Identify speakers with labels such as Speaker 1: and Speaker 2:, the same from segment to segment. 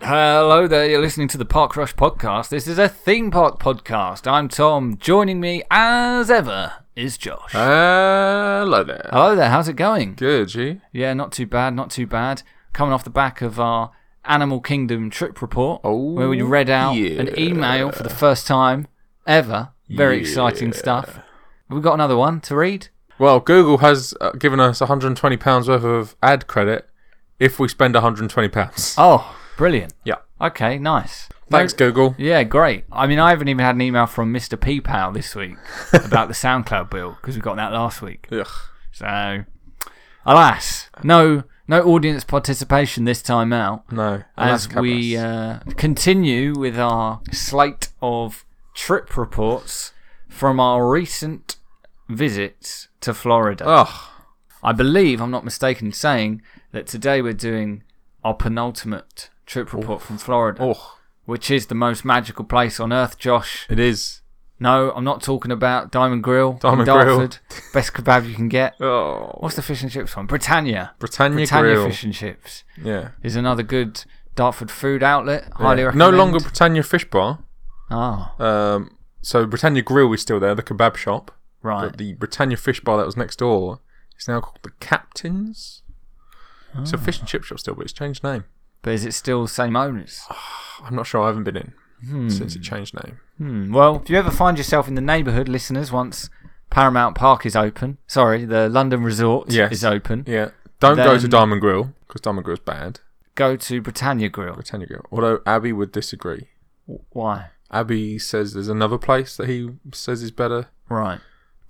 Speaker 1: Hello there, you're listening to the Park Rush podcast. This is a theme park podcast. I'm Tom. Joining me, as ever, is Josh.
Speaker 2: Hello there.
Speaker 1: Hello there, how's it going?
Speaker 2: Uh, Good, G.
Speaker 1: Yeah, not too bad, not too bad. Coming off the back of our Animal Kingdom trip report,
Speaker 2: Oh,
Speaker 1: where we read out an
Speaker 2: yeah.
Speaker 1: email for the first time ever. Very exciting stuff. Have we got another one to read?
Speaker 2: Well, Google has uh, given us £120 worth of ad credit if we spend £120.
Speaker 1: Oh, brilliant.
Speaker 2: yeah.
Speaker 1: Okay, nice.
Speaker 2: Thanks, Google.
Speaker 1: Yeah, great. I mean, I haven't even had an email from Mr. PayPal this week about the SoundCloud bill because we got that last week.
Speaker 2: Ugh.
Speaker 1: So, alas, no, no audience participation this time out
Speaker 2: No.
Speaker 1: as
Speaker 2: Alaska
Speaker 1: we
Speaker 2: bus.
Speaker 1: uh, continue with our slate of trip reports from our recent visits to Florida.
Speaker 2: Ugh.
Speaker 1: I believe I'm not mistaken in saying that today we're doing our penultimate trip report from Florida,
Speaker 2: Oh,
Speaker 1: which is the most magical place on earth, Josh.
Speaker 2: it is.
Speaker 1: No, I'm not talking about Diamond Grill in
Speaker 2: Diamond Grill.
Speaker 1: Dartford. Best kebab you can get.
Speaker 2: Oh.
Speaker 1: What's the fish and chips one? Britannia.
Speaker 2: Britannia,
Speaker 1: Britannia
Speaker 2: Grill.
Speaker 1: Fish and Chips
Speaker 2: Yeah.
Speaker 1: is another good Dartford food outlet.
Speaker 2: yeah.
Speaker 1: Highly recommend.
Speaker 2: No longer Britannia Fish Bar.
Speaker 1: Oh,
Speaker 2: Um, so Britannia Grill is still there, the kebab shop.
Speaker 1: right.
Speaker 2: But the Britannia Fish Bar that was next door is now called the Captain's. It's
Speaker 1: Ah.
Speaker 2: a fish and chip shop still, but it's changed name.
Speaker 1: But is it still same owners?
Speaker 2: I'm not sure. I haven't been in since it changed name.
Speaker 1: Hmm. Well, if you ever find yourself in the neighbourhood, listeners, once Paramount Park is open, sorry, the London Resort
Speaker 2: Yes.
Speaker 1: is open,
Speaker 2: Yeah. Don't go to
Speaker 1: Then-
Speaker 2: Diamond Grill because Diamond Grill's bad.
Speaker 1: go to Britannia Grill.
Speaker 2: Britannia Grill. Although Abby would disagree.
Speaker 1: W- Why?
Speaker 2: Abby says there's another place that he says is better.
Speaker 1: Right.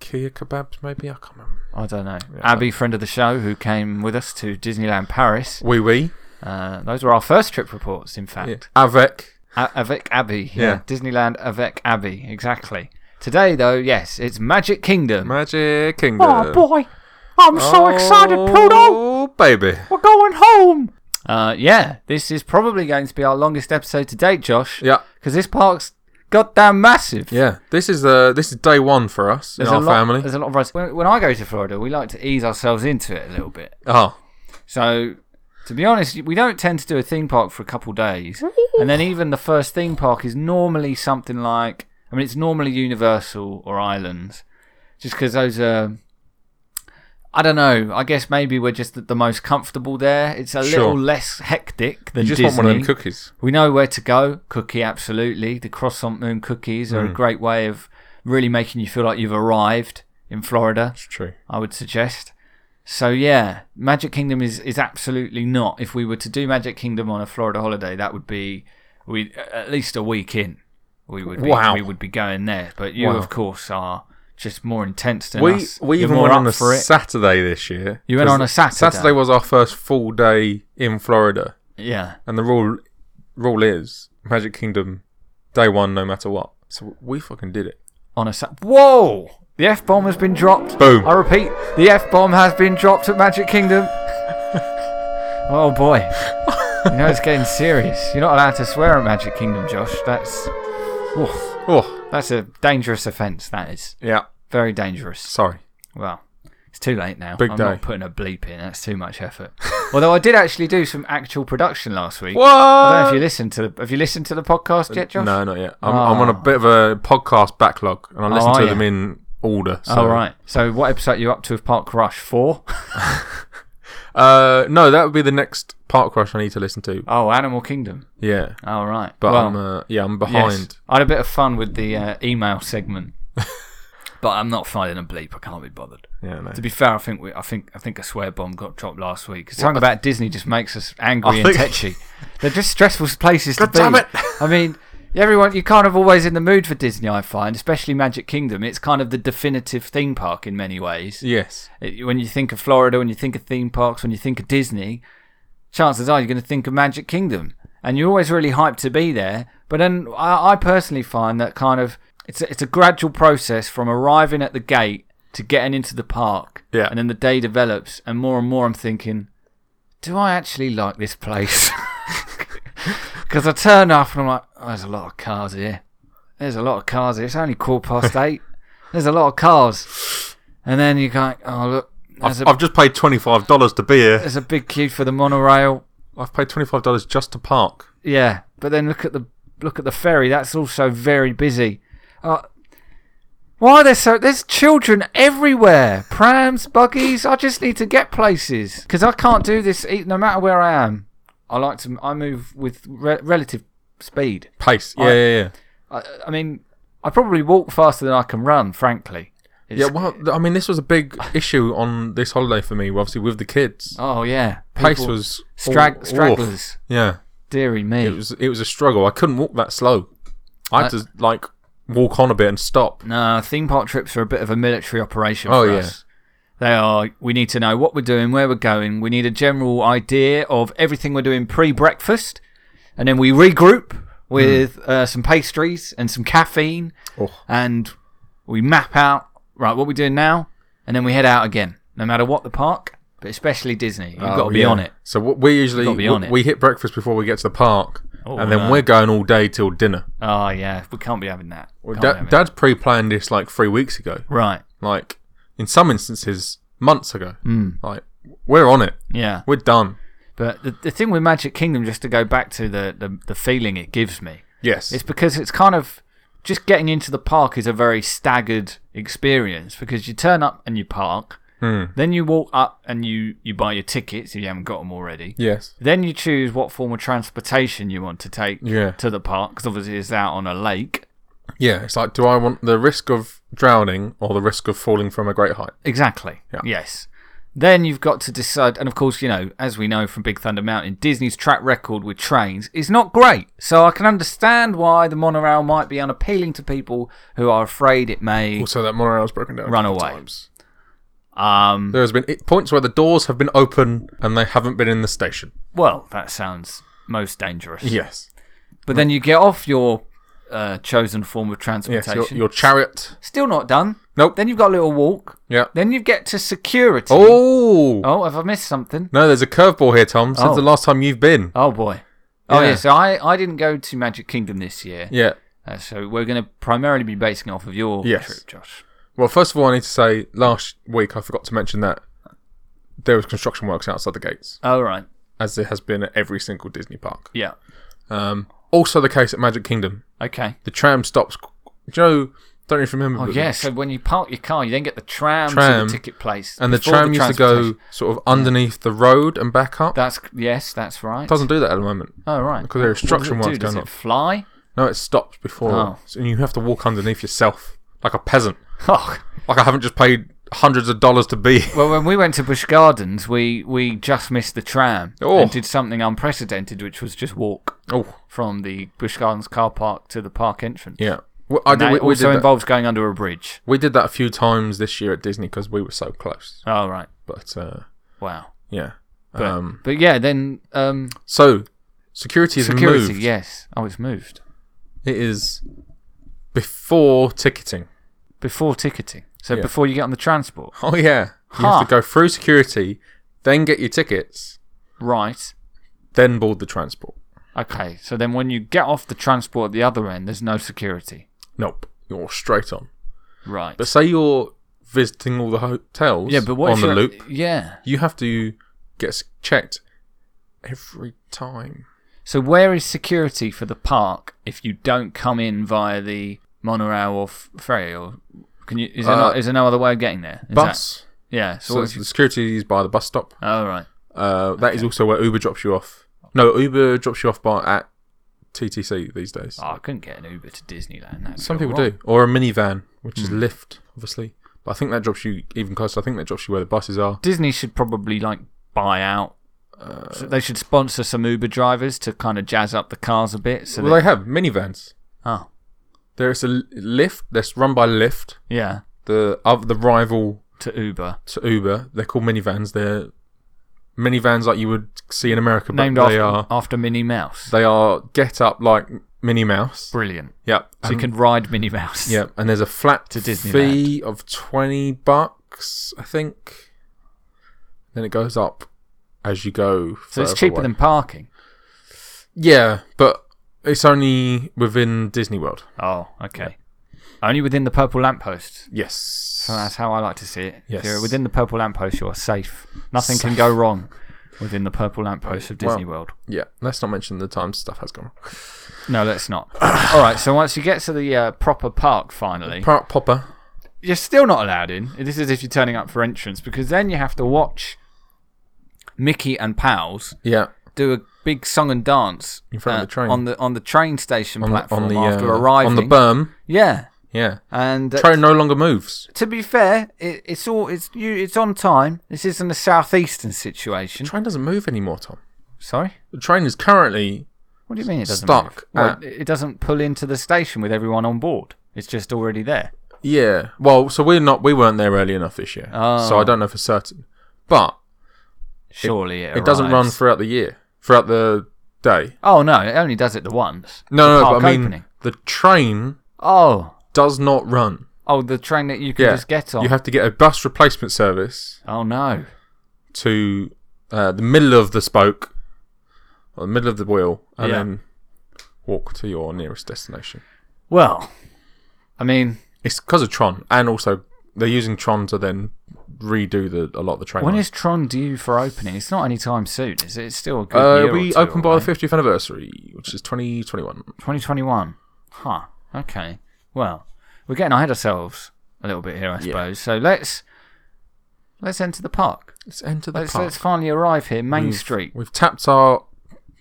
Speaker 2: Kia Kebabs, maybe? I can't remember.
Speaker 1: I don't know. Abby, friend of the show, who came with us to Disneyland Paris.
Speaker 2: Wee Wee.
Speaker 1: Uh, those were our first trip reports, in fact.
Speaker 2: Yeah. Avec.
Speaker 1: A- Avec Abbey. Yeah.
Speaker 2: Yeah.
Speaker 1: Disneyland Avec Abbey. Exactly. Today, though, yes, it's Magic Kingdom.
Speaker 2: Magic Kingdom.
Speaker 1: Ah, Oh, boy. I'm so
Speaker 2: Oh, baby.
Speaker 1: We're going home. Uh, yeah, this is probably going to be our longest episode to date, Josh.
Speaker 2: Yeah.
Speaker 1: Because this park's goddamn massive.
Speaker 2: Yeah. This is uh, this is day one for us in
Speaker 1: a
Speaker 2: our
Speaker 1: lot,
Speaker 2: family.
Speaker 1: There's a lot of rides. When, when I go to Florida, we like to ease ourselves into it a little bit.
Speaker 2: Oh.
Speaker 1: So, to be honest, we don't tend to do a theme park for a couple days. and then even the first theme park is normally something like I mean, it's normally Universal or Islands, just because those are. I don't know. I guess maybe we're just the, the most comfortable there. It's a
Speaker 2: Sure.
Speaker 1: little less hectic than
Speaker 2: You just
Speaker 1: Disney.
Speaker 2: want one of them cookies.
Speaker 1: We know where to go. Cookie, absolutely. The croissant moon cookies
Speaker 2: Hmm.
Speaker 1: are a great way of really making you feel like you've arrived in Florida.
Speaker 2: It's true.
Speaker 1: I would suggest. So yeah, Magic Kingdom is is absolutely not. If we were to do Magic Kingdom on a Florida holiday, that would be we at least a week in. We would be,
Speaker 2: Wow.
Speaker 1: we would be going there. But you
Speaker 2: Wow.
Speaker 1: of course are just more intense than
Speaker 2: We
Speaker 1: us.
Speaker 2: we
Speaker 1: You're
Speaker 2: even
Speaker 1: more
Speaker 2: went
Speaker 1: up
Speaker 2: on a
Speaker 1: for it.
Speaker 2: Saturday this year.
Speaker 1: You went on
Speaker 2: 'cause
Speaker 1: a Saturday.
Speaker 2: Saturday was our first full day in Florida,
Speaker 1: yeah.
Speaker 2: and the rule rule is Magic Kingdom day one, no matter what. So we fucking did it.
Speaker 1: On a Sa- Whoa! The F bomb has been dropped.
Speaker 2: Boom.
Speaker 1: I repeat, the F bomb has been dropped at Magic Kingdom. oh boy. you know it's getting serious. You're not allowed to swear at Magic Kingdom, Josh. That's Oof.
Speaker 2: Oh
Speaker 1: That's a dangerous offence, that is.
Speaker 2: yeah,
Speaker 1: Very dangerous.
Speaker 2: sorry.
Speaker 1: Well, it's too late now.
Speaker 2: Big
Speaker 1: I'm
Speaker 2: day.
Speaker 1: not putting a bleep in. That's too much effort. Although I did actually do some actual production last week.
Speaker 2: What?
Speaker 1: I don't know if you listened to the have you listened to the podcast yet, Josh?
Speaker 2: No, not yet. I'm, I'm on a bit of a podcast backlog, and I listen
Speaker 1: Ah. Oh,
Speaker 2: to
Speaker 1: yeah.
Speaker 2: them in order. So.
Speaker 1: All right. So what episode are you up to of Park Rush? Four?
Speaker 2: Uh, no, that would be the next Park Rush I need to listen to.
Speaker 1: oh, Animal Kingdom.
Speaker 2: Yeah,
Speaker 1: All right.
Speaker 2: but
Speaker 1: well,
Speaker 2: I'm uh, yeah I'm
Speaker 1: yes.
Speaker 2: behind.
Speaker 1: I had a bit of fun with the uh, email segment. but I'm not finding a bleep. I can't be bothered.
Speaker 2: Yeah, no.
Speaker 1: To be fair, I think we, I think, I think a swear bomb got dropped last week. Something about Disney just makes us angry
Speaker 2: I
Speaker 1: and
Speaker 2: think-
Speaker 1: tetchy. They're just stressful places to
Speaker 2: God damn
Speaker 1: be.
Speaker 2: it.
Speaker 1: I mean, everyone, you kind of always in the mood for Disney. I find, especially Magic Kingdom, it's kind of the definitive theme park in many ways.
Speaker 2: yes,
Speaker 1: It- when you think of Florida, when you think of theme parks, when you think of Disney, chances are you're going to think of Magic Kingdom, and you're always really hyped to be there. But then I, I personally find that kind of it's a, it's a gradual process from arriving at the gate to getting into the park,
Speaker 2: Yeah.
Speaker 1: and then the day develops, and more and more I'm thinking, do I actually like this place? Because I turn up and I'm like, oh, there's a lot of cars here. There's a lot of cars here. It's only quarter past eight. There's a lot of cars. And then you go, oh, look, there's a,
Speaker 2: I've just paid twenty five dollars to be here.
Speaker 1: there's a big queue for the monorail.
Speaker 2: I've paid twenty five dollars just to park.
Speaker 1: Yeah, but then look at the look at the ferry. That's also very busy. Uh, why are there so? There's children everywhere. Prams, buggies. I just need to get places because I can't do this e- no matter where I am. I like to. I move with re- relative speed.
Speaker 2: Pace. Yeah,
Speaker 1: I-
Speaker 2: yeah, yeah.
Speaker 1: I, I mean, I probably walk faster than I can run. Frankly. It's-
Speaker 2: Yeah, well, th- I mean, this was a big issue on this holiday for me, obviously, with the kids.
Speaker 1: Oh yeah.
Speaker 2: Pace
Speaker 1: People-
Speaker 2: was.
Speaker 1: Strag-
Speaker 2: all- oof.
Speaker 1: stragglers.
Speaker 2: Yeah,
Speaker 1: Deary me.
Speaker 2: it was, it was a struggle. I couldn't walk that slow. I had
Speaker 1: I-
Speaker 2: to, like, walk on a bit and stop.
Speaker 1: Nah, theme park trips are a bit of a military operation
Speaker 2: Oh,
Speaker 1: for
Speaker 2: yeah.
Speaker 1: us. They are. We need to know what we're doing, where we're going. We need a general idea of everything we're doing pre-breakfast, and then we regroup with uh, some pastries and some caffeine,
Speaker 2: Hmm. Oh.
Speaker 1: and we map out right what we're doing now, and then we head out again, no matter what the park, but especially Disney. You've got to be
Speaker 2: Oh, yeah.
Speaker 1: on it.
Speaker 2: So what we usually
Speaker 1: Gotta be on
Speaker 2: we,
Speaker 1: it.
Speaker 2: we hit breakfast before we get to the park,
Speaker 1: Oh,
Speaker 2: and then
Speaker 1: no.
Speaker 2: we're going all day till dinner.
Speaker 1: Oh yeah, we can't be having that. Can't be
Speaker 2: Da-
Speaker 1: having
Speaker 2: Dad pre-planned this like three weeks ago,
Speaker 1: that. Right.
Speaker 2: like in some instances months ago.
Speaker 1: Hmm.
Speaker 2: Like we're on it,
Speaker 1: Yeah.
Speaker 2: we're done.
Speaker 1: But the, the thing with Magic Kingdom, just to go back to the, the, the feeling it gives me,
Speaker 2: Yes,
Speaker 1: it's because it's kind of just getting into the park is a very staggered experience because you turn up and you park,
Speaker 2: Hmm.
Speaker 1: then you walk up and you, you buy your tickets if you haven't got them already.
Speaker 2: yes,
Speaker 1: Then you choose what form of transportation you want to take
Speaker 2: Yeah.
Speaker 1: to the park because obviously it's out on a lake.
Speaker 2: yeah. It's like, do I want the risk of drowning or the risk of falling from a great height?
Speaker 1: Exactly.
Speaker 2: Yeah.
Speaker 1: Yes. Then you've got to decide, and of course, you know, as we know from Big Thunder Mountain, Disney's track record with trains is not great. So I can understand why the monorail might be unappealing to people who are afraid it may.
Speaker 2: Also, that monorail's broken down. a
Speaker 1: Run
Speaker 2: couple
Speaker 1: away.
Speaker 2: Times.
Speaker 1: Um,
Speaker 2: There has been i- points where the doors have been open and they haven't been in the station.
Speaker 1: well, that sounds most dangerous.
Speaker 2: Yes,
Speaker 1: But then you get off your uh, chosen form of
Speaker 2: yes.
Speaker 1: transportation.
Speaker 2: Your, your chariot.
Speaker 1: Still not done.
Speaker 2: Nope.
Speaker 1: Then you've got a little walk.
Speaker 2: Yeah.
Speaker 1: Then you get to security.
Speaker 2: Oh.
Speaker 1: oh have I missed something?
Speaker 2: No, there's a curveball here, Tom. Since
Speaker 1: Oh.
Speaker 2: the last time you've been.
Speaker 1: Oh, boy. Oh,
Speaker 2: Yeah.
Speaker 1: yeah. So I, I didn't go to Magic Kingdom this year.
Speaker 2: Yeah.
Speaker 1: Uh, so we're going to primarily be basing it off of your
Speaker 2: Yes.
Speaker 1: trip, Josh.
Speaker 2: Well, first of all, I need to say last week I forgot to mention that there was construction works outside the gates,
Speaker 1: Oh, right.
Speaker 2: as there has been at every single Disney park.
Speaker 1: Yeah.
Speaker 2: Um, also, the case at Magic Kingdom,
Speaker 1: Okay.
Speaker 2: the tram stops. Joe, don't know if you remember?
Speaker 1: Oh,
Speaker 2: but-
Speaker 1: yeah. So when you park your car, you then get the tram,
Speaker 2: Tram.
Speaker 1: to the ticket place.
Speaker 2: And the
Speaker 1: before
Speaker 2: tram used to go
Speaker 1: transportation.
Speaker 2: sort of underneath the road and back up.
Speaker 1: That's yes, that's right.
Speaker 2: doesn't do that at the moment.
Speaker 1: oh, right.
Speaker 2: because there are
Speaker 1: What does it
Speaker 2: construction works
Speaker 1: do? Does
Speaker 2: going on.
Speaker 1: it fly?
Speaker 2: No, it stops before,
Speaker 1: Oh.
Speaker 2: so you have to walk underneath yourself like a peasant.
Speaker 1: Oh.
Speaker 2: Like I haven't just paid hundreds of dollars to be.
Speaker 1: Well, when we went to Bush Gardens, we, we just missed the tram
Speaker 2: Oh.
Speaker 1: and did something unprecedented, which was just walk
Speaker 2: oh,
Speaker 1: from the Bush Gardens car park to the park entrance.
Speaker 2: yeah. Well, I
Speaker 1: And
Speaker 2: did,
Speaker 1: that
Speaker 2: we, we,
Speaker 1: also
Speaker 2: did that,
Speaker 1: involves going under a bridge.
Speaker 2: we did that a few times this year at Disney because we were so close.
Speaker 1: Oh, right.
Speaker 2: But uh,
Speaker 1: Wow.
Speaker 2: yeah.
Speaker 1: But,
Speaker 2: um,
Speaker 1: but yeah, then um,
Speaker 2: so security is
Speaker 1: security,
Speaker 2: moved.
Speaker 1: yes. Oh, it's moved.
Speaker 2: It is before ticketing.
Speaker 1: Before ticketing. So
Speaker 2: Yeah.
Speaker 1: before you get on the transport.
Speaker 2: Oh yeah. You
Speaker 1: Huh.
Speaker 2: have to go through security, then get your tickets,
Speaker 1: Right.
Speaker 2: then board the transport.
Speaker 1: Okay. So then when you get off the transport at the other end, there's no security.
Speaker 2: Nope. You're straight on.
Speaker 1: Right.
Speaker 2: But say you're visiting all the hotels
Speaker 1: yeah, but what
Speaker 2: on
Speaker 1: if
Speaker 2: the
Speaker 1: you're-
Speaker 2: loop,
Speaker 1: Yeah.
Speaker 2: you have to get s- checked every time.
Speaker 1: So where is security for the park if you don't come in via the monorail or f- ferry or can you? Is there,
Speaker 2: Uh,
Speaker 1: not, is there no other way of getting there? Is
Speaker 2: Bus.
Speaker 1: that- yeah. So.
Speaker 2: So
Speaker 1: what
Speaker 2: it's
Speaker 1: if you-
Speaker 2: the security is by the bus stop.
Speaker 1: oh right.
Speaker 2: Uh, that is also where Uber drops you off. No, Uber drops you off by at TTC these days.
Speaker 1: Oh, I couldn't get an Uber to Disneyland. That's
Speaker 2: Some
Speaker 1: all
Speaker 2: people
Speaker 1: wrong. Hmm.
Speaker 2: do, or a minivan, which is Lyft, obviously. But I think that drops you even closer. I think that drops you where the buses are.
Speaker 1: Disney should probably like buy out. so they should sponsor some Uber drivers to kind of jazz up the cars a bit. So
Speaker 2: well,
Speaker 1: that,
Speaker 2: they have minivans.
Speaker 1: oh
Speaker 2: There's a L- Lyft that's run by Lyft,
Speaker 1: yeah,
Speaker 2: the of the rival
Speaker 1: to Uber
Speaker 2: to Uber. They're called minivans. They're minivans like you would see in America, but
Speaker 1: named
Speaker 2: they
Speaker 1: after
Speaker 2: are
Speaker 1: after Minnie Mouse.
Speaker 2: they are get up like Minnie Mouse.
Speaker 1: Brilliant.
Speaker 2: Yep.
Speaker 1: So you can ride Minnie Mouse.
Speaker 2: Um, Yeah, and there's a flat
Speaker 1: To
Speaker 2: fee of twenty bucks, I think. Then it goes up as you go.
Speaker 1: So it's
Speaker 2: further
Speaker 1: cheaper
Speaker 2: away.
Speaker 1: than parking.
Speaker 2: yeah, but it's only within Disney World.
Speaker 1: Oh, okay. Only within the purple lamppost.
Speaker 2: Yes.
Speaker 1: So that's how I like to see it.
Speaker 2: Yes.
Speaker 1: If you're within the purple lamppost, you are safe. Nothing can
Speaker 2: Safe.
Speaker 1: go wrong. within the purple lamppost of
Speaker 2: Well-
Speaker 1: Disney World.
Speaker 2: Yeah, let's not mention the times stuff has gone wrong.
Speaker 1: No, let's not. All right, so once you get to the uh, proper park finally,
Speaker 2: Park Popper.
Speaker 1: you're still not allowed in. This is if you're turning up for entrance because then you have to watch Mickey and pals
Speaker 2: Yeah,
Speaker 1: do a big song and dance uh,
Speaker 2: In front of the train.
Speaker 1: on the on the train station
Speaker 2: on the,
Speaker 1: platform
Speaker 2: on the
Speaker 1: after
Speaker 2: uh,
Speaker 1: arriving.
Speaker 2: on the berm.
Speaker 1: yeah,
Speaker 2: Yeah,
Speaker 1: and uh,
Speaker 2: train no longer moves.
Speaker 1: to be fair, it, it's all it's you it's on time. This isn't a southeastern situation.
Speaker 2: Train doesn't move anymore, Tom.
Speaker 1: Sorry,
Speaker 2: The train is currently
Speaker 1: what do you mean it doesn't
Speaker 2: Stuck
Speaker 1: move? Well,
Speaker 2: at-
Speaker 1: it it doesn't pull into the station with everyone on board. It's just already there.
Speaker 2: yeah. Well, so we're not we weren't there early enough this year,
Speaker 1: Oh.
Speaker 2: so I don't know for certain. But
Speaker 1: Surely it,
Speaker 2: it doesn't run
Speaker 1: arrives.
Speaker 2: throughout the year, throughout the day.
Speaker 1: Oh no, it only does it the once.
Speaker 2: No,
Speaker 1: The
Speaker 2: no,
Speaker 1: park
Speaker 2: but I mean
Speaker 1: opening.
Speaker 2: the train
Speaker 1: Oh,
Speaker 2: does not run.
Speaker 1: oh, the train that you can
Speaker 2: Yeah,
Speaker 1: just get on.
Speaker 2: You have to get a bus replacement service
Speaker 1: oh no.
Speaker 2: to uh, the middle of the spoke, or the middle of the wheel, and
Speaker 1: Yeah.
Speaker 2: then walk to your nearest destination.
Speaker 1: Well, I mean,
Speaker 2: It's because of Tron, and also they're using Tron to then redo the a lot of the train.
Speaker 1: when
Speaker 2: lines.
Speaker 1: is Tron due for opening? It's not any time soon, is it? It's still a good
Speaker 2: uh,
Speaker 1: year
Speaker 2: we
Speaker 1: or two
Speaker 2: open by
Speaker 1: away.
Speaker 2: the fiftieth anniversary, which is twenty twenty one.
Speaker 1: 2021. Huh. Okay. Well, we're getting ahead ourselves a little bit here, I suppose. So let's let's enter the park.
Speaker 2: Let's enter the
Speaker 1: Let's
Speaker 2: park.
Speaker 1: let's finally arrive here, Main
Speaker 2: We've-
Speaker 1: Street.
Speaker 2: We've tapped our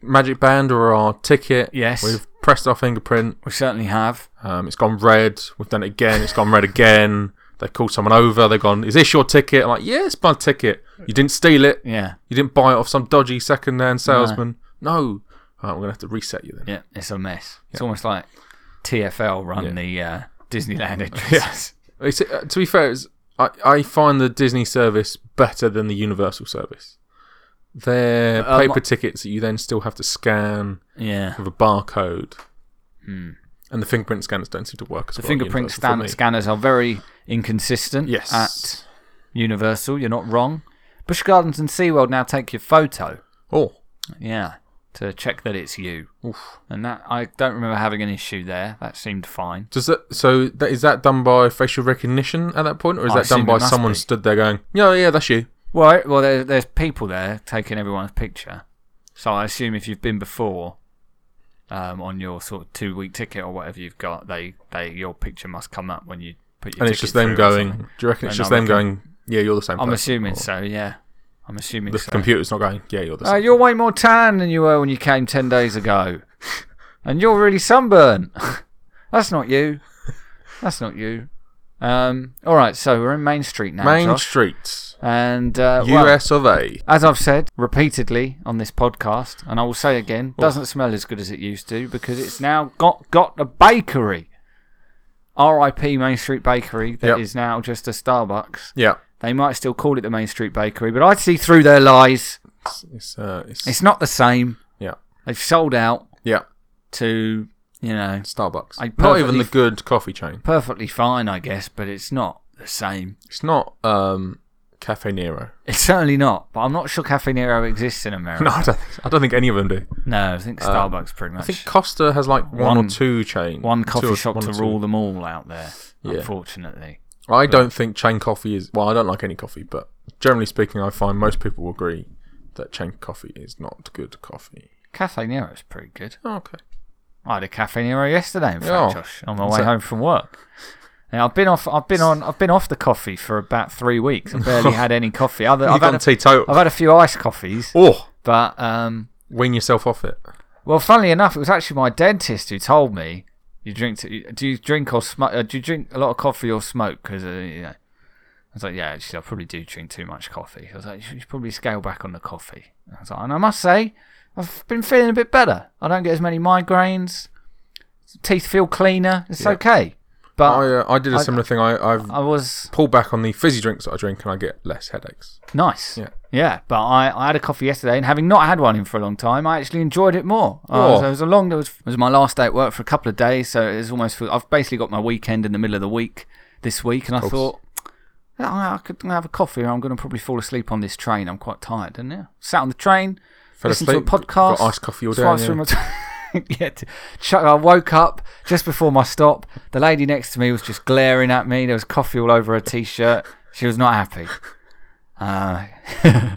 Speaker 2: magic band or our ticket.
Speaker 1: Yes.
Speaker 2: We've pressed our fingerprint.
Speaker 1: We certainly have.
Speaker 2: Um, it's gone red. We've done it again. It's gone red again. They called someone over. They've gone, "Is this your ticket?" I'm like, "Yeah, it's my ticket. You didn't steal it.
Speaker 1: Yeah.
Speaker 2: You didn't buy it off some dodgy second-hand salesman. No. All right, we're gonna have to reset you then."
Speaker 1: Yeah. It's a mess. It's almost like TFL run the uh, Disneyland entrances.
Speaker 2: It's, uh, to be fair, it's, I I find the Disney service better than the Universal service. They're
Speaker 1: Uh,
Speaker 2: paper
Speaker 1: my-
Speaker 2: tickets that you then still have to scan.
Speaker 1: Yeah.
Speaker 2: with a barcode. And the fingerprint scanners don't seem to work as
Speaker 1: Hmm. The
Speaker 2: well.
Speaker 1: fingerprint
Speaker 2: universal for
Speaker 1: stan-
Speaker 2: me.
Speaker 1: scanners are very inconsistent
Speaker 2: Yes.
Speaker 1: at Universal. You're not wrong. Busch Gardens and SeaWorld now take your photo.
Speaker 2: Oh,
Speaker 1: Yeah, to check that it's you. And that I don't remember having an issue there. That seemed fine.
Speaker 2: does that? So that is that done by facial recognition at that point, or is
Speaker 1: I
Speaker 2: that done
Speaker 1: assume
Speaker 2: by
Speaker 1: it must
Speaker 2: someone
Speaker 1: be.
Speaker 2: stood there going, "Yeah, yeah, that's you."
Speaker 1: Well, well, there, there's people there taking everyone's picture. So I assume if you've been before, um, on your sort of two week ticket or whatever you've got, they, they your picture must come up when you put your.
Speaker 2: And it's just
Speaker 1: ticket
Speaker 2: them
Speaker 1: through or
Speaker 2: going.
Speaker 1: something.
Speaker 2: Do you reckon it's
Speaker 1: No,
Speaker 2: just
Speaker 1: no, I
Speaker 2: them going? Yeah, you're the same.
Speaker 1: I'm
Speaker 2: person,"
Speaker 1: assuming
Speaker 2: or
Speaker 1: so. Yeah, I'm assuming
Speaker 2: The
Speaker 1: so.
Speaker 2: computer's not going. Yeah, you're the
Speaker 1: Uh,
Speaker 2: same.
Speaker 1: you're way more tan than you were when you came 10 days ago. and you're really sunburnt. That's not you. That's not you. Um, all right, so we're in Main Street now.
Speaker 2: Main
Speaker 1: Josh.
Speaker 2: Street,
Speaker 1: And, uh, well,
Speaker 2: U.S. of A.
Speaker 1: as I've said repeatedly on this podcast, and I will say again, doesn't smell as good as it used to because it's now got, got a bakery. RIP Main Street Bakery that is
Speaker 2: Yep.
Speaker 1: now just a Starbucks.
Speaker 2: Yeah,
Speaker 1: They might still call it the Main Street Bakery, but I see through their lies.
Speaker 2: it's, it's, uh, it's,
Speaker 1: It's not the same.
Speaker 2: yeah,
Speaker 1: They've sold out
Speaker 2: yeah.
Speaker 1: to you know
Speaker 2: Starbucks.
Speaker 1: I
Speaker 2: not even
Speaker 1: perfectly
Speaker 2: the good coffee chain.
Speaker 1: perfectly fine, I guess, but it's not the same.
Speaker 2: It's not um, Cafe Nero.
Speaker 1: It's certainly not. But I'm not sure Cafe Nero exists in America.
Speaker 2: No, I don't. Think, I don't think any of them do.
Speaker 1: No, I think Starbucks pretty much.
Speaker 2: Um, I think Costa has like one,
Speaker 1: One-
Speaker 2: or two chain.
Speaker 1: one
Speaker 2: two
Speaker 1: coffee
Speaker 2: or-
Speaker 1: shop
Speaker 2: one
Speaker 1: to
Speaker 2: or two.
Speaker 1: rule them all out there.
Speaker 2: Yeah.
Speaker 1: Unfortunately,
Speaker 2: I don't think chain coffee is. Well, I don't like any coffee, but generally speaking, I find most people will agree that chain coffee is not good coffee.
Speaker 1: Cafe Nero's pretty good.
Speaker 2: Oh, okay.
Speaker 1: I had a Cafe Nero yesterday, in fact,
Speaker 2: Oh.
Speaker 1: Josh, on my
Speaker 2: Is
Speaker 1: way
Speaker 2: that-
Speaker 1: home from work. Now I've been off. I've been on. I've been off the coffee for about three weeks. I barely had any coffee. Other, I've
Speaker 2: You've
Speaker 1: had.
Speaker 2: gone
Speaker 1: A, I've
Speaker 2: teetotal.
Speaker 1: had a few iced coffees,
Speaker 2: Oh,
Speaker 1: but um,
Speaker 2: wean yourself off it.
Speaker 1: Well, funnily enough, it was actually my dentist who told me you drink. To, do you drink or smoke? Uh, do you drink a lot of coffee or smoke? Because uh, you know, I was like, yeah, actually, I probably do drink too much coffee. I was like, you should probably scale back on the coffee. I was like, and I must say, I've been feeling a bit better. I don't get as many migraines. Teeth feel cleaner. It's
Speaker 2: Yeah.
Speaker 1: okay, but
Speaker 2: I uh, I did a
Speaker 1: I- uh,
Speaker 2: similar thing. I I've
Speaker 1: I was
Speaker 2: pulled back on the fizzy drinks that I drink, and I get less headaches.
Speaker 1: Nice.
Speaker 2: Yeah.
Speaker 1: but I, I had a coffee yesterday, and having not had one in for a long time, I actually enjoyed it more. Uh,
Speaker 2: Oh.
Speaker 1: so it was a long. It was, it was my last day at work for a couple of days, so it was almost. full- I've basically got my weekend in the middle of the week this week, and I
Speaker 2: course.
Speaker 1: thought. "Yeah, I I could have a coffee. or I'm going to probably fall asleep on this train. I'm quite tired, and yeah, sat on the train,
Speaker 2: Fell
Speaker 1: listened
Speaker 2: asleep.
Speaker 1: to a podcast,
Speaker 2: Got iced coffee all day.
Speaker 1: swiped
Speaker 2: yeah.
Speaker 1: through my yeah, t- ch- I woke up just before my stop. The lady next to me was just glaring at me. There was coffee all over her t-shirt. She was not happy. Uh,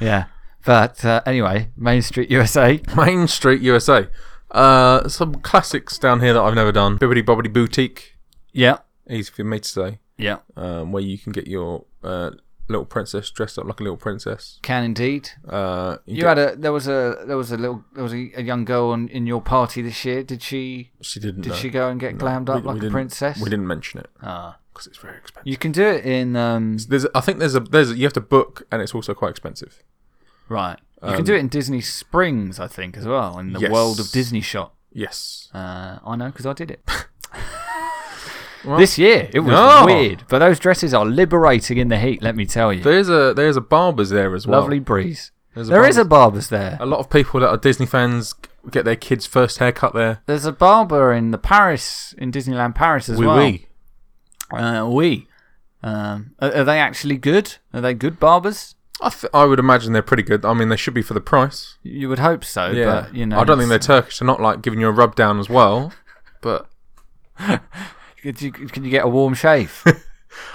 Speaker 1: yeah, But uh, anyway, Main Street USA.
Speaker 2: Main Street USA. Uh, some classics down here that I've never done. Bibbidi Bobbidi Boutique,
Speaker 1: Yeah,
Speaker 2: easy for me to say,
Speaker 1: yeah,
Speaker 2: um, where you can get your uh, little princess dressed up like a little princess.
Speaker 1: can indeed.
Speaker 2: Uh, you
Speaker 1: You
Speaker 2: get-
Speaker 1: had a there was a there was a little there was a, a young girl on, in your party this year. Did she
Speaker 2: she didn't.
Speaker 1: did
Speaker 2: know.
Speaker 1: she go and get
Speaker 2: No,
Speaker 1: glammed
Speaker 2: we-
Speaker 1: up
Speaker 2: we
Speaker 1: like a
Speaker 2: didn't-
Speaker 1: princess?
Speaker 2: We didn't mention it
Speaker 1: Ah.
Speaker 2: because it's very expensive.
Speaker 1: you can do it in um
Speaker 2: There's, I think there's a there's a, you have to book and it's also quite expensive.
Speaker 1: right. You
Speaker 2: Um,
Speaker 1: can do it in Disney Springs, I think, as well, in the
Speaker 2: Yes.
Speaker 1: world of Disney shop.
Speaker 2: Yes.
Speaker 1: Uh, I know because I did it
Speaker 2: Well,
Speaker 1: this year. It was
Speaker 2: No.
Speaker 1: weird, but those dresses are liberating in the heat. Let me tell you,
Speaker 2: There's a there's a barbers there as well.
Speaker 1: lovely breeze.
Speaker 2: There's
Speaker 1: There is a barber's
Speaker 2: barber's-
Speaker 1: there.
Speaker 2: a lot of people that are Disney fans get their kids' first haircut there.
Speaker 1: There's a barber in the Paris in Disneyland Paris as
Speaker 2: Wee
Speaker 1: well.
Speaker 2: wee.
Speaker 1: Uh, we. Um, are, are they actually good? Are they good barbers?
Speaker 2: I, th- I would imagine they're pretty good. I mean, they should be for the price.
Speaker 1: You would hope so,
Speaker 2: Yeah,
Speaker 1: but you know,
Speaker 2: I don't think they're
Speaker 1: it's-
Speaker 2: Turkish. They're not like giving you a rub down as well. But
Speaker 1: Could you, can you get a warm shave?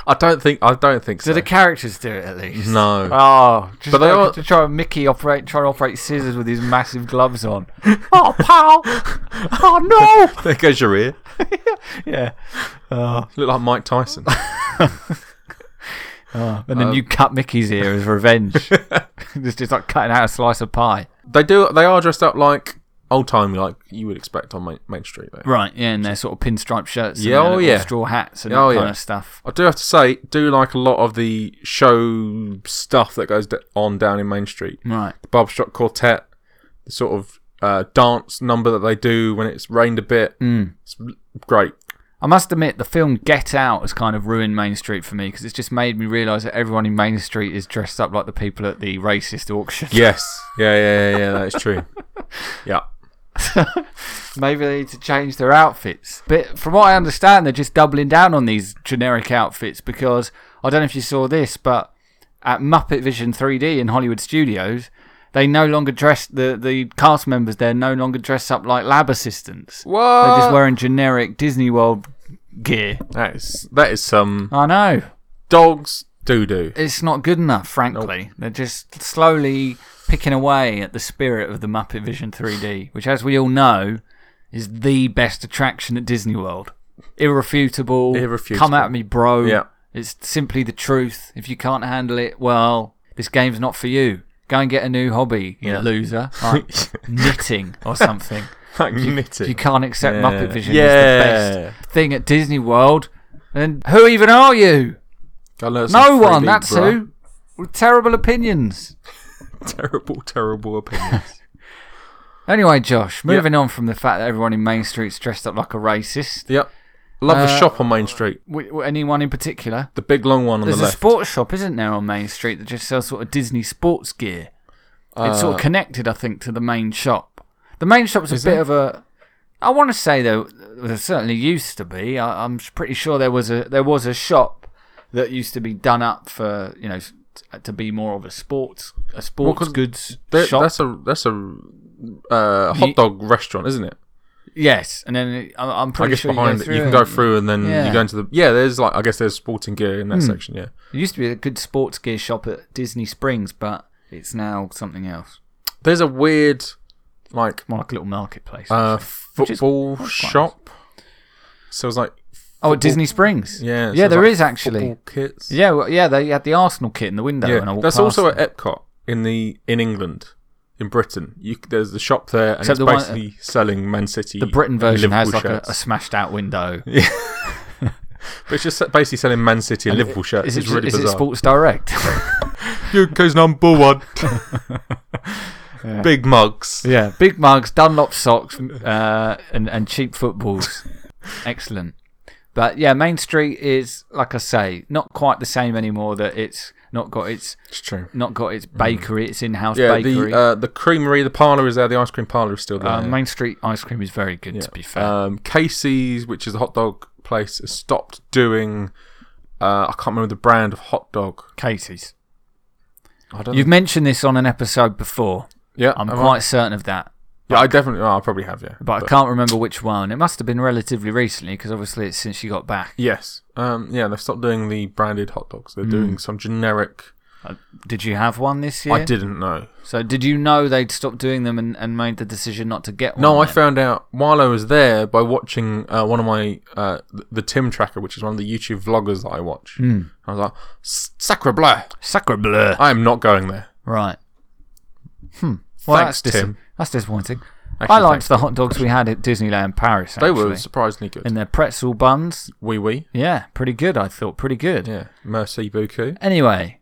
Speaker 2: I don't think I don't think
Speaker 1: Do
Speaker 2: so.
Speaker 1: the characters do it at least?
Speaker 2: No.
Speaker 1: Oh, just
Speaker 2: But they
Speaker 1: like
Speaker 2: are-
Speaker 1: to try and Mickey operate, try and operate scissors with his massive gloves on. oh, pal! Oh
Speaker 2: there goes your ear.
Speaker 1: no! yeah. Oh.
Speaker 2: Look like Mike Tyson.
Speaker 1: Oh, And then you cut Mickey's ear as revenge. just, just like cutting out a slice of pie.
Speaker 2: they do. They are dressed up like old timey, like you would expect on Main, Main Street. Though.
Speaker 1: Right, yeah, and their sort of pinstripe shirts and
Speaker 2: Yeah,
Speaker 1: their
Speaker 2: oh,
Speaker 1: little
Speaker 2: yeah.
Speaker 1: straw hats and
Speaker 2: Oh,
Speaker 1: that kind
Speaker 2: yeah.
Speaker 1: of stuff.
Speaker 2: I do have to say, do like a lot of the show stuff that goes d- on down in Main Street.
Speaker 1: Right.
Speaker 2: The Barbershop Quartet, the sort of uh, dance number that they do when it's rained a bit. Mm. It's l- great.
Speaker 1: I must admit, the film Get Out has kind of ruined Main Street for me because it's just made me realise that everyone in Main Street is dressed up like the people at the racist auction.
Speaker 2: Yes. Yeah, yeah, yeah, yeah that's true. Yeah.
Speaker 1: Maybe they need to change their outfits. But from what I understand, they're just doubling down on these generic outfits because I don't know if you saw this, but at Muppet Vision 3D in Hollywood Studios, they no longer dress the the cast members there no longer dress up like lab assistants. They're just
Speaker 2: What?
Speaker 1: wearing generic Disney World gear.
Speaker 2: that is that is some
Speaker 1: I know.
Speaker 2: dogs doo doo.
Speaker 1: It's not good enough, frankly. They're just slowly picking away at the spirit of the Muppet Vision 3D, which, as we all know, is the best attraction at Disney World. Irrefutable.
Speaker 2: Irrefutable.
Speaker 1: Come at me, bro.
Speaker 2: Yeah.
Speaker 1: It's simply the truth. If you can't handle it, well, this game's not for you. Go and get a new hobby, you
Speaker 2: Yeah.
Speaker 1: loser. Like knitting or something.
Speaker 2: Like
Speaker 1: If
Speaker 2: knitting.
Speaker 1: you can't accept
Speaker 2: Yeah.
Speaker 1: Muppet Vision is the
Speaker 2: Yeah.
Speaker 1: best thing at Disney World, then who even are you?
Speaker 2: Go learn some
Speaker 1: No
Speaker 2: 3D,
Speaker 1: one. That's
Speaker 2: bruh.
Speaker 1: who. With terrible opinions.
Speaker 2: Terrible, terrible opinions.
Speaker 1: Anyway, Josh, moving on from the fact that everyone in Main Street's dressed up like a racist.
Speaker 2: yep. Love
Speaker 1: Uh,
Speaker 2: the shop on Main Street.
Speaker 1: W- w- anyone in particular?
Speaker 2: The big long one on
Speaker 1: There's a
Speaker 2: the left.
Speaker 1: sports shop, isn't there, on Main Street that just sells sort of Disney sports gear. it's sort of
Speaker 2: Uh,
Speaker 1: connected, I think, to the main shop. The main shop's a bit of a. I want to say though, there certainly used to be. I, I'm s- pretty sure there was a there was a shop that used to be done up for you know s- to be more of a sports a sports
Speaker 2: 'cause
Speaker 1: goods
Speaker 2: There-
Speaker 1: shop.
Speaker 2: That's a that's a uh, hot dog restaurant, isn't it?
Speaker 1: Yes, and then it, I, I'm
Speaker 2: I
Speaker 1: pretty
Speaker 2: guess
Speaker 1: sure
Speaker 2: behind
Speaker 1: you
Speaker 2: it,
Speaker 1: go
Speaker 2: you
Speaker 1: through
Speaker 2: can
Speaker 1: it.
Speaker 2: go through and then
Speaker 1: Yeah.
Speaker 2: you go into the yeah. There's like I guess there's sporting gear in that section. Yeah,
Speaker 1: There used to be a good sports gear shop at Disney Springs, but it's now something else.
Speaker 2: there's a weird like
Speaker 1: More like a little marketplace.
Speaker 2: uh,
Speaker 1: is
Speaker 2: football
Speaker 1: quite nice.
Speaker 2: shop. So it's like
Speaker 1: oh, at Disney Springs.
Speaker 2: yeah,
Speaker 1: yeah, there is actually.
Speaker 2: football kits.
Speaker 1: Yeah, well, yeah, they had the Arsenal kit in the window,
Speaker 2: Yeah.
Speaker 1: and I walked
Speaker 2: that's
Speaker 1: past
Speaker 2: also
Speaker 1: them.
Speaker 2: at Epcot in the in England. In Britain, you, c- there's the shop there, and
Speaker 1: Except
Speaker 2: it's
Speaker 1: the one-
Speaker 2: basically selling Man City.
Speaker 1: the Britain version has like a,
Speaker 2: shirts.
Speaker 1: a smashed out window.
Speaker 2: But it's just basically selling Man City and Liverpool shirts.
Speaker 1: Is it,
Speaker 2: it's really
Speaker 1: is it
Speaker 2: bizarre.
Speaker 1: Sports Direct?
Speaker 2: UK's number one. Big mugs.
Speaker 1: yeah, big mugs, Dunlop socks, uh, and and cheap footballs. Excellent. But yeah, Main Street is like I say, not quite the same anymore. That it's not got its
Speaker 2: It's true.
Speaker 1: not got its bakery, its in-house
Speaker 2: Mm. Yeah,
Speaker 1: bakery.
Speaker 2: the uh, the creamery, the parlour is there. The ice cream parlour is still there.
Speaker 1: Uh, Main Street ice cream is very good,
Speaker 2: Yeah.
Speaker 1: to be fair.
Speaker 2: Um, Casey's, which is the hot dog place, has stopped doing. Uh, I can't remember the brand of hot dog.
Speaker 1: Casey's.
Speaker 2: I don't.
Speaker 1: You've mentioned this on an episode before.
Speaker 2: know. Yeah,
Speaker 1: I'm
Speaker 2: have I?
Speaker 1: quite certain of that,
Speaker 2: Yeah, I definitely. Oh, I probably have. Yeah,
Speaker 1: but, I can't remember which one. It must have been relatively recently because obviously it's since you got back. Mm.
Speaker 2: Yes. Um. Yeah, they've stopped doing the branded hot dogs. They're doing some generic
Speaker 1: Uh, did you have one this year?
Speaker 2: I didn't know.
Speaker 1: So did you know they'd stopped doing them and, and made the decision not to get one?
Speaker 2: No, I
Speaker 1: then?
Speaker 2: found out while I was there by watching uh, one of my uh, th- the Tim Tracker, which is one of the YouTube vloggers that I watch.
Speaker 1: Hmm.
Speaker 2: I was like, "Sacre bleu!
Speaker 1: Sacre bleu.
Speaker 2: I am not going there."
Speaker 1: Right. Hmm. Well,
Speaker 2: Thanks,
Speaker 1: that's dis-
Speaker 2: Tim.
Speaker 1: That's disappointing. I
Speaker 2: Actually,
Speaker 1: liked
Speaker 2: thanks,
Speaker 1: the hot dogs we had at Disneyland Paris.
Speaker 2: They
Speaker 1: Actually.
Speaker 2: were surprisingly good.
Speaker 1: and their pretzel buns.
Speaker 2: Wee wee.
Speaker 1: Yeah, pretty good. I thought pretty good.
Speaker 2: Yeah. Merci beaucoup.
Speaker 1: Anyway,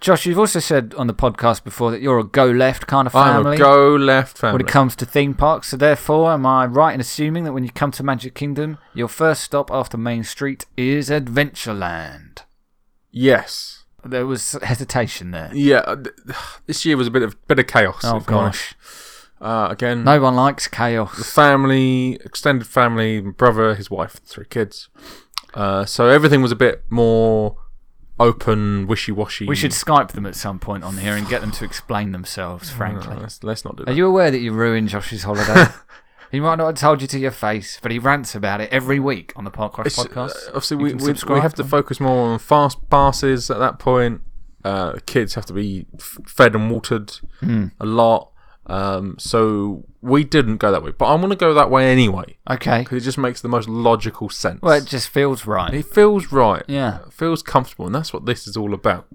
Speaker 1: Josh, you've also said on the podcast before that you're a go left kind of
Speaker 2: I'm a
Speaker 1: family
Speaker 2: go left family.
Speaker 1: when it comes to theme parks. So therefore, am I right in assuming that when you come to Magic Kingdom, your first stop after Main Street is Adventureland?
Speaker 2: yes.
Speaker 1: There was hesitation there.
Speaker 2: Yeah. uh, th- This year was a bit of bit of chaos.
Speaker 1: Oh
Speaker 2: if I'm honest.
Speaker 1: gosh,
Speaker 2: Uh, again,
Speaker 1: no one likes
Speaker 2: the
Speaker 1: chaos.
Speaker 2: family, extended family, my brother, his wife, three kids. Uh, so everything was a bit more open, wishy-washy.
Speaker 1: We should Skype them at some point on here and get them to explain themselves.
Speaker 2: No,
Speaker 1: Frankly,
Speaker 2: Uh, let's, let's not do
Speaker 1: Are
Speaker 2: that.
Speaker 1: you aware that you ruined Josh's holiday? he might not have told you to your face, but he rants about it every week on the Park Rush
Speaker 2: It's, uh,
Speaker 1: podcast.
Speaker 2: obviously,
Speaker 1: You
Speaker 2: we,
Speaker 1: can
Speaker 2: we, we
Speaker 1: subscribe
Speaker 2: have to focus more on fast passes at that point. Uh, kids have to be f- fed and watered
Speaker 1: Hmm.
Speaker 2: a lot. Um, so we didn't go that way, but I want to go that way anyway
Speaker 1: Okay.
Speaker 2: because it just makes the most logical sense.
Speaker 1: Well, it just feels right.
Speaker 2: it feels right.
Speaker 1: Yeah.
Speaker 2: It feels comfortable, and that's what this is all about.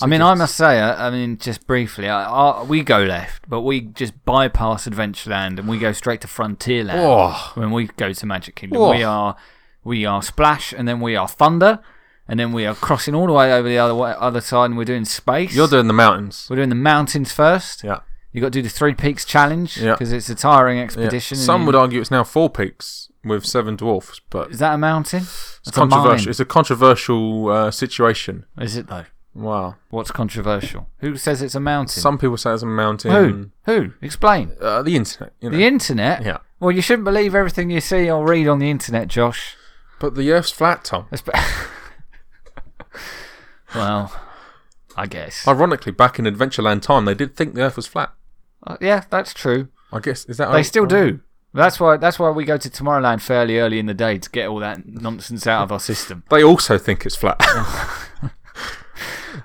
Speaker 1: I mean, I must say, I, I mean, just briefly, I, I, we go left, but we just bypass Adventureland and we go straight to Frontierland.
Speaker 2: Oh,
Speaker 1: When we go to Magic Kingdom,
Speaker 2: Whoa.
Speaker 1: we are we are Splash, and then we are Thunder, and then we are crossing all the way over the other way, other side, and we're doing space.
Speaker 2: you're doing the mountains.
Speaker 1: we're doing the mountains first.
Speaker 2: Yeah.
Speaker 1: You got to do the Three Peaks challenge
Speaker 2: Yeah.
Speaker 1: because it's a tiring
Speaker 2: yeah.
Speaker 1: expedition. and
Speaker 2: Some
Speaker 1: you-
Speaker 2: would argue it's now four peaks with seven dwarfs, but
Speaker 1: Is that a mountain?
Speaker 2: it's
Speaker 1: a
Speaker 2: controversial.
Speaker 1: mine.
Speaker 2: It's a controversial uh, situation.
Speaker 1: Is it though?
Speaker 2: Wow.
Speaker 1: What's controversial? Who says it's a mountain?
Speaker 2: Some Mm. people say it's a
Speaker 1: Who?
Speaker 2: mountain.
Speaker 1: Who? Explain.
Speaker 2: Uh, the internet. You know.
Speaker 1: The internet.
Speaker 2: yeah.
Speaker 1: Well, you shouldn't believe everything you see or read on the internet, Josh.
Speaker 2: But the Earth's flat, Tom.
Speaker 1: Espe- well, I guess.
Speaker 2: Ironically, back in Adventureland time, they did think the Earth was flat.
Speaker 1: Uh, yeah, that's true.
Speaker 2: I guess is that
Speaker 1: They still do. That's why. That's why we go to Tomorrowland fairly early in the day to get all that nonsense out of our system.
Speaker 2: They also think it's flat.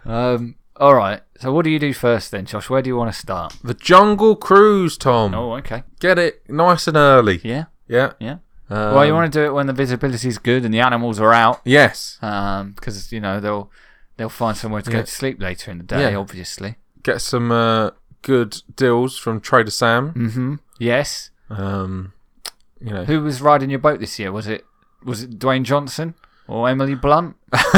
Speaker 1: Um. All right. So, what do you do first then, Josh? Where do you want to start?
Speaker 2: the Jungle Cruise, Tom.
Speaker 1: Oh, okay.
Speaker 2: Get it nice and early.
Speaker 1: Yeah.
Speaker 2: Yeah.
Speaker 1: Yeah.
Speaker 2: Um,
Speaker 1: Well, you want to do it when the visibility is good and the animals are out,
Speaker 2: Yes.
Speaker 1: because you know they'll they'll find somewhere to
Speaker 2: Yeah.
Speaker 1: go to sleep later in the day.
Speaker 2: Yeah.
Speaker 1: Obviously.
Speaker 2: Get some uh, good deals from Trader Sam.
Speaker 1: Mm-hmm. Yes.
Speaker 2: Um, you know,
Speaker 1: Who was riding your boat this year? Was it was it Dwayne Johnson or Emily Blunt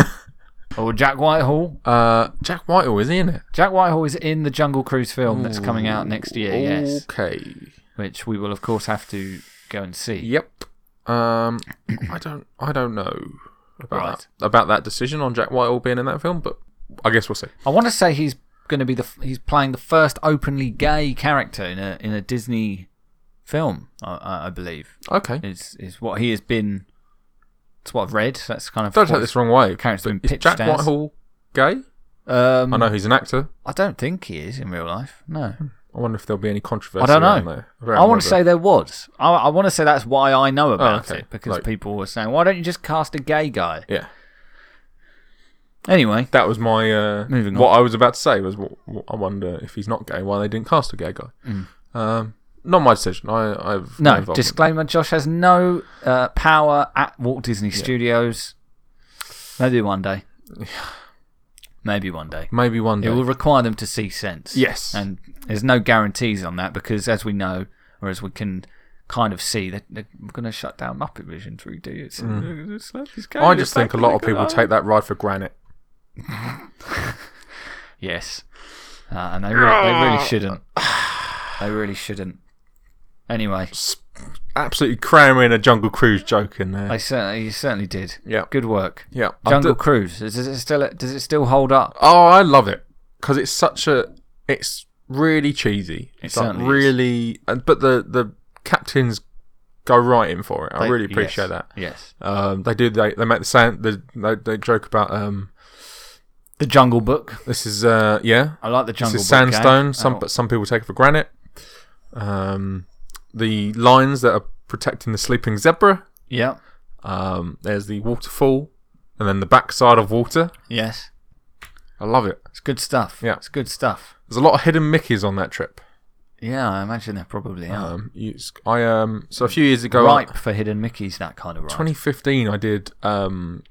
Speaker 1: or Jack Whitehall?
Speaker 2: uh, Jack Whitehall is he in it?
Speaker 1: Jack Whitehall is in the Jungle Cruise film that's coming out next year. Yes,
Speaker 2: Okay.
Speaker 1: which we will of course have to go and see.
Speaker 2: Yep. Um, I don't. I don't know about
Speaker 1: Right.
Speaker 2: that, about that decision on Jack Whitehall being in that film, but I guess we'll see.
Speaker 1: I want to say he's going to be the f- he's playing the first openly gay character in a in a Disney film, I- I, I believe.
Speaker 2: Okay.
Speaker 1: is is what he has been. It's what I've read. That's kind of.
Speaker 2: Don't take this the wrong way.
Speaker 1: Character's been
Speaker 2: but is
Speaker 1: pitched
Speaker 2: Jack
Speaker 1: as-
Speaker 2: Whitehall gay?
Speaker 1: Um,
Speaker 2: I know he's an actor.
Speaker 1: I don't think he is in real life. No.
Speaker 2: I wonder if there'll be any controversy.
Speaker 1: I don't
Speaker 2: around
Speaker 1: know.
Speaker 2: there,
Speaker 1: I
Speaker 2: around
Speaker 1: want to
Speaker 2: whether-
Speaker 1: say there was. I, I want to say that's why I know about
Speaker 2: Oh, okay.
Speaker 1: it because
Speaker 2: Like-
Speaker 1: people were saying, "Why don't you just cast a gay guy?"
Speaker 2: Yeah,
Speaker 1: Anyway,
Speaker 2: that was my uh,
Speaker 1: Moving
Speaker 2: what I was about to say was what, what- I wonder if he's not gay, why they didn't cast a gay guy. Um, not my decision. I, I've
Speaker 1: Mm. no
Speaker 2: involvement.
Speaker 1: disclaimer: Josh has no uh, power at Walt Disney Studios. Maybe one day. Maybe one day.
Speaker 2: maybe one day.
Speaker 1: It will require them to see sense.
Speaker 2: Yes.
Speaker 1: And there's no guarantees on that because, as we know, or as we can kind of see, that they're going to shut down Muppet Vision 3D. It's, it's like it's going
Speaker 2: Mm. I
Speaker 1: to
Speaker 2: just think a
Speaker 1: back
Speaker 2: lot
Speaker 1: in
Speaker 2: of
Speaker 1: the
Speaker 2: people
Speaker 1: garage.
Speaker 2: take that ride for granted.
Speaker 1: Yes. Uh, and they, re- they really shouldn't. They really shouldn't. Anyway,
Speaker 2: Absolutely cramming a Jungle Cruise joke in there.
Speaker 1: they certainly, you certainly did.
Speaker 2: yeah,
Speaker 1: Good work.
Speaker 2: yeah. I've
Speaker 1: Jungle
Speaker 2: d-
Speaker 1: Cruise. Is, is it still? Does it still hold up?
Speaker 2: oh, I love it because it's such a. It's really cheesy. It's like
Speaker 1: certainly is.
Speaker 2: really, and but the the captains go right in for it. I really appreciate
Speaker 1: Yes.
Speaker 2: that.
Speaker 1: Yes.
Speaker 2: Um, they do. They they make the sound. The, they they joke about um.
Speaker 1: The Jungle Book.
Speaker 2: This is uh yeah.
Speaker 1: I like the Jungle
Speaker 2: this is
Speaker 1: Book. gang.
Speaker 2: sandstone. Some
Speaker 1: Oh.
Speaker 2: but some people take it for granite. Um, the lines that are protecting the sleeping zebra.
Speaker 1: Yeah.
Speaker 2: Um, there's the waterfall, and then the backside of water.
Speaker 1: Yes.
Speaker 2: I love it.
Speaker 1: It's good stuff.
Speaker 2: Yeah.
Speaker 1: It's good stuff.
Speaker 2: There's a lot of hidden Mickeys on that trip.
Speaker 1: Yeah, I imagine there probably are.
Speaker 2: Um, you, I um, so a few years ago,
Speaker 1: ripe for hidden Mickeys, that kind of ripe.
Speaker 2: 2015, I did um,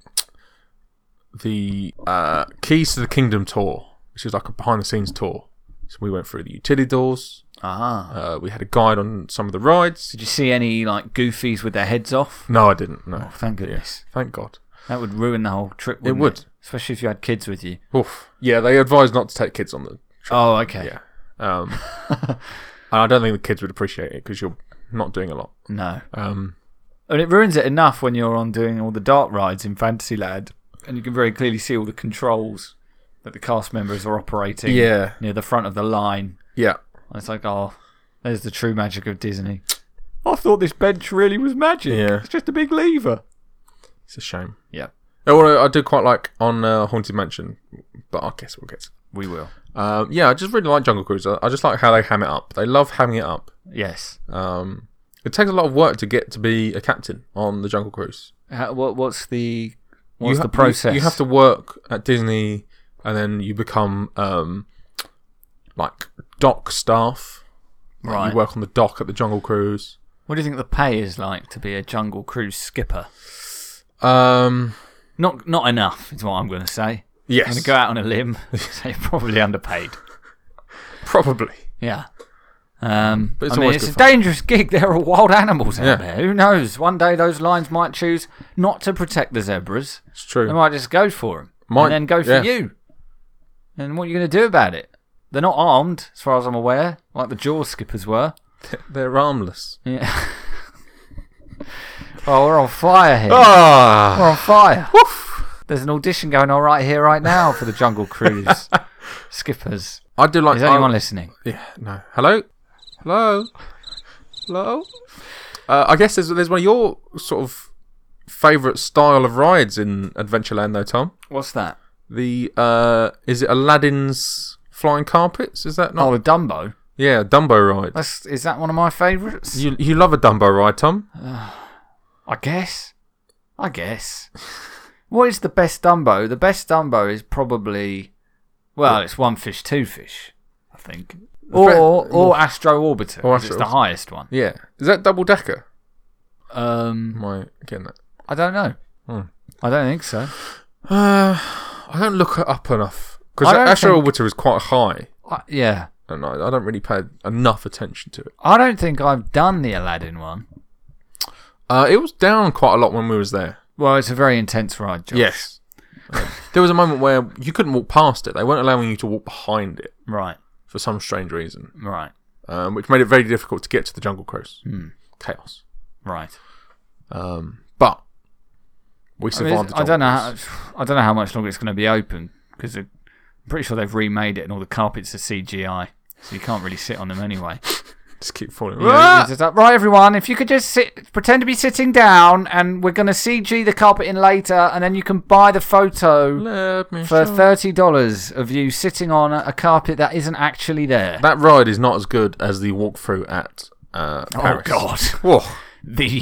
Speaker 2: the uh, Keys to the Kingdom tour, which is like a behind the scenes tour. So we went through the utility doors.
Speaker 1: Ah.
Speaker 2: Uh, we had a guide on some of the rides.
Speaker 1: Did you see any like goofies with their heads off?
Speaker 2: No, I didn't. No,
Speaker 1: Oh, thank goodness.
Speaker 2: thank God.
Speaker 1: That would ruin the whole trip. Wouldn't it
Speaker 2: would.
Speaker 1: especially if you had kids with you.
Speaker 2: Oof. Yeah, they advised not to take kids on the.
Speaker 1: Oh, okay.
Speaker 2: Yeah. Um, and I don't think the kids would appreciate it because you're not doing a lot.
Speaker 1: No,
Speaker 2: Um,
Speaker 1: and it ruins it enough when you're on doing all the dart rides in Fantasyland, and you can very clearly see all the controls that the cast members are operating.
Speaker 2: Yeah.
Speaker 1: near the front of the line.
Speaker 2: yeah.
Speaker 1: And it's like, oh, there's the true magic of Disney. I thought this bench really was magic.
Speaker 2: Yeah.
Speaker 1: It's just a big lever.
Speaker 2: It's a shame.
Speaker 1: Yeah,
Speaker 2: Oh, well, I do quite like on uh, Haunted Mansion, but I guess we'll get. To
Speaker 1: we will.
Speaker 2: Um, yeah, I just really like Jungle Cruise. I I just like how they ham it up. They love hamming it up.
Speaker 1: Yes.
Speaker 2: Um, it takes a lot of work to get to be a captain on the Jungle Cruise.
Speaker 1: How, what, what's the
Speaker 2: You
Speaker 1: what's
Speaker 2: ha-
Speaker 1: the process?
Speaker 2: You, you have to work at Disney, and then you become um, like dock staff.
Speaker 1: right.
Speaker 2: You work on the dock at the Jungle Cruise.
Speaker 1: What do you think the pay is like to be a Jungle Cruise skipper?
Speaker 2: Um,
Speaker 1: Not not enough is what I'm going to say. I'm going
Speaker 2: yes,
Speaker 1: to go out on a limb. say probably underpaid.
Speaker 2: probably.
Speaker 1: Yeah. Um,
Speaker 2: But it's
Speaker 1: I mean,
Speaker 2: always
Speaker 1: it's
Speaker 2: good
Speaker 1: a
Speaker 2: fun.
Speaker 1: dangerous gig. There are wild animals out
Speaker 2: Yeah.
Speaker 1: there. Who knows? One day those lions might choose not to protect the zebras.
Speaker 2: It's
Speaker 1: They
Speaker 2: true.
Speaker 1: might just go for them
Speaker 2: Might,
Speaker 1: and then go for
Speaker 2: yeah.
Speaker 1: you. And what are you going to do about it? They're not armed, as far as I'm aware, like the jaw skippers were.
Speaker 2: They're armless.
Speaker 1: Yeah. oh, we're on fire here.
Speaker 2: Ah,
Speaker 1: We're on fire. There's an audition going on right here, right now for the Jungle Cruise skippers.
Speaker 2: I do like.
Speaker 1: Is anyone
Speaker 2: I-
Speaker 1: listening?
Speaker 2: Yeah, no. Hello? Hello? Hello? Uh, I guess there's, there's one of your sort of favourite style of rides in Adventureland, though, Tom.
Speaker 1: What's that?
Speaker 2: The, uh, is it Aladdin's Flying Carpets? Is that not?
Speaker 1: Oh, the Dumbo.
Speaker 2: Yeah, Dumbo ride.
Speaker 1: That's, is that one of my favourites?
Speaker 2: You, you love a Dumbo ride, Tom.
Speaker 1: I guess. I guess. what is the best Dumbo? The best Dumbo is probably, well, it's one fish, two fish, I think, or
Speaker 2: Fred-
Speaker 1: or Astro Orbiter.
Speaker 2: Or
Speaker 1: 'cause it's
Speaker 2: Astro
Speaker 1: the
Speaker 2: Orbiter.
Speaker 1: highest one.
Speaker 2: Yeah. Is that double decker?
Speaker 1: Um,
Speaker 2: Am I getting that?
Speaker 1: I don't know.
Speaker 2: Hmm.
Speaker 1: I don't think so.
Speaker 2: Uh, I don't look it up enough. Because
Speaker 1: I don't
Speaker 2: Astro
Speaker 1: think-
Speaker 2: Orbiter is quite high,
Speaker 1: I, yeah,
Speaker 2: and I, I don't really pay enough attention to it.
Speaker 1: I don't think I've done the Aladdin one.
Speaker 2: Uh, it was down quite a lot when we was there.
Speaker 1: Well, it's a very intense ride, Josh.
Speaker 2: Yes. there was a moment where you couldn't walk past it. They weren't allowing you to walk behind it
Speaker 1: Right.
Speaker 2: for some strange reason,
Speaker 1: Right.
Speaker 2: um, which made it very difficult to get to the Jungle Cruise.
Speaker 1: Hmm.
Speaker 2: Chaos.
Speaker 1: Right.
Speaker 2: Um, but we
Speaker 1: I,
Speaker 2: survived
Speaker 1: mean,
Speaker 2: the
Speaker 1: I
Speaker 2: Jungle
Speaker 1: don't know.
Speaker 2: Cruise.
Speaker 1: How, I don't know how much longer it's going to be open because I'm pretty sure they've remade it and all the carpets are CGI, so you can't really sit on them anyway.
Speaker 2: Just keep falling.
Speaker 1: You know,
Speaker 2: Ah!
Speaker 1: it's just like, right, everyone, if you could just sit, pretend to be sitting down, and we're going to CG the carpet in later, and then you can buy the photo
Speaker 2: Let me
Speaker 1: for
Speaker 2: show-
Speaker 1: thirty dollars of you sitting on a a carpet that isn't actually there.
Speaker 2: That ride is not as good as the walkthrough at uh,
Speaker 1: Oh,
Speaker 2: Paris. Whoa,
Speaker 1: the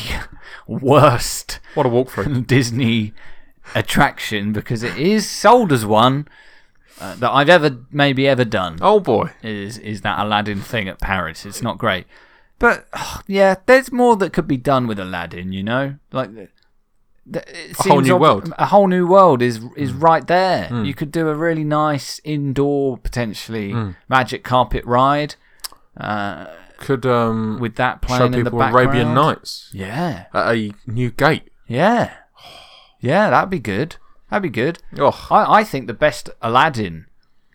Speaker 1: worst
Speaker 2: what a walkthrough.
Speaker 1: Disney attraction because it is sold as one uh, that I've ever maybe ever done.
Speaker 2: oh boy.
Speaker 1: Is is that Aladdin thing at Paris? It's not great, but ugh, yeah, there's more that could be done with Aladdin. You know, like th- th- it
Speaker 2: A whole
Speaker 1: seems
Speaker 2: new
Speaker 1: ob-
Speaker 2: world. Hmm.
Speaker 1: A whole new world is is right there. You could do a really nice indoor potentially
Speaker 2: Hmm.
Speaker 1: magic carpet ride uh,
Speaker 2: Could um,
Speaker 1: with that
Speaker 2: show
Speaker 1: playing in the
Speaker 2: people
Speaker 1: background.
Speaker 2: Arabian Nights
Speaker 1: Yeah,
Speaker 2: at a new gate.
Speaker 1: yeah, yeah. That'd be good. That'd be good.
Speaker 2: Oh,
Speaker 1: I, I think the best Aladdin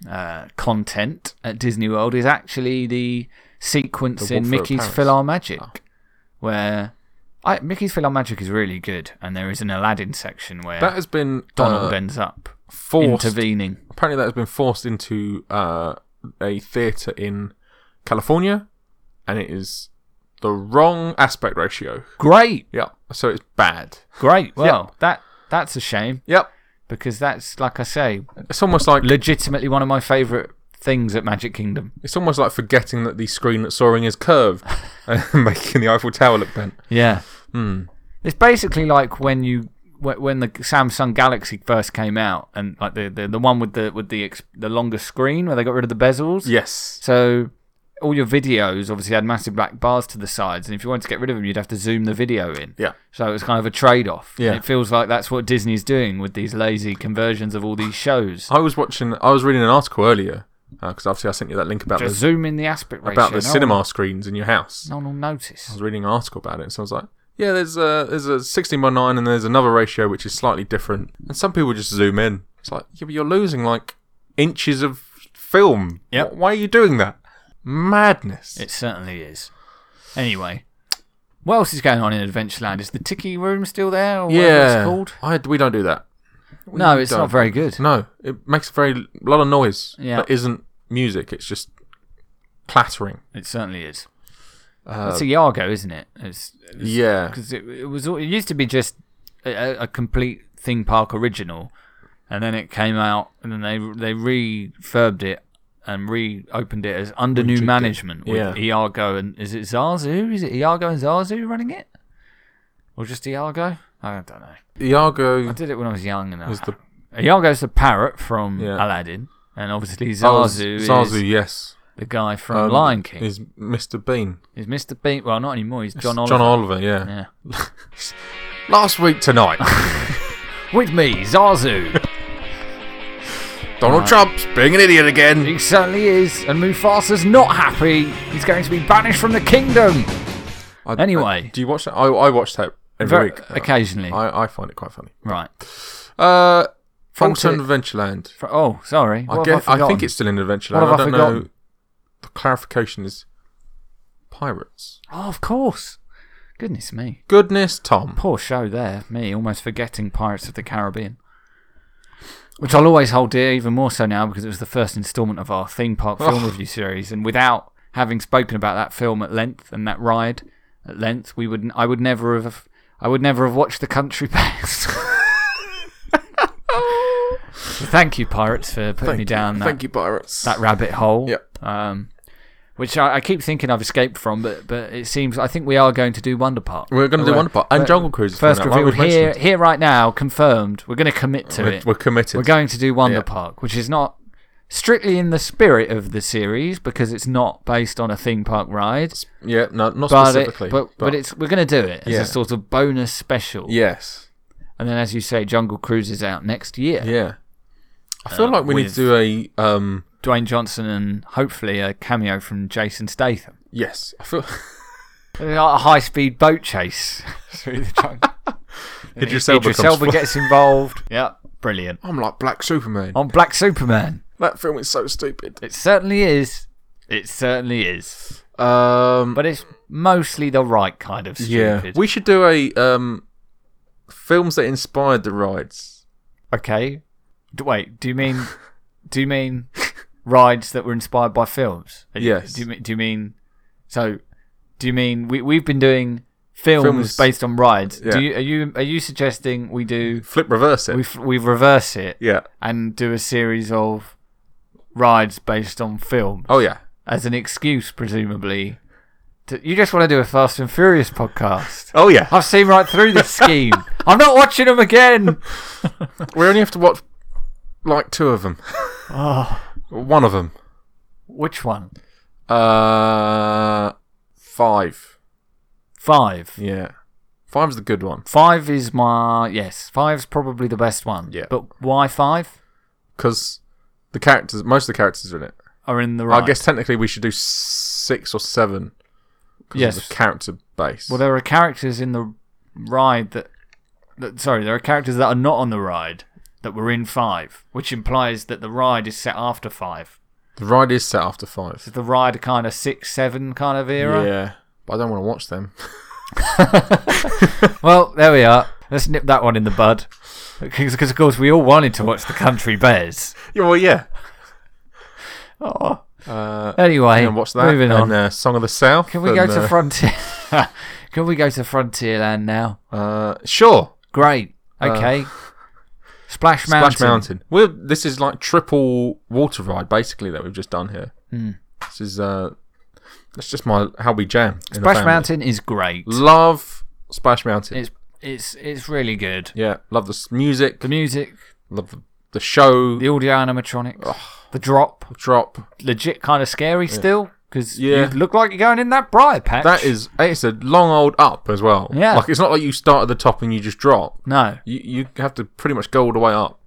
Speaker 1: uh, content at Disney World is actually the sequence
Speaker 2: The
Speaker 1: in
Speaker 2: Walkthrough
Speaker 1: Mickey's
Speaker 2: Paris. Ah.
Speaker 1: Fill Our Magic, where I, Mickey's Fill Our Magic is really good, and there is an Aladdin section where
Speaker 2: that has been
Speaker 1: Donald
Speaker 2: uh,
Speaker 1: ends up
Speaker 2: forced
Speaker 1: intervening.
Speaker 2: apparently that has been forced into uh, a theatre in California, and it is the wrong aspect ratio.
Speaker 1: Great,
Speaker 2: Yeah, so it's bad.
Speaker 1: great. Well, that that's a shame
Speaker 2: Yep,
Speaker 1: because that's like I say,
Speaker 2: it's almost like
Speaker 1: legitimately one of my favourite things at Magic Kingdom.
Speaker 2: it's almost like forgetting that the screen that's soaring is curved and making the Eiffel Tower look bent.
Speaker 1: Yeah. It's basically Hmm. like when you wh- when the Samsung Galaxy first came out, and like the the, the one with the with the ex- the longer screen where they got rid of the bezels.
Speaker 2: Yes.
Speaker 1: So all your videos obviously had massive black bars to the sides, and if you wanted to get rid of them, you'd have to zoom the video in.
Speaker 2: Yeah.
Speaker 1: So it was kind of a trade off.
Speaker 2: Yeah.
Speaker 1: It feels like that's what Disney's doing with these lazy conversions of all these shows.
Speaker 2: I was watching. I was reading an article earlier because obviously I sent you that link about
Speaker 1: Just
Speaker 2: the,
Speaker 1: zoom in the aspect ratio.
Speaker 2: about the
Speaker 1: no
Speaker 2: cinema
Speaker 1: One,
Speaker 2: screens in your house.
Speaker 1: no one will
Speaker 2: I
Speaker 1: notice.
Speaker 2: was reading an article about it, so I was like, yeah, there's a there's a 16 by 9, and there's another ratio which is slightly different, and some people just zoom in. It's like, yeah, but you're losing like inches of film. Yeah.
Speaker 1: Yep.
Speaker 2: Why are you doing that? Madness.
Speaker 1: It certainly is. Anyway, what else is going on in Adventureland? Is the Tiki Room still there? Or whatever
Speaker 2: yeah.
Speaker 1: it's called?
Speaker 2: I, we don't do that. We
Speaker 1: No, it's
Speaker 2: don't.
Speaker 1: not very good.
Speaker 2: No, it makes a very lot of noise.
Speaker 1: Yeah.
Speaker 2: That isn't music. It's just clattering.
Speaker 1: It certainly is.
Speaker 2: Uh,
Speaker 1: it's a Yago, isn't it? It's
Speaker 2: yeah.
Speaker 1: because it, it was all- it used to be just a- a, a complete theme park original, and then it came out, and then they they refurbed it and reopened it as under
Speaker 2: Rejigged
Speaker 1: new
Speaker 2: it.
Speaker 1: management with
Speaker 2: Yeah.
Speaker 1: Iago and is it Zazu? Is it Iago and Zazu running it, or just Iago? I don't know. I
Speaker 2: Iago.
Speaker 1: did it when I was young, and I,
Speaker 2: Was the-
Speaker 1: Iago's the parrot from
Speaker 2: Yeah.
Speaker 1: Aladdin, and obviously
Speaker 2: oh,
Speaker 1: Zazu,
Speaker 2: Zazu,
Speaker 1: is
Speaker 2: yes.
Speaker 1: the guy from
Speaker 2: Um,
Speaker 1: Lion King. Is,
Speaker 2: Is Mr. Bean.
Speaker 1: Mr. Bean? Well, not anymore. He's John Oliver.
Speaker 2: John Oliver, yeah.
Speaker 1: yeah.
Speaker 2: Last week tonight,
Speaker 1: With me, Zazu. Uh,
Speaker 2: Donald Trump's being an idiot again.
Speaker 1: He certainly is, and Mufasa's not happy. He's going to be banished from the kingdom.
Speaker 2: I-
Speaker 1: Anyway.
Speaker 2: I- do you watch that? I, I watch that every
Speaker 1: Ver-
Speaker 2: week.
Speaker 1: occasionally.
Speaker 2: I, I find it quite funny.
Speaker 1: right.
Speaker 2: Uh,
Speaker 1: Back
Speaker 2: Frozen
Speaker 1: to-
Speaker 2: Adventureland.
Speaker 1: Fr- oh, sorry.
Speaker 2: I,
Speaker 1: What have
Speaker 2: guess, I, think
Speaker 1: forgotten?
Speaker 2: it's still in Adventureland.
Speaker 1: What have
Speaker 2: I
Speaker 1: I
Speaker 2: don't know.
Speaker 1: forgotten?
Speaker 2: The clarification is pirates.
Speaker 1: Oh, of course. Goodness me.
Speaker 2: Goodness, Tom.
Speaker 1: Poor show there. Me almost forgetting Pirates of the Caribbean. Which I'll always hold dear, even more so now because it was the first instalment of our theme park film
Speaker 2: Oh.
Speaker 1: review series. And without having spoken about that film at length and that ride at length, we would I would never have I would never have watched The Country Bears. So thank you, pirates, for putting me down that,
Speaker 2: you, pirates.
Speaker 1: that rabbit hole.
Speaker 2: Yep.
Speaker 1: Um, which I, I keep thinking I've escaped from, but but it seems I think we are going to do Wonder Park.
Speaker 2: We're going to do
Speaker 1: Although-
Speaker 2: Wonder Park and Jungle Cruise. is
Speaker 1: First
Speaker 2: coming out, like
Speaker 1: revealed
Speaker 2: we've
Speaker 1: here,
Speaker 2: mentioned.
Speaker 1: here right now, confirmed. We're going to commit to
Speaker 2: We're,
Speaker 1: it. We're,
Speaker 2: we're committed.
Speaker 1: going to do Wonder
Speaker 2: Yeah.
Speaker 1: Park, which is not strictly in the spirit of the series because it's not based on a theme park ride.
Speaker 2: yeah, no, not
Speaker 1: But, it,
Speaker 2: specifically.
Speaker 1: but, but it's we're going to do it as
Speaker 2: Yeah.
Speaker 1: a sort of bonus special.
Speaker 2: yes,
Speaker 1: And then, as you say, Jungle Cruise is out next year.
Speaker 2: yeah. I feel like we need
Speaker 1: Uh, with-
Speaker 2: to do a um.
Speaker 1: Dwayne Johnson and hopefully a cameo from Jason Statham.
Speaker 2: Yes, I feel.
Speaker 1: Like a high-speed boat chase through the jungle.
Speaker 2: Idris Elba
Speaker 1: Idris
Speaker 2: comes
Speaker 1: Elba
Speaker 2: fly-
Speaker 1: gets involved. yeah, brilliant.
Speaker 2: I'm like Black Superman.
Speaker 1: On Black Superman.
Speaker 2: That film is so stupid.
Speaker 1: It certainly is. It certainly is.
Speaker 2: Um,
Speaker 1: But it's mostly the right kind of
Speaker 2: yeah,
Speaker 1: stupid.
Speaker 2: we should do a um, films that inspired the rides.
Speaker 1: okay. D- wait. Do you mean? Do you mean rides that were inspired by films? Are you-
Speaker 2: Yes.
Speaker 1: Do you, mean- do you mean? So, do you mean we we've been doing films,
Speaker 2: Films.
Speaker 1: based on rides?
Speaker 2: Yeah.
Speaker 1: Do you are you are you suggesting we do
Speaker 2: Flip reverse it.
Speaker 1: we f- we reverse it
Speaker 2: yeah.
Speaker 1: and do a series of rides based on film
Speaker 2: Oh yeah.
Speaker 1: as an excuse, presumably? To, you just want to do a Fast and Furious podcast.
Speaker 2: Oh yeah.
Speaker 1: I've seen right through this scheme. I'm not watching them again.
Speaker 2: We only have to watch like two of them.
Speaker 1: Oh,
Speaker 2: One of them.
Speaker 1: which one?
Speaker 2: Uh, five.
Speaker 1: Five.
Speaker 2: Yeah, five's the good one
Speaker 1: Five is my yes. Five's probably the best one.
Speaker 2: Yeah.
Speaker 1: But why five?
Speaker 2: because the characters, most of the characters are in it.
Speaker 1: Are in the right.
Speaker 2: I guess technically we should do six or seven. 'cause of
Speaker 1: Yes.
Speaker 2: the character base.
Speaker 1: Well, there are characters in the ride that, that. Sorry, there are characters that are not on the ride that were in five, which implies that the ride is set after five.
Speaker 2: the ride is set after five.
Speaker 1: Is the ride a kind of six, seven kind of era?
Speaker 2: Yeah, but I don't want to watch them.
Speaker 1: Well, there we are. Let's nip that one in the bud. Because, of course, we all wanted to watch the Country Bears.
Speaker 2: Yeah, well, yeah.
Speaker 1: Oh.
Speaker 2: Uh,
Speaker 1: Anyway,
Speaker 2: and watch that.
Speaker 1: moving
Speaker 2: and,
Speaker 1: on.
Speaker 2: Uh, Song of the South.
Speaker 1: Can we
Speaker 2: and,
Speaker 1: go to
Speaker 2: uh,
Speaker 1: Frontier? Can we go to Frontierland now?
Speaker 2: uh, sure.
Speaker 1: Great. Okay. Splash Mountain.
Speaker 2: Uh, Splash Mountain. We're, this is like triple water ride basically that we've just done here.
Speaker 1: Hmm.
Speaker 2: This is uh, that's just my how we jam. in the
Speaker 1: Splash
Speaker 2: family.
Speaker 1: Mountain is great.
Speaker 2: Love Splash Mountain.
Speaker 1: It's It's it's really good.
Speaker 2: Yeah, love the s- music,
Speaker 1: The music,
Speaker 2: love the, the show,
Speaker 1: the audio animatronics, the drop,
Speaker 2: drop.
Speaker 1: legit kind of scary still, 'cause still because
Speaker 2: Yeah.
Speaker 1: you look like you're going in that briar patch.
Speaker 2: That is, it's a long old up as well.
Speaker 1: Yeah.
Speaker 2: like it's not like you start at the top and you just drop.
Speaker 1: no,
Speaker 2: You you have to pretty much go all the way up.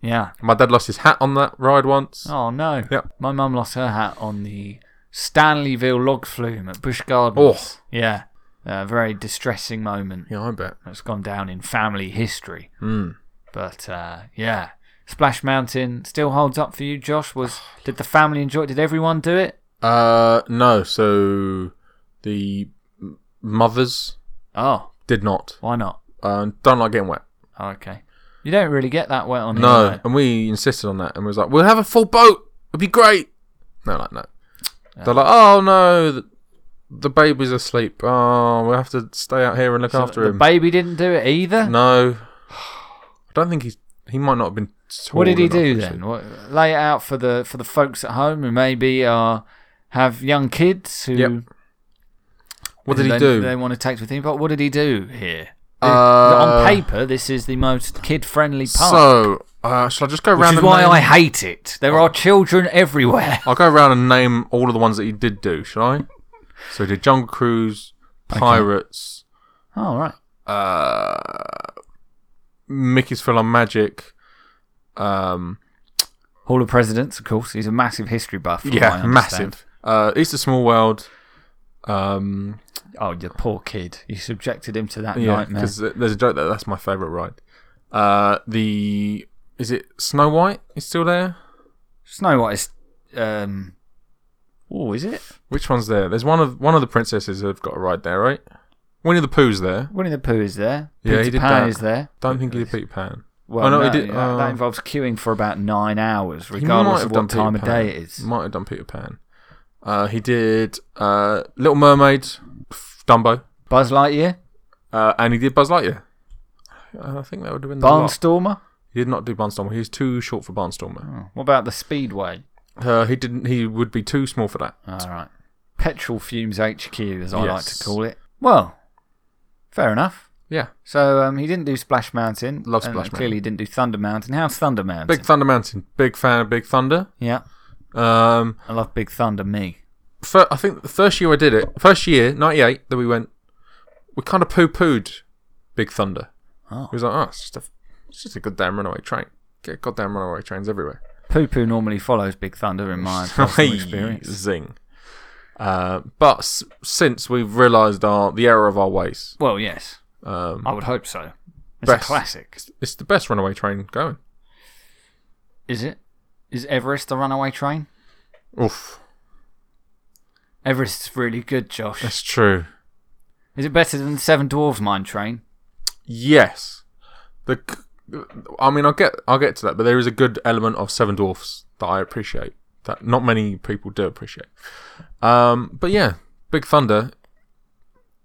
Speaker 1: yeah.
Speaker 2: My dad lost his hat on that ride once.
Speaker 1: Oh no.
Speaker 2: Yep.
Speaker 1: My mum lost her hat on the Stanleyville log flume at Bush Gardens.
Speaker 2: Oh,
Speaker 1: Yeah, a very distressing moment.
Speaker 2: yeah, I bet.
Speaker 1: that's gone down in family history.
Speaker 2: Hmm.
Speaker 1: But uh, yeah, Splash Mountain still holds up for you, Josh. Was did the family enjoy it? Did everyone do it?
Speaker 2: Uh, no. So the m- mothers
Speaker 1: Oh,
Speaker 2: did not.
Speaker 1: why not?
Speaker 2: Uh, don't like getting wet.
Speaker 1: Oh, okay, you don't really get that wet on
Speaker 2: No,
Speaker 1: here. mate.
Speaker 2: and we insisted on that, and we was like, "We'll have a full boat. It'd be great." No, like no. They're like, "Oh no, the, the baby's asleep. Oh, we'll have to stay out here and look after
Speaker 1: the
Speaker 2: him."
Speaker 1: baby didn't do it either.
Speaker 2: no, I don't think he's. He might not have been. tall
Speaker 1: what did he
Speaker 2: enough,
Speaker 1: do
Speaker 2: actually.
Speaker 1: then? What, lay it out for the for the folks at home who maybe are have young kids who.
Speaker 2: Yep. What did
Speaker 1: who they,
Speaker 2: he do?
Speaker 1: They want to take with him, but what did he do here?
Speaker 2: Uh,
Speaker 1: on paper, this is the most kid-friendly park.
Speaker 2: So, uh, shall I just go
Speaker 1: Which
Speaker 2: round?
Speaker 1: is
Speaker 2: and
Speaker 1: why
Speaker 2: name- Oh.
Speaker 1: I hate it. There are children everywhere.
Speaker 2: I'll go around and name all of the ones that he did do, shall I? So he did Jungle Cruise, Pirates,
Speaker 1: All right.
Speaker 2: uh, Mickey's Full on Magic, um,
Speaker 1: Hall of Presidents, of course. He's a massive history buff. from what Oh, I
Speaker 2: yeah,
Speaker 1: understand.
Speaker 2: massive. Uh, Easter Small World, um,
Speaker 1: Oh, you poor kid. You subjected him to that
Speaker 2: yeah,
Speaker 1: nightmare.
Speaker 2: because there's a joke that that's my favourite ride. Uh, the is it Snow White is still there?
Speaker 1: Snow White is. Um, oh, is it?
Speaker 2: Which one's there? There's one of one of the princesses have got a ride there, right? Winnie the Pooh's there.
Speaker 1: Winnie the Pooh is there.
Speaker 2: Yeah,
Speaker 1: Peter
Speaker 2: he did
Speaker 1: Pan
Speaker 2: that.
Speaker 1: is there.
Speaker 2: Don't think he did Peter Pan.
Speaker 1: Well,
Speaker 2: Oh, no,
Speaker 1: no,
Speaker 2: he did-
Speaker 1: that- that
Speaker 2: oh.
Speaker 1: involves queuing for about nine hours,
Speaker 2: He might
Speaker 1: regardless
Speaker 2: have
Speaker 1: of
Speaker 2: done
Speaker 1: what
Speaker 2: Peter
Speaker 1: time of
Speaker 2: Pan.
Speaker 1: day it is.
Speaker 2: Might have done Peter Pan. Uh, he did uh, Little Mermaid, f- Dumbo,
Speaker 1: Buzz Lightyear,
Speaker 2: uh, and he did Buzz Lightyear. Uh, I think that would have been the lot.
Speaker 1: Barnstormer.
Speaker 2: He did not do Barnstormer. He was too short for Barnstormer.
Speaker 1: What about the Speedway?
Speaker 2: Uh, he didn't. He would be too small for that.
Speaker 1: All right. Petrol Fumes HQ, as I like
Speaker 2: Yes.
Speaker 1: to call it. Well, fair enough.
Speaker 2: Yeah,
Speaker 1: So um, he didn't do Splash Mountain.
Speaker 2: Love
Speaker 1: and
Speaker 2: Splash
Speaker 1: Clearly, he didn't do Thunder Mountain. How's Thunder Mountain?
Speaker 2: Big Thunder Mountain. Big fan of Big Thunder.
Speaker 1: yeah,
Speaker 2: Um,
Speaker 1: I love Big Thunder. Me.
Speaker 2: fir- I think the first year I did it, first year '98 that we went, we kind of poo pooed Big Thunder.
Speaker 1: Oh.
Speaker 2: He was like, oh, it's just a, it's just a goddamn runaway train. Get goddamn runaway trains everywhere.
Speaker 1: Poo Poo normally follows Big Thunder in my personal experience.
Speaker 2: Zing. Uh, but s- since we've realised our the error of our ways,
Speaker 1: Well, yes,
Speaker 2: um,
Speaker 1: I would hope so. It's
Speaker 2: Best.
Speaker 1: a classic.
Speaker 2: it's the best runaway train going.
Speaker 1: Is it? Is Everest the runaway train?
Speaker 2: Oof,
Speaker 1: Everest's really good, Josh.
Speaker 2: that's true.
Speaker 1: Is it better than Seven Dwarves Mine Train?
Speaker 2: Yes, the. c- I mean, I'll get I'll get to that, but there is a good element of Seven Dwarfs that I appreciate that not many people do appreciate. Um, but yeah, Big Thunder,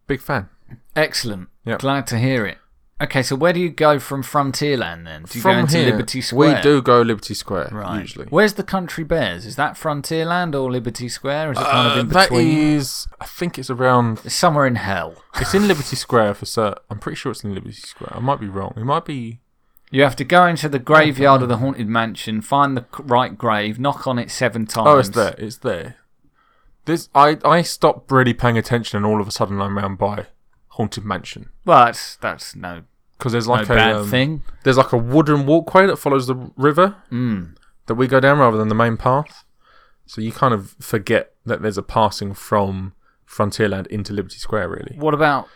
Speaker 2: big fan.
Speaker 1: Excellent.
Speaker 2: Yep.
Speaker 1: Glad to hear it. Okay, so where do you go from Frontierland then? Do you go into Liberty Square?
Speaker 2: we do go Liberty Square
Speaker 1: Right.
Speaker 2: usually.
Speaker 1: Where's the Country Bears? Is that Frontierland or Liberty Square? Is it kind of
Speaker 2: Uh,
Speaker 1: in
Speaker 2: that
Speaker 1: between?
Speaker 2: is, I think it's around
Speaker 1: It's somewhere in hell.
Speaker 2: It's in Liberty Square for sir. I'm pretty sure it's in Liberty Square. I might be wrong. It might be.
Speaker 1: You have to go into the graveyard of the haunted mansion, find the c- right grave, knock on it seven times.
Speaker 2: Oh, it's there. It's there. This I I stopped really paying attention, and all of a sudden I'm round by Haunted Mansion
Speaker 1: Well, that's that's no,
Speaker 2: because there's
Speaker 1: no
Speaker 2: like
Speaker 1: bad
Speaker 2: a um,
Speaker 1: thing.
Speaker 2: there's like a wooden walkway that follows the river
Speaker 1: Hmm.
Speaker 2: that we go down rather than the main path. So you kind of forget that there's a passing from Frontierland into Liberty Square. Really,
Speaker 1: What about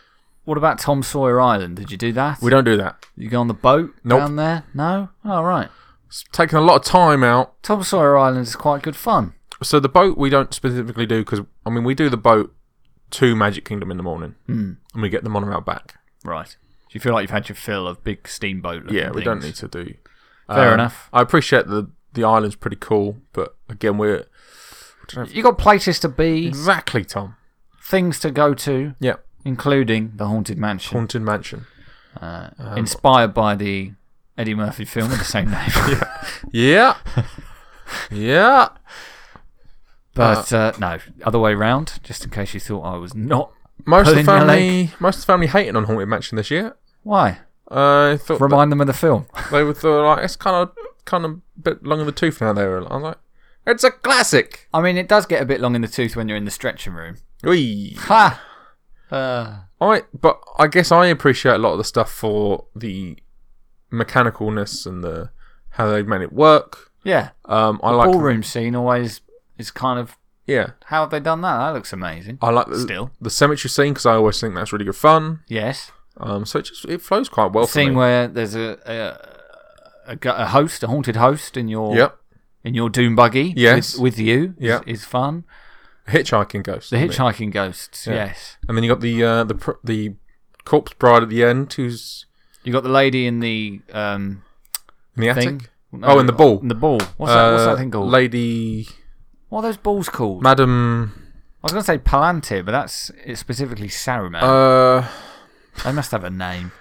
Speaker 1: what about Tom Sawyer Island? Did you do that?
Speaker 2: we don't do that.
Speaker 1: you go on the boat
Speaker 2: Nope.
Speaker 1: down there? No. All right.
Speaker 2: It's taking a lot of time out
Speaker 1: Tom Sawyer Island is quite good fun.
Speaker 2: So the boat we don't specifically do because I mean we do the boat to Magic Kingdom in the morning, and we get the monorail back.
Speaker 1: Right. Do you feel like you've had your fill of big steamboat?
Speaker 2: Yeah, we don't need to do.
Speaker 1: Fair
Speaker 2: Um,
Speaker 1: enough.
Speaker 2: I appreciate the the island's pretty cool, but again we're
Speaker 1: You got places to be,
Speaker 2: exactly Tom.
Speaker 1: things to go to,
Speaker 2: Yeah,
Speaker 1: including the haunted mansion.
Speaker 2: Haunted Mansion. Oh.
Speaker 1: inspired by the Eddie Murphy film of the same name.
Speaker 2: Yeah,
Speaker 1: uh,
Speaker 2: yeah.
Speaker 1: But uh, no, other way round, just in case you thought I was not
Speaker 2: Most
Speaker 1: Put
Speaker 2: of the
Speaker 1: in your
Speaker 2: family, most of the family hating on Haunted Mansion this year.
Speaker 1: Why?
Speaker 2: I thought that
Speaker 1: Remind them of the film.
Speaker 2: they were thought like it's kind of kind of a bit long in the tooth now. They were, I was like, it's a classic.
Speaker 1: I mean, it does get a bit long in the tooth when you're in the stretching room.
Speaker 2: Whee.
Speaker 1: Ha! Uh,
Speaker 2: I but I guess I appreciate a lot of the stuff for the mechanicalness and the how they made it work.
Speaker 1: yeah.
Speaker 2: Um, I like
Speaker 1: Ballroom scene always is kind of
Speaker 2: yeah,
Speaker 1: how have they done that? That looks amazing.
Speaker 2: I like the,
Speaker 1: Still.
Speaker 2: the cemetery scene because I always think that's really good fun.
Speaker 1: Yes.
Speaker 2: Um, so it just it flows quite well.
Speaker 1: The
Speaker 2: for me.
Speaker 1: scene where there's a, a, a gu- a host, a haunted host in your
Speaker 2: yep,
Speaker 1: in your doom buggy.
Speaker 2: Yes.
Speaker 1: With, with you. is-
Speaker 2: Yeah.
Speaker 1: Is, fun.
Speaker 2: hitchhiking ghost.
Speaker 1: The
Speaker 2: isn't it?
Speaker 1: hitchhiking ghosts. Yes.
Speaker 2: and then you got the uh, the pr- the corpse bride at the end who's
Speaker 1: You got the lady in the um
Speaker 2: in the attic.
Speaker 1: thing.
Speaker 2: Oh, in the ball.
Speaker 1: In the ball. What's, that, what's that
Speaker 2: Uh,
Speaker 1: thing called?
Speaker 2: Lady
Speaker 1: what are those balls called?
Speaker 2: Madam.
Speaker 1: I was going to say Palantir, but that's it's specifically Saruman.
Speaker 2: Uh,
Speaker 1: they must have a name.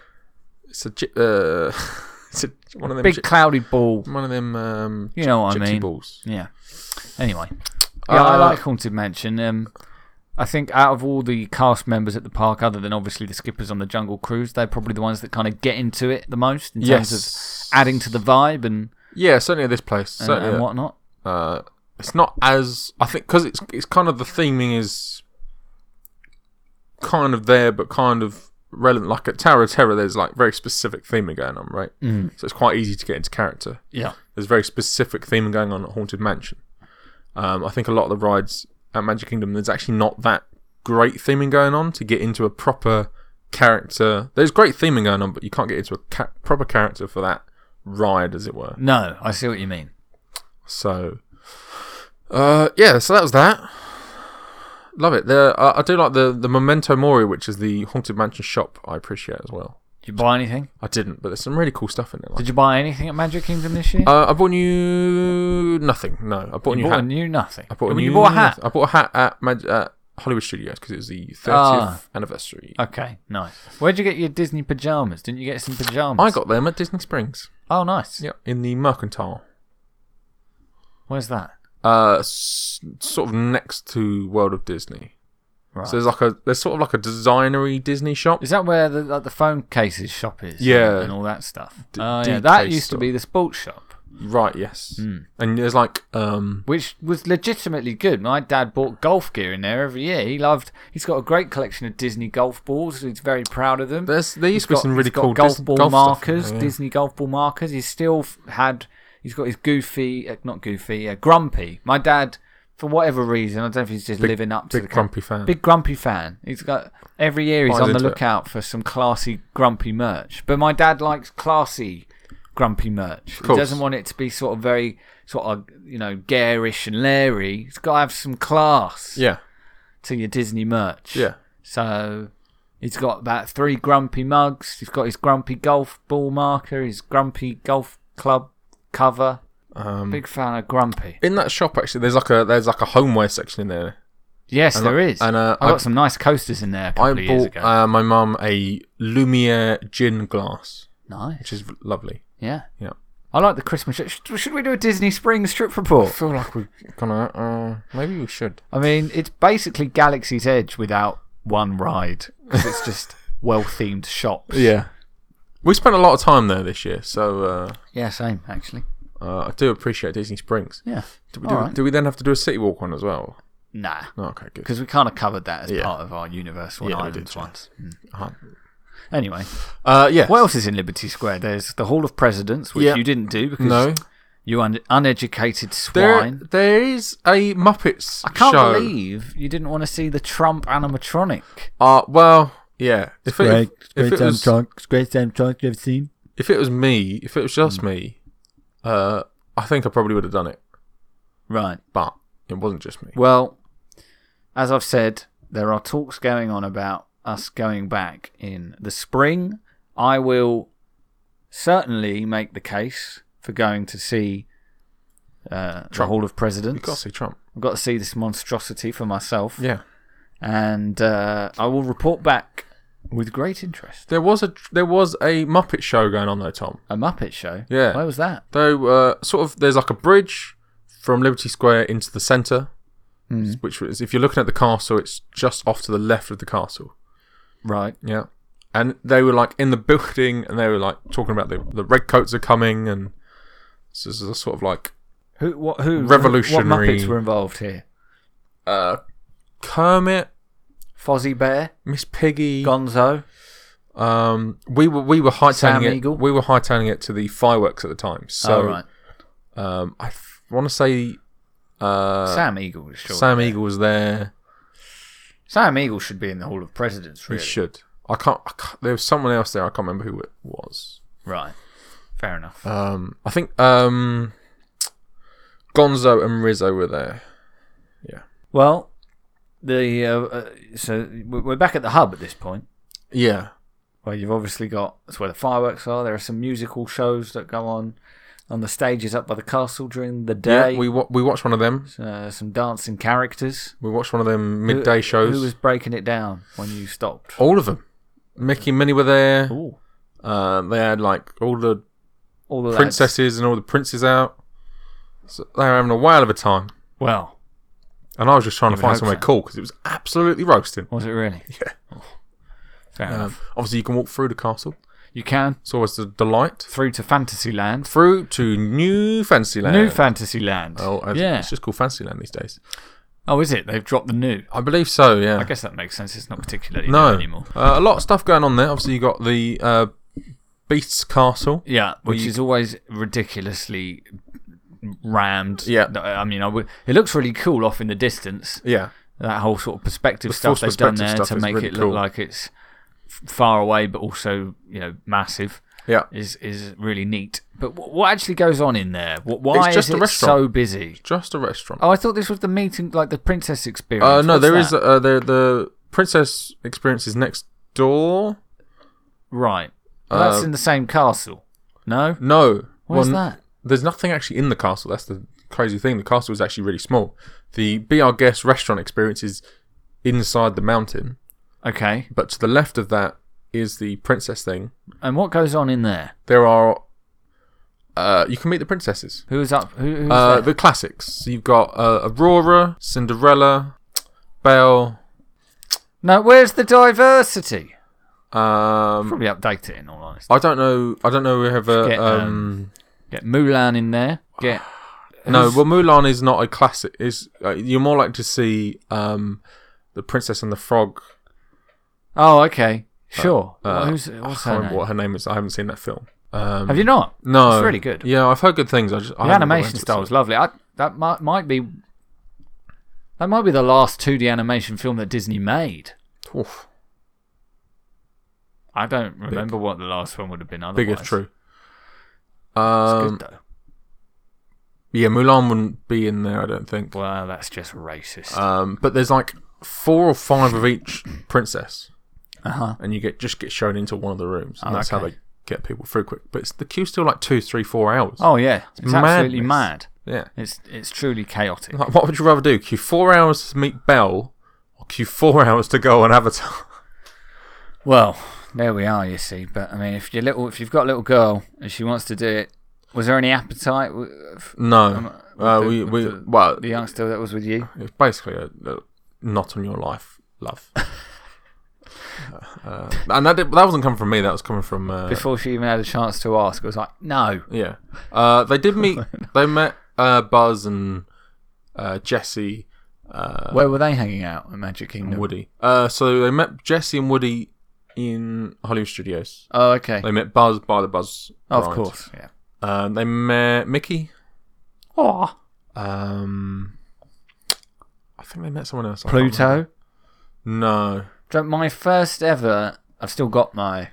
Speaker 2: it's a gy- uh, it's a, one of them.
Speaker 1: Big
Speaker 2: gy-
Speaker 1: cloudy ball.
Speaker 2: one of them. Um,
Speaker 1: You know what I
Speaker 2: gypsy
Speaker 1: mean.
Speaker 2: balls.
Speaker 1: Yeah. Anyway, yeah, I
Speaker 2: Uh,
Speaker 1: like Haunted Mansion. Um, I think out of all the cast members at the park, other than obviously the skippers on the Jungle Cruise, they're probably the ones that kind of get into it the most in terms of
Speaker 2: Yes.
Speaker 1: adding to the vibe and
Speaker 2: yeah, certainly at this place.
Speaker 1: and,
Speaker 2: certainly,
Speaker 1: and
Speaker 2: at-
Speaker 1: whatnot.
Speaker 2: uh, it's not as I think because it's it's kind of the theming is kind of there, but kind of relevant. Like at Tower of Terror, there's like very specific theming going on, right? Mm. So it's quite easy to get into character.
Speaker 1: Yeah.
Speaker 2: There's very specific theming going on at Haunted Mansion. Um, I think a lot of the rides at Magic Kingdom, there's actually not that great theming going on to get into a proper character. There's great theming going on, but you can't get into a ca- proper character for that ride, as it were.
Speaker 1: No, I see what you mean.
Speaker 2: So, uh, yeah, so that was that. Love it. The I I do like the the Memento Mori, which is the haunted mansion shop. I appreciate as well.
Speaker 1: Did you buy anything?
Speaker 2: I didn't, but there's some really cool stuff in there. Like,
Speaker 1: Did you buy anything at Magic Kingdom this year?
Speaker 2: uh, I bought you nothing. No, I bought a
Speaker 1: you
Speaker 2: new
Speaker 1: bought
Speaker 2: hat.
Speaker 1: a new nothing.
Speaker 2: I bought a
Speaker 1: Well,
Speaker 2: new.
Speaker 1: you bought a hat.
Speaker 2: I bought a hat at, Mag- at Hollywood Studios because it was the 30th
Speaker 1: Ah.
Speaker 2: anniversary.
Speaker 1: Okay, nice. Where'd you get your Disney pajamas? Didn't you get some pajamas?
Speaker 2: I got them at Disney Springs.
Speaker 1: Oh, nice.
Speaker 2: Yep, in the Mercantile,
Speaker 1: Where's that?
Speaker 2: uh, s- sort of next to World of Disney.
Speaker 1: Right.
Speaker 2: So there's like a there's sort of like a designery Disney shop.
Speaker 1: Is that where the like the phone cases shop is?
Speaker 2: Yeah.
Speaker 1: and all that stuff.
Speaker 2: D-
Speaker 1: Oh yeah,
Speaker 2: D
Speaker 1: that
Speaker 2: case
Speaker 1: used to
Speaker 2: store.
Speaker 1: be the sports shop,
Speaker 2: Right, yes.
Speaker 1: Hmm.
Speaker 2: And there's like um
Speaker 1: which was legitimately good. My dad bought golf gear in there every year. He loved. He's got a great collection of Disney golf balls. He's very proud of them.
Speaker 2: there's there
Speaker 1: He's
Speaker 2: used to be
Speaker 1: got-
Speaker 2: some really
Speaker 1: he's got
Speaker 2: cool
Speaker 1: golf
Speaker 2: Disney
Speaker 1: ball
Speaker 2: stuff in
Speaker 1: markers,
Speaker 2: there, yeah.
Speaker 1: Disney golf ball markers. He's still f- had. He's got his goofy, uh, not goofy, uh, grumpy. My dad, for whatever reason, I don't know if he's just living up to
Speaker 2: Big
Speaker 1: the ca-
Speaker 2: grumpy fan.
Speaker 1: Big grumpy fan. He's got every year he's
Speaker 2: Buys
Speaker 1: on the
Speaker 2: into Oh, it.
Speaker 1: lookout for some classy grumpy merch. But my dad likes classy grumpy merch. He
Speaker 2: course.
Speaker 1: doesn't want it to be sort of very sort of you know garish and leery. It's got to have some class
Speaker 2: yeah.
Speaker 1: to your Disney merch.
Speaker 2: Yeah.
Speaker 1: So he's got about three grumpy mugs. He's got his grumpy golf ball marker. His grumpy golf club cover.
Speaker 2: Um
Speaker 1: Big fan of grumpy.
Speaker 2: in that shop actually there's like a there's like a homeware section in there.
Speaker 1: Yes, there
Speaker 2: I-
Speaker 1: is.
Speaker 2: and, uh,
Speaker 1: I got
Speaker 2: I-
Speaker 1: some nice coasters in there a couple
Speaker 2: I
Speaker 1: of years
Speaker 2: bought
Speaker 1: ago.
Speaker 2: uh, my mum a Lumiere gin glass,
Speaker 1: nice.
Speaker 2: which is lovely.
Speaker 1: Yeah.
Speaker 2: Yeah.
Speaker 1: I like the Christmas. Should, should we do a Disney Springs trip report?
Speaker 2: feel like we're gonna uh maybe we should.
Speaker 1: I mean, it's basically Galaxy's Edge without one ride. 'Cause it's just well themed shops.
Speaker 2: Yeah. We spent a lot of time there this year, so uh,
Speaker 1: Yeah, same, actually.
Speaker 2: uh, I do appreciate Disney Springs.
Speaker 1: Yeah.
Speaker 2: Do we,
Speaker 1: All
Speaker 2: do,
Speaker 1: right.
Speaker 2: do we then have to do a city walk one as well?
Speaker 1: Nah.
Speaker 2: Oh, okay, good.
Speaker 1: Because we kind of covered that as
Speaker 2: Yeah.
Speaker 1: part of our Universal
Speaker 2: Yeah, we
Speaker 1: Islands
Speaker 2: did, yeah.
Speaker 1: ones. Hmm.
Speaker 2: Uh-huh.
Speaker 1: Anyway,
Speaker 2: Uh, yeah.
Speaker 1: what else is in Liberty Square? There's the Hall of Presidents, which
Speaker 2: Yeah.
Speaker 1: you didn't do because
Speaker 2: no.
Speaker 1: you un- uneducated
Speaker 2: There,
Speaker 1: swine.
Speaker 2: there is a Muppets.
Speaker 1: I can't
Speaker 2: show.
Speaker 1: believe you didn't want to see the Trump animatronic.
Speaker 2: Uh, well, yeah. If it,
Speaker 3: Great,
Speaker 2: if,
Speaker 3: great
Speaker 2: it
Speaker 3: Sam
Speaker 2: was,
Speaker 3: Trunk, great Sam Trunk you've seen.
Speaker 2: if it was me, if it was just me, uh, I think I probably would have done it.
Speaker 1: Right.
Speaker 2: But it wasn't just me.
Speaker 1: Well, as I've said, there are talks going on about us going back in the spring. I will certainly make the case for going to see uh, the
Speaker 2: Trump.
Speaker 1: Hall of Presidents.
Speaker 2: You've got to see Trump.
Speaker 1: I've got to see this monstrosity for myself,
Speaker 2: Yeah.
Speaker 1: and uh, I will report back with great interest.
Speaker 2: There was a there was a Muppet show going on though, Tom.
Speaker 1: A Muppet Show.
Speaker 2: Yeah.
Speaker 1: Where was that?
Speaker 2: Though, uh, sort of, there's like a bridge from Liberty Square into the centre,
Speaker 1: Hmm.
Speaker 2: which was if you're looking at the castle, it's just off to the left of the castle.
Speaker 1: Right.
Speaker 2: Yeah. And they were like in the building and they were like talking about the, the red coats are coming and this is a sort of like
Speaker 1: Who? What? Who?
Speaker 2: Revolutionary-
Speaker 1: What Muppets were involved here?
Speaker 2: uh Kermit,
Speaker 1: Fozzie Bear,
Speaker 2: Miss Piggy.
Speaker 1: Gonzo.
Speaker 2: Um we were we were
Speaker 1: Sam
Speaker 2: hightailing it
Speaker 1: Eagle?
Speaker 2: we were hightailing it to the fireworks at the time. So
Speaker 1: oh, right.
Speaker 2: um I want to say uh
Speaker 1: Sam Eagle was sure.
Speaker 2: Sam Eagle was there.
Speaker 1: Sam Eagle should be in the Hall of Presidents,
Speaker 2: He
Speaker 1: really.
Speaker 2: should. I can't, I can't. There was someone else there. I can't remember who it was.
Speaker 1: Right. Fair enough.
Speaker 2: Um, I think um, Gonzo and Rizzo were there.
Speaker 1: Well, the uh, uh, so we- we're back at the hub at this point.
Speaker 2: Yeah.
Speaker 1: Well, you've obviously got that's where the fireworks are. There are some musical shows that go on on the stages up by the castle during the day.
Speaker 2: Yeah. We wa- we watched one of them.
Speaker 1: uh, some dancing characters.
Speaker 2: We watched one of them midday
Speaker 1: Who-
Speaker 2: shows.
Speaker 1: Who was breaking it down when you stopped?
Speaker 2: All of them. Mickey and Minnie were there.
Speaker 1: Ooh.
Speaker 2: Uh, they had like all the
Speaker 1: All the lads-
Speaker 2: princesses and all the princes out. So they were having a whale of a time.
Speaker 1: Well,
Speaker 2: And I was just trying
Speaker 1: would
Speaker 2: to find
Speaker 1: hope
Speaker 2: somewhere
Speaker 1: so.
Speaker 2: cool because it was absolutely roasting.
Speaker 1: was it really?
Speaker 2: Yeah.
Speaker 1: Oh. Fair
Speaker 2: Um,
Speaker 1: enough.
Speaker 2: obviously, you can walk through the castle.
Speaker 1: You can
Speaker 2: It's always a delight.
Speaker 1: through to Fantasyland.
Speaker 2: Through to New Fantasyland.
Speaker 1: New Fantasyland.
Speaker 2: uh, Oh, as-
Speaker 1: yeah.
Speaker 2: it's just called Fantasyland these days.
Speaker 1: Oh, is it? They've dropped the new.
Speaker 2: I believe so. Yeah.
Speaker 1: I guess that makes sense. It's not particularly
Speaker 2: no.
Speaker 1: new anymore.
Speaker 2: Uh, a lot of stuff going on there. Obviously, you got the uh, Beast's Castle.
Speaker 1: Yeah, which
Speaker 2: you-
Speaker 1: is always ridiculously rammed.
Speaker 2: Yeah.
Speaker 1: No, I mean, I would, it looks really cool off in the distance.
Speaker 2: Yeah.
Speaker 1: That whole sort of perspective
Speaker 2: The
Speaker 1: stuff
Speaker 2: forced
Speaker 1: they've done
Speaker 2: perspective
Speaker 1: there
Speaker 2: stuff
Speaker 1: to
Speaker 2: is
Speaker 1: make
Speaker 2: really
Speaker 1: it look
Speaker 2: cool.
Speaker 1: like it's f- far away, but also you know massive.
Speaker 2: Yeah.
Speaker 1: Is is really neat. But wh- what actually goes on in there? Wh- Why
Speaker 2: just
Speaker 1: is
Speaker 2: a
Speaker 1: it
Speaker 2: restaurant.
Speaker 1: so busy?
Speaker 2: Just a restaurant.
Speaker 1: Oh, I thought this was the meeting, like the princess experience.
Speaker 2: uh, no,
Speaker 1: What's
Speaker 2: there is
Speaker 1: that?
Speaker 2: uh, the the Princess Experience is next door.
Speaker 1: right. Well, that's
Speaker 2: uh,
Speaker 1: in the same castle. No,
Speaker 2: No.
Speaker 1: where's
Speaker 2: Well,
Speaker 1: that?
Speaker 2: There's nothing actually in the castle. That's the crazy thing. The castle is actually really small. The Be Our Guest restaurant experience is inside the mountain,
Speaker 1: Okay,
Speaker 2: but to the left of that is the princess thing.
Speaker 1: and what goes on in there?
Speaker 2: There are. Uh, you can meet the princesses.
Speaker 1: Who is up? Who, who's
Speaker 2: Uh,
Speaker 1: there?
Speaker 2: the classics. So You've got uh, Aurora, Cinderella, Belle.
Speaker 1: No, where's the diversity?
Speaker 2: Um,
Speaker 1: Probably update it in all honesty.
Speaker 2: I don't know. I don't know. We have a
Speaker 1: Get,
Speaker 2: um,
Speaker 1: Get Mulan in there. Get
Speaker 2: no.
Speaker 1: um, who's-
Speaker 2: Well, Mulan is not a classic. Is uh, you're more like to see um, the Princess and the Frog.
Speaker 1: oh okay sure.
Speaker 2: Uh,
Speaker 1: Who's
Speaker 2: I
Speaker 1: what's
Speaker 2: can't
Speaker 1: her
Speaker 2: remember
Speaker 1: name?
Speaker 2: what her name is. I haven't seen that film. Um,
Speaker 1: Have you not?
Speaker 2: No,
Speaker 1: It's really good.
Speaker 2: Yeah, I've heard good things. I just I
Speaker 1: the
Speaker 2: haven't
Speaker 1: animation
Speaker 2: went to it,
Speaker 1: style is
Speaker 2: so-
Speaker 1: lovely. I, that might might be that might be the last 2D animation film that Disney made.
Speaker 2: Oof,
Speaker 1: I don't remember what the last one would have been. Otherwise,
Speaker 2: big if true.
Speaker 1: It's
Speaker 2: Um,
Speaker 1: good though.
Speaker 2: yeah, Mulan wouldn't be in there. I don't think.
Speaker 1: Well, that's just racist.
Speaker 2: Um, but there's like four or five of each princess.
Speaker 1: Uh huh.
Speaker 2: and you get just get shown into one of the rooms, and
Speaker 1: Oh,
Speaker 2: that's how
Speaker 1: okay.
Speaker 2: they get people through quick. But it's, the queue's still like two, three, four hours.
Speaker 1: Oh yeah, it's absolutely
Speaker 2: madness.
Speaker 1: mad.
Speaker 2: Yeah,
Speaker 1: It's it's truly chaotic.
Speaker 2: like what would you rather do? Queue four hours to meet Belle, or queue four hours to go on Avatar?
Speaker 1: Well, there we are, you see. But I mean, if you little, if you've got a little girl and she wants to do it, was there any appetite w- f-
Speaker 2: no, uh,
Speaker 1: Um, with the-
Speaker 2: we
Speaker 1: with
Speaker 2: we
Speaker 1: the-
Speaker 2: well,
Speaker 1: the youngster that was with you?
Speaker 2: it's basically a, a not on your life, love. Uh, and that, did, that wasn't coming from me. That was coming from uh,
Speaker 1: Before she even had a chance to ask, it was like, no.
Speaker 2: Yeah. Uh, they did meet. they met uh, Buzz and uh, Jesse. Uh,
Speaker 1: Where were they hanging out at Magic Kingdom?
Speaker 2: and Woody. Uh, so they met Jesse and Woody in Hollywood Studios.
Speaker 1: Oh, okay.
Speaker 2: They met Buzz by the Buzz.
Speaker 1: Oh, of
Speaker 2: ride.
Speaker 1: course. Yeah.
Speaker 2: Um, they met Mickey.
Speaker 1: Oh,
Speaker 2: Um, I think they met someone else. I can't
Speaker 1: Pluto.
Speaker 2: remember.
Speaker 1: Do- My first ever. I've still got my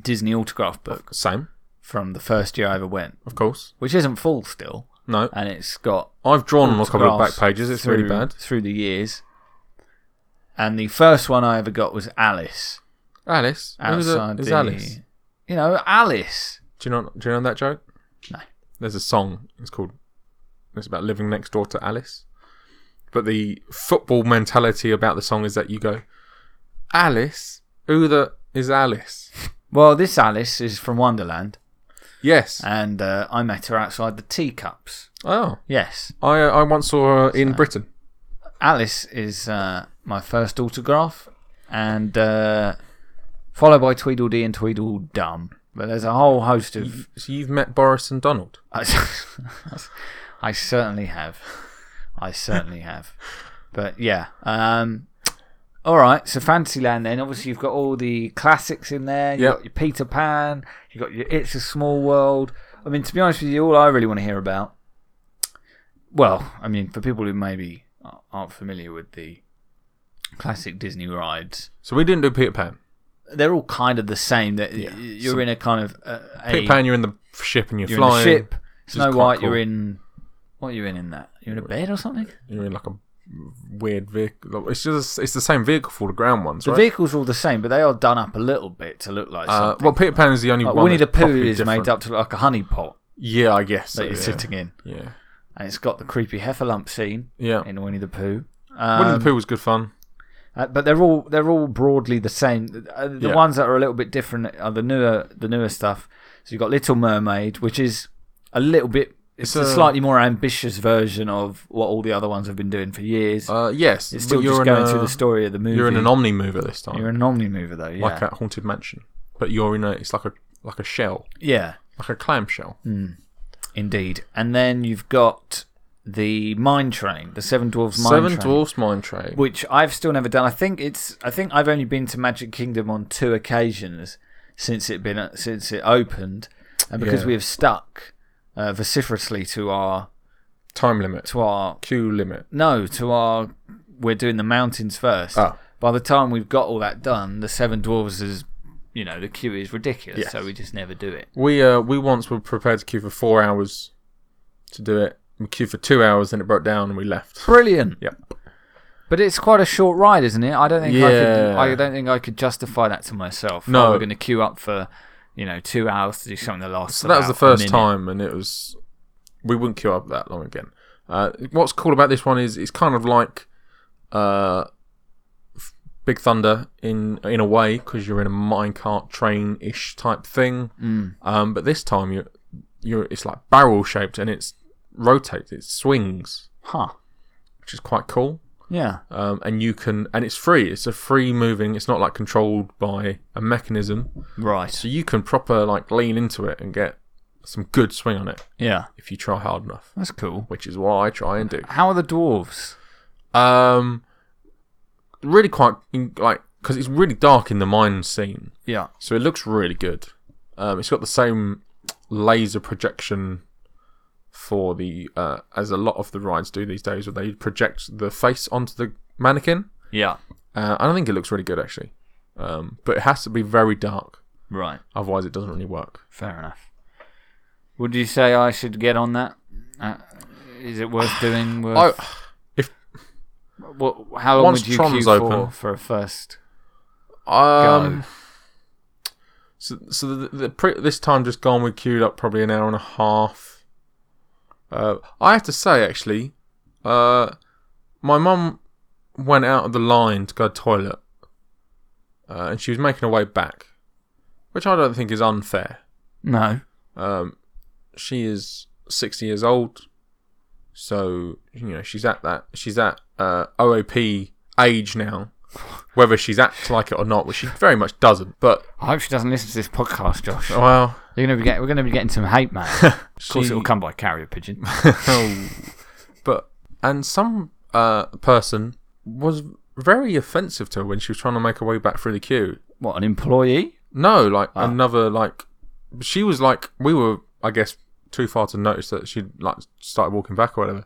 Speaker 1: Disney autograph book
Speaker 2: No. Same,
Speaker 1: from the first year I ever went,
Speaker 2: of course.
Speaker 1: which isn't full still,
Speaker 2: No.
Speaker 1: and it's got
Speaker 2: I've drawn on a couple of back
Speaker 1: autographs
Speaker 2: pages. It's really
Speaker 1: through-
Speaker 2: bad.
Speaker 1: through the years. And the first one I ever got was Alice
Speaker 2: Alice. Who's a-
Speaker 1: outside
Speaker 2: who's
Speaker 1: the.
Speaker 2: Alice?
Speaker 1: You know Alice.
Speaker 2: Do you know? Do you know that joke?
Speaker 1: No.
Speaker 2: There's a song. It's called. It's about living next door to Alice. But the football mentality about the song is that you go, Alice. Who the is Alice?
Speaker 1: Well, this Alice is from Wonderland,
Speaker 2: Yes.
Speaker 1: and uh, I met her outside the teacups.
Speaker 2: Oh,
Speaker 1: Yes.
Speaker 2: I I once saw her in Britain.
Speaker 1: Alice is uh, my first autograph, and uh, followed by Tweedledee and Tweedledum. But there's a whole host of.
Speaker 2: So you've met Boris and Donald.
Speaker 1: I, I certainly have. I certainly have. But yeah. Um, all right. So Fantasyland. Then obviously you've got all the classics in there. You've
Speaker 2: Yep.
Speaker 1: got your Peter Pan. You've got your It's a Small World. I mean, to be honest with you, all I really want to hear about. Well, I mean, for people who maybe a- aren't familiar with the classic Disney rides,
Speaker 2: So we didn't do Peter Pan.
Speaker 1: they're all kind of the same. That y- you're in a kind of uh, a,
Speaker 2: Peter Pan, you're in the ship and you're,
Speaker 1: you're
Speaker 2: flying.
Speaker 1: in a ship.
Speaker 2: is
Speaker 1: Snow
Speaker 2: quite
Speaker 1: White,
Speaker 2: cool.
Speaker 1: you're in. What are you in in that? You're in a bed or something?
Speaker 2: You're in like a weird vehicle. It's just it's the same vehicle for the ground ones,
Speaker 1: The
Speaker 2: right?
Speaker 1: vehicle's all the same, but they are done up a little bit to look like
Speaker 2: uh,
Speaker 1: something.
Speaker 2: well, Peter Pan is the only
Speaker 1: Like
Speaker 2: one.
Speaker 1: Oh, Winnie the
Speaker 2: that's
Speaker 1: Pooh
Speaker 2: properly
Speaker 1: is
Speaker 2: different.
Speaker 1: made up to look like a honey pot
Speaker 2: Yeah, I guess.
Speaker 1: that
Speaker 2: so,
Speaker 1: you're
Speaker 2: yeah.
Speaker 1: sitting in,
Speaker 2: Yeah,
Speaker 1: and it's got the creepy hefferlump scene
Speaker 2: yeah.
Speaker 1: in Winnie the Pooh.
Speaker 2: Winnie
Speaker 1: Um,
Speaker 2: the Pooh was good fun.
Speaker 1: uh, but they're all they're all broadly the same. Uh, the
Speaker 2: Yeah.
Speaker 1: ones that are a little bit different are the newer the newer stuff. So you've got Little Mermaid, which is a little bit it's, a,
Speaker 2: It's a-
Speaker 1: slightly more ambitious version of what all the other ones have been doing for years.
Speaker 2: Uh, yes,
Speaker 1: it's
Speaker 2: but
Speaker 1: still
Speaker 2: you're
Speaker 1: just
Speaker 2: in
Speaker 1: going
Speaker 2: a-
Speaker 1: through the story of the movie.
Speaker 2: You're in an Omni mover this time,
Speaker 1: You're an Omni mover though, yeah,
Speaker 2: like at Haunted Mansion, but you're in a it's like a like a shell,
Speaker 1: yeah.
Speaker 2: like a clamshell.
Speaker 1: Indeed. And then you've got the mine train, the Seven Dwarfs mine
Speaker 2: Seven
Speaker 1: train,
Speaker 2: Dwarfs Mine Train.
Speaker 1: which I've still never done. I think it's I think I've only been to Magic Kingdom on two occasions since it been since it opened, and because
Speaker 2: Yeah.
Speaker 1: we have stuck uh, vociferously to our
Speaker 2: Time limit.
Speaker 1: to our
Speaker 2: Queue limit.
Speaker 1: no to our we're doing the mountains first.
Speaker 2: Ah.
Speaker 1: By the time we've got all that done, the Seven Dwarfs is you know the queue is ridiculous,
Speaker 2: Yes.
Speaker 1: so we just never do it.
Speaker 2: We uh we once were prepared to queue for four hours to do it. We queued for two hours, then it broke down and we left.
Speaker 1: Brilliant.
Speaker 2: Yep.
Speaker 1: But it's quite a short ride, isn't it? I don't think I could.
Speaker 2: Yeah.
Speaker 1: I don't think I could justify that to myself.
Speaker 2: No.
Speaker 1: Oh, we're going to queue up for, you know, two hours to do something that lasts.
Speaker 2: So that was the
Speaker 1: about a
Speaker 2: first
Speaker 1: minute.
Speaker 2: time, and it was we wouldn't queue up that long again. Uh, what's cool about this one is it's kind of like uh, f- Big Thunder in in a way because you're in a minecart train ish type thing,
Speaker 1: Mm.
Speaker 2: um, but this time you you're it's like barrel shaped and it's rotates, it swings,
Speaker 1: Huh?
Speaker 2: which is quite cool.
Speaker 1: Yeah.
Speaker 2: Um, and you can and it's free. It's a free moving. It's not like controlled by a mechanism,
Speaker 1: Right.
Speaker 2: so you can proper like lean into it and get some good swing on it
Speaker 1: Yeah.
Speaker 2: if you try hard enough,
Speaker 1: That's cool.
Speaker 2: which is what I try and do.
Speaker 1: How are the dwarves?
Speaker 2: Um, really quite like because it's really dark in the mine scene,
Speaker 1: Yeah.
Speaker 2: so it looks really good. Um, it's got the same laser projection for the uh, as a lot of the rides do these days, where they project the face onto the mannequin.
Speaker 1: Yeah.
Speaker 2: Uh, and I think it looks really good actually, um, but it has to be very dark,
Speaker 1: Right.
Speaker 2: otherwise it doesn't really work.
Speaker 1: Fair enough. Would you say I should get on that? Uh, is it worth doing? Worth,
Speaker 2: I,
Speaker 1: what, how long
Speaker 2: once
Speaker 1: would you
Speaker 2: Tron's
Speaker 1: queue for
Speaker 2: open-
Speaker 1: for a first
Speaker 2: Um,
Speaker 1: go?
Speaker 2: So, so the, the pre- this time just gone, we queued up probably an hour and a half. Uh, I have to say, actually, uh, my mum went out of the line to go to the toilet, uh, and she was making her way back, which I don't think is unfair.
Speaker 1: no.
Speaker 2: Um, she is sixty years old, so you know she's at that she's at uh, OAP age now. Whether she's acts like it or not, which she very much doesn't, but
Speaker 1: I hope she doesn't listen to this podcast, Josh.
Speaker 2: well,
Speaker 1: You're gonna be get, we're going to be getting some hate mail. Of course,
Speaker 2: she-
Speaker 1: it will come by carrier pigeon.
Speaker 2: Oh. but and some uh, person was very offensive to her when she was trying to make her way back through the queue.
Speaker 1: What an employee?
Speaker 2: No, like another like she was like we were I guess too far to notice that she like started walking back or whatever.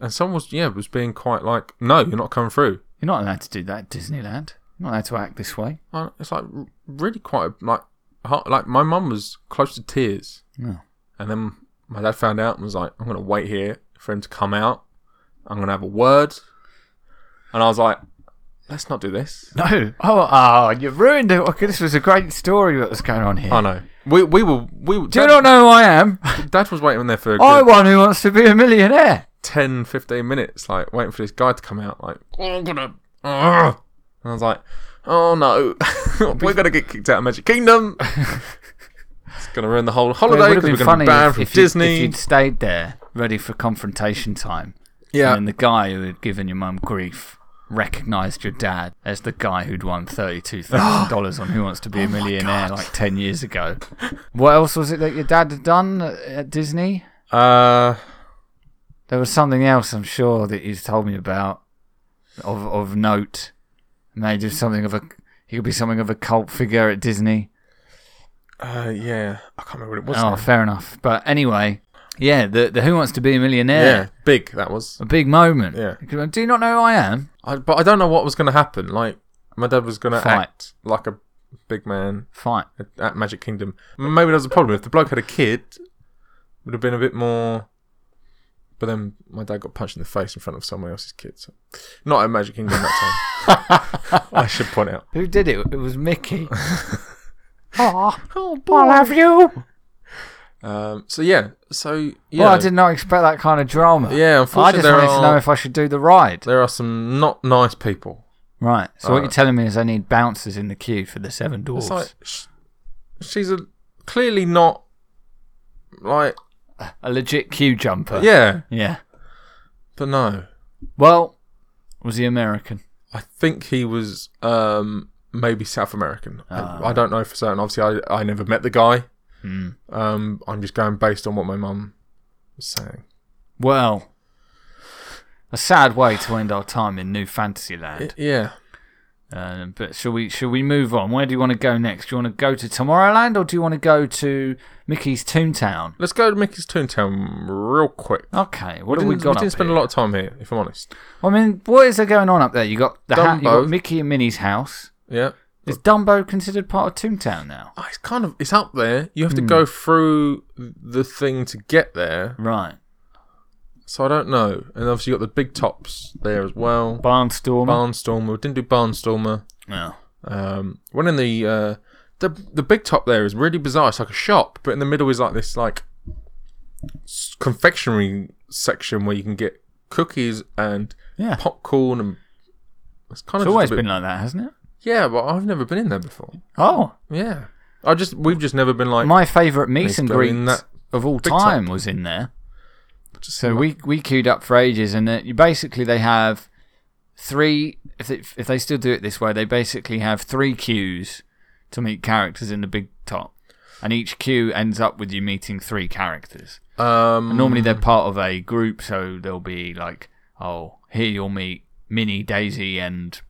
Speaker 2: And someone was yeah was being quite like no you're not coming through.
Speaker 1: You're not allowed to do that, at Disneyland. You're not allowed to act this way.
Speaker 2: Uh, It's like r- really quite like hard, like my mum was close to tears.
Speaker 1: Yeah.
Speaker 2: And then my dad found out and was like, I'm going to wait here for him to come out. I'm going to have a word. And I was like, let's not do this.
Speaker 1: No. Oh, ah, you ruined it. Okay, this was a great story that was going on here.
Speaker 2: I know. We, we were, we were,
Speaker 1: do you
Speaker 2: dad,
Speaker 1: not know who I am?
Speaker 2: dad was waiting there for a
Speaker 1: I
Speaker 2: good
Speaker 1: one who wants to be a millionaire.
Speaker 2: 10, 15 minutes, like waiting for this guy to come out, like, oh, I'm going to, and I was like, oh no, we're going to get kicked out of Magic Kingdom. it's going to ruin the whole
Speaker 1: Well,
Speaker 2: holiday
Speaker 1: it would have
Speaker 2: because
Speaker 1: been
Speaker 2: we're going to
Speaker 1: funny
Speaker 2: be banned
Speaker 1: if,
Speaker 2: from
Speaker 1: if, you,
Speaker 2: Disney.
Speaker 1: if you'd stayed there, ready for confrontation time.
Speaker 2: Yeah.
Speaker 1: And then the guy who had given your mum grief recognized your dad as the guy who'd won $32,000 on Who Wants to Be
Speaker 2: Oh
Speaker 1: a Millionaire like 10 years ago. What else was it that your dad had done at- at Disney?
Speaker 2: Uh,
Speaker 1: There was something else, I'm sure, that he's told me about of, of note. Maybe something of a. He could be something of a cult figure at Disney.
Speaker 2: uh, yeah. I can't remember what it was.
Speaker 1: Oh,
Speaker 2: now.
Speaker 1: fair enough. But anyway, yeah, the, the Who Wants to Be a Millionaire.
Speaker 2: yeah. Big, that was.
Speaker 1: A big moment.
Speaker 2: Yeah.
Speaker 1: He goes, Do you not know who I am?
Speaker 2: I, but I don't know what was going to happen. Like, my dad was going to
Speaker 1: Fight.
Speaker 2: act like a big man
Speaker 1: Fine.
Speaker 2: at, at Magic Kingdom. Maybe that was a problem. If the bloke had a kid, it would have been a bit more. But then my dad got punched in the face in front of someone else's kid. So. Not at Magic Kingdom that time. I should point out.
Speaker 1: Who did it? It was Mickey. oh, I'll have you.
Speaker 2: Um, so yeah, so yeah,
Speaker 1: Well, I did not expect that kind of drama.
Speaker 2: Yeah,
Speaker 1: I
Speaker 2: unfortunately,
Speaker 1: just
Speaker 2: there
Speaker 1: wanted
Speaker 2: are,
Speaker 1: to know if I should do the ride.
Speaker 2: there are some not nice people.
Speaker 1: Right. So what
Speaker 2: Uh,
Speaker 1: you're telling me is I need bouncers in the queue for the Seven Dwarfs.
Speaker 2: It's like sh- she's a clearly not like
Speaker 1: a legit queue jumper.
Speaker 2: yeah,
Speaker 1: Yeah.
Speaker 2: but no.
Speaker 1: Well, was he American?
Speaker 2: I think he was um, maybe South American. I, I don't know for certain. Obviously, I, I never met the guy. Um, I'm just going based on what my mum was saying.
Speaker 1: Well, a sad way to end our time in New Fantasyland.
Speaker 2: yeah.
Speaker 1: Um, but shall we shall we move on? Where do you want to go next? Do you want to go to Tomorrowland or do you want to go to Mickey's Toontown?
Speaker 2: Let's go to Mickey's Toontown real quick.
Speaker 1: Okay, what
Speaker 2: we
Speaker 1: have we
Speaker 2: didn't,
Speaker 1: got?
Speaker 2: we didn't
Speaker 1: up
Speaker 2: spend
Speaker 1: here?
Speaker 2: a lot of time here, if I'm honest.
Speaker 1: I mean, what is there going on up there? You got the ha- you
Speaker 2: Dumbo.
Speaker 1: got Mickey and Minnie's house.
Speaker 2: Yeah.
Speaker 1: Is Dumbo considered part of Toontown now?
Speaker 2: Oh, it's kind of it's up there. You have to go through the thing to get there.
Speaker 1: Right,
Speaker 2: So I don't know. And obviously you got the big tops there as well.
Speaker 1: Barnstormer. Oh.
Speaker 2: Barnstormer. We didn't do Barnstormer.
Speaker 1: No.
Speaker 2: Um, one in the uh, the the big top there is really bizarre. It's like a shop, but in the middle is like this like s- confectionery section where you can get cookies and
Speaker 1: Yeah,
Speaker 2: popcorn and it's kind
Speaker 1: it's
Speaker 2: of just a
Speaker 1: always
Speaker 2: bit-
Speaker 1: been like that, hasn't it?
Speaker 2: yeah, but I've never been in there before.
Speaker 1: Oh,
Speaker 2: Yeah, I just we've just never been like
Speaker 1: my favourite meet
Speaker 2: Please
Speaker 1: and
Speaker 2: go
Speaker 1: greet
Speaker 2: in that
Speaker 1: of all
Speaker 2: big top.
Speaker 1: time was in there.
Speaker 2: just
Speaker 1: So we we queued up for ages, and it, you basically they have three. If they, if they still do it this way, they basically have three queues to meet characters in the big top, and each queue ends up with you meeting three characters.
Speaker 2: um
Speaker 1: Normally they're part of a group, so they'll be like, oh, here you'll meet Minnie, Daisy, and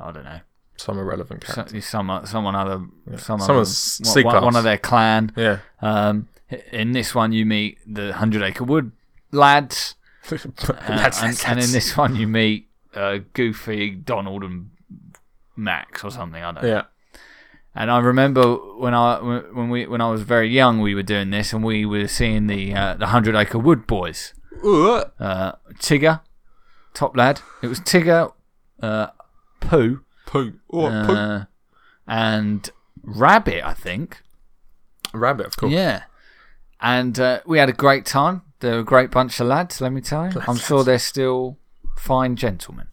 Speaker 1: I don't know,
Speaker 2: some irrelevant characters.
Speaker 1: some someone, someone other, some
Speaker 2: Some
Speaker 1: other,
Speaker 2: of s-
Speaker 1: one- one,
Speaker 2: C-class.
Speaker 1: one of their clan.
Speaker 2: yeah,
Speaker 1: Um, in this one, you meet the Hundred Acre Wood lads, uh,
Speaker 2: That's-
Speaker 1: and,
Speaker 2: that's-
Speaker 1: and in this one, you meet uh, Goofy, Donald, and Max or something. I don't. know.
Speaker 2: yeah.
Speaker 1: And I remember when I when we when I was very young, we were doing this, and we were seeing the uh, the Hundred Acre Wood boys.
Speaker 2: Ooh,
Speaker 1: Uh, Tigger, top lad. It was Tigger, uh, Pooh,
Speaker 2: poo. Ooh,
Speaker 1: uh, and Rabbit, I think.
Speaker 2: poo. Rabbit, of course.
Speaker 1: Yeah. And uh, we had a great time. They're a great bunch of lads, let me tell you. I'm sure they're still fine gentlemen.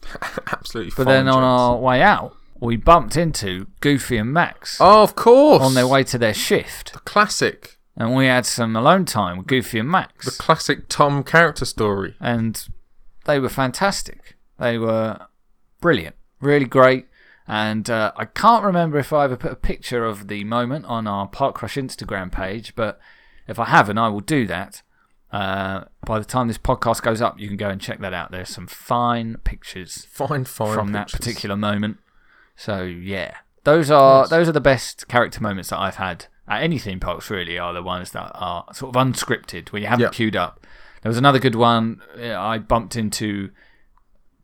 Speaker 2: Absolutely.
Speaker 1: But then on our way out, we bumped into Goofy and Max
Speaker 2: oh, of course,
Speaker 1: on their way to their shift.
Speaker 2: classic,
Speaker 1: And we had some alone time with Goofy and
Speaker 2: the
Speaker 1: Max.
Speaker 2: classic Tom character story.
Speaker 1: And they were fantastic. They were brilliant, really great. And uh, I can't remember if I ever put a picture of the moment on our Park Crush Instagram page, but if I haven't, I will do that. Uh, by the time this podcast goes up, you can go and check that out. There's some fine pictures
Speaker 2: Fine, fine.
Speaker 1: from that
Speaker 2: pictures.
Speaker 1: particular moment. So yeah, those are those are the best character moments that I've had at any theme parks. Really, are the ones that are sort of unscripted where you haven't
Speaker 2: Yeah.
Speaker 1: queued up. There was another good one uh, I bumped into.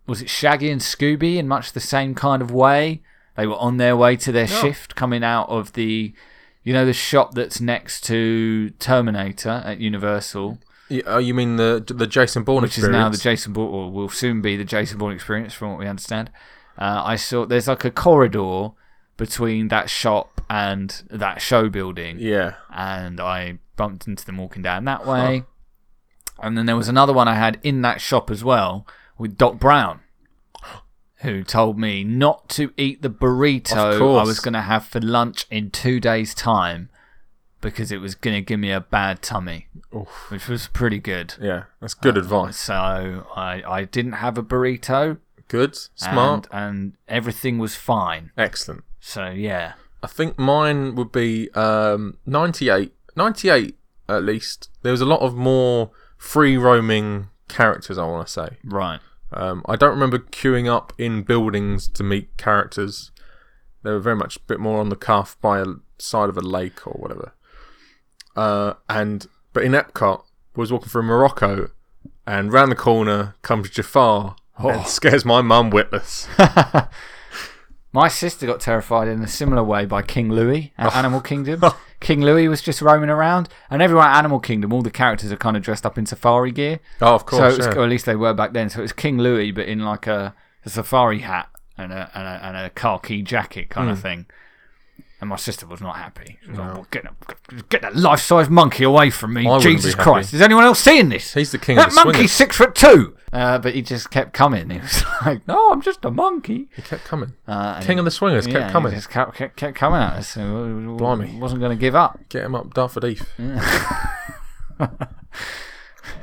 Speaker 1: Was it Shaggy and Scooby in much the same kind of way? They were on their way to their shift, coming out of the, you know, the shop that's next to Terminator at Universal
Speaker 2: Yeah, oh, you mean the the Jason Bourne
Speaker 1: which is now the Jason Bourne, or will soon be the Jason Bourne experience, from what we understand. Uh, I saw there's like a corridor between that shop and that show building,
Speaker 2: yeah,
Speaker 1: and I bumped into them walking down that way. And then there was another one I had in that shop as well with Doc Brown, who told me not to eat the burrito
Speaker 2: Of course.
Speaker 1: I was going to have for lunch in two days' time because it was going to give me a bad tummy,
Speaker 2: Oof.
Speaker 1: which was pretty good.
Speaker 2: Yeah, that's
Speaker 1: Uh,
Speaker 2: good advice.
Speaker 1: So I, I didn't have a burrito.
Speaker 2: Good, smart,
Speaker 1: And, and everything was fine.
Speaker 2: excellent.
Speaker 1: So yeah.
Speaker 2: I think mine would be um, 98. 98 at least. There was a lot of more free roaming characters. I want to say.
Speaker 1: Right.
Speaker 2: Um, I don't remember queuing up in buildings to meet characters. They were very much a bit more on the cuff by a side of a lake or whatever. Uh, and but in Epcot, I was walking through Morocco, and round the corner comes Jafar
Speaker 1: Oh.
Speaker 2: and scares my mum witless.
Speaker 1: My sister got terrified in a similar way by King Louis at Animal Kingdom. King Louis was just roaming around, and everyone at Animal Kingdom, all the characters are kind of dressed up in safari gear.
Speaker 2: oh, of
Speaker 1: so
Speaker 2: course.
Speaker 1: it was,
Speaker 2: yeah.
Speaker 1: or at least they were back then. So it was King Louis, but in like a, a safari hat and a, and a and a khaki jacket kind
Speaker 2: Hmm.
Speaker 1: of thing. And my sister was not happy. She was like, "Well, get, a, get that life size monkey away from me.
Speaker 2: I wouldn't
Speaker 1: Jesus
Speaker 2: be happy.
Speaker 1: Christ. Is anyone else seeing this?
Speaker 2: He's the king
Speaker 1: that
Speaker 2: of the
Speaker 1: monkey's six foot two. Uh, but he just kept coming. He was like, no, I'm just a monkey.
Speaker 2: swingers. He kept coming.
Speaker 1: Uh, and
Speaker 2: king
Speaker 1: he-
Speaker 2: of the swingers
Speaker 1: yeah,
Speaker 2: kept
Speaker 1: he
Speaker 2: coming.
Speaker 1: just kept, kept, kept coming at us. So
Speaker 2: Blimey.
Speaker 1: Blimey. Wasn't going to give up.
Speaker 2: Get him up, Darth Vadif.
Speaker 1: Mm.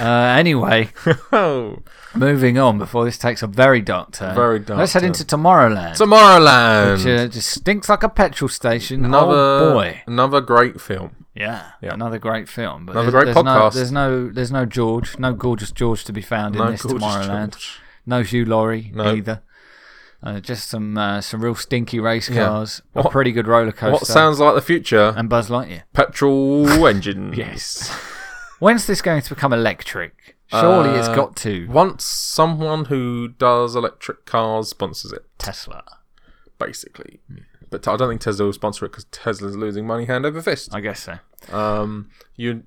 Speaker 1: Uh, anyway,
Speaker 2: oh,
Speaker 1: moving on before this takes a very dark turn.
Speaker 2: Very dark
Speaker 1: Let's head
Speaker 2: turn.
Speaker 1: into Tomorrowland.
Speaker 2: Tomorrowland.
Speaker 1: which uh, just stinks like a petrol station.
Speaker 2: another
Speaker 1: oh boy,
Speaker 2: another great film.
Speaker 1: yeah,
Speaker 2: Yeah.
Speaker 1: another great film. But
Speaker 2: Another
Speaker 1: there's,
Speaker 2: great
Speaker 1: there's No,
Speaker 2: podcast.
Speaker 1: there's no, there's no George, no gorgeous George to be found in this
Speaker 2: gorgeous
Speaker 1: Tomorrowland.
Speaker 2: George.
Speaker 1: No Hugh Laurie
Speaker 2: No.
Speaker 1: either. Uh, just some uh, some real stinky race
Speaker 2: Yeah.
Speaker 1: cars, a
Speaker 2: What-
Speaker 1: pretty good roller coaster,
Speaker 2: What sounds like the future?
Speaker 1: and Buzz Lightyear.
Speaker 2: Petrol engines.
Speaker 1: When's this going to become electric? Surely it's
Speaker 2: Uh,
Speaker 1: got to
Speaker 2: Once someone who does electric cars sponsors it,
Speaker 1: Tesla.
Speaker 2: basically. But I don't think Tesla will sponsor it because Tesla's losing money hand over fist.
Speaker 1: I guess so.
Speaker 2: Um, you,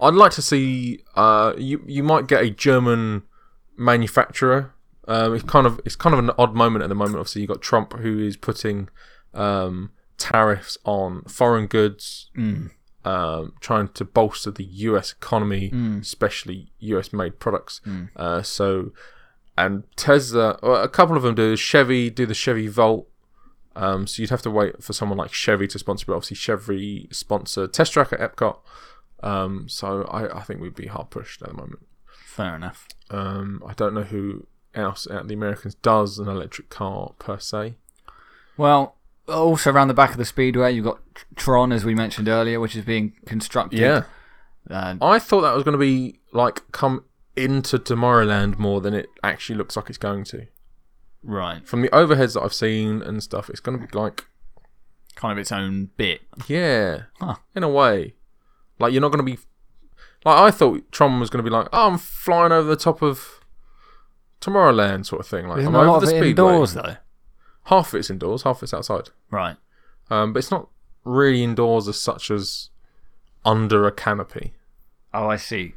Speaker 2: I'd like to see. Uh, you you might get a German manufacturer. Um, it's kind of it's kind of an odd moment at the moment. Obviously, you have got Trump who is putting um, tariffs on foreign goods, um, trying to bolster the U.S. economy, especially U.S. made products. Uh, so, and Tesla, well, a couple of them do. Chevy do the Chevy Volt. Um, so you'd have to wait for someone like Chevy to sponsor, but obviously Chevy sponsor Test Track at Epcot. Um, so I, I think we'd be hard pushed at the moment.
Speaker 1: Fair enough.
Speaker 2: Um, I don't know who else out of the Americans does an electric car per se.
Speaker 1: Well, also around the back of the speedway, you've got Tr- Tron, as we mentioned earlier, which is being constructed. Uh,
Speaker 2: I thought that was going to be like come into Tomorrowland more than it actually looks like it's going to.
Speaker 1: right.
Speaker 2: From the overheads that I've seen and stuff, it's going to be like
Speaker 1: Kind of its own bit.
Speaker 2: Yeah.
Speaker 1: Huh.
Speaker 2: In a way. Like you're not gonna be like I thought Tron was gonna be like, oh, I'm flying over the top of Tomorrowland sort of thing. Like
Speaker 1: Isn't
Speaker 2: I'm
Speaker 1: a lot
Speaker 2: over
Speaker 1: of
Speaker 2: the
Speaker 1: it
Speaker 2: speedway.
Speaker 1: indoors, though.
Speaker 2: Half of it's indoors, half of it's outside.
Speaker 1: Right.
Speaker 2: Um, but it's not really indoors as such as under a canopy.
Speaker 1: Oh, I see.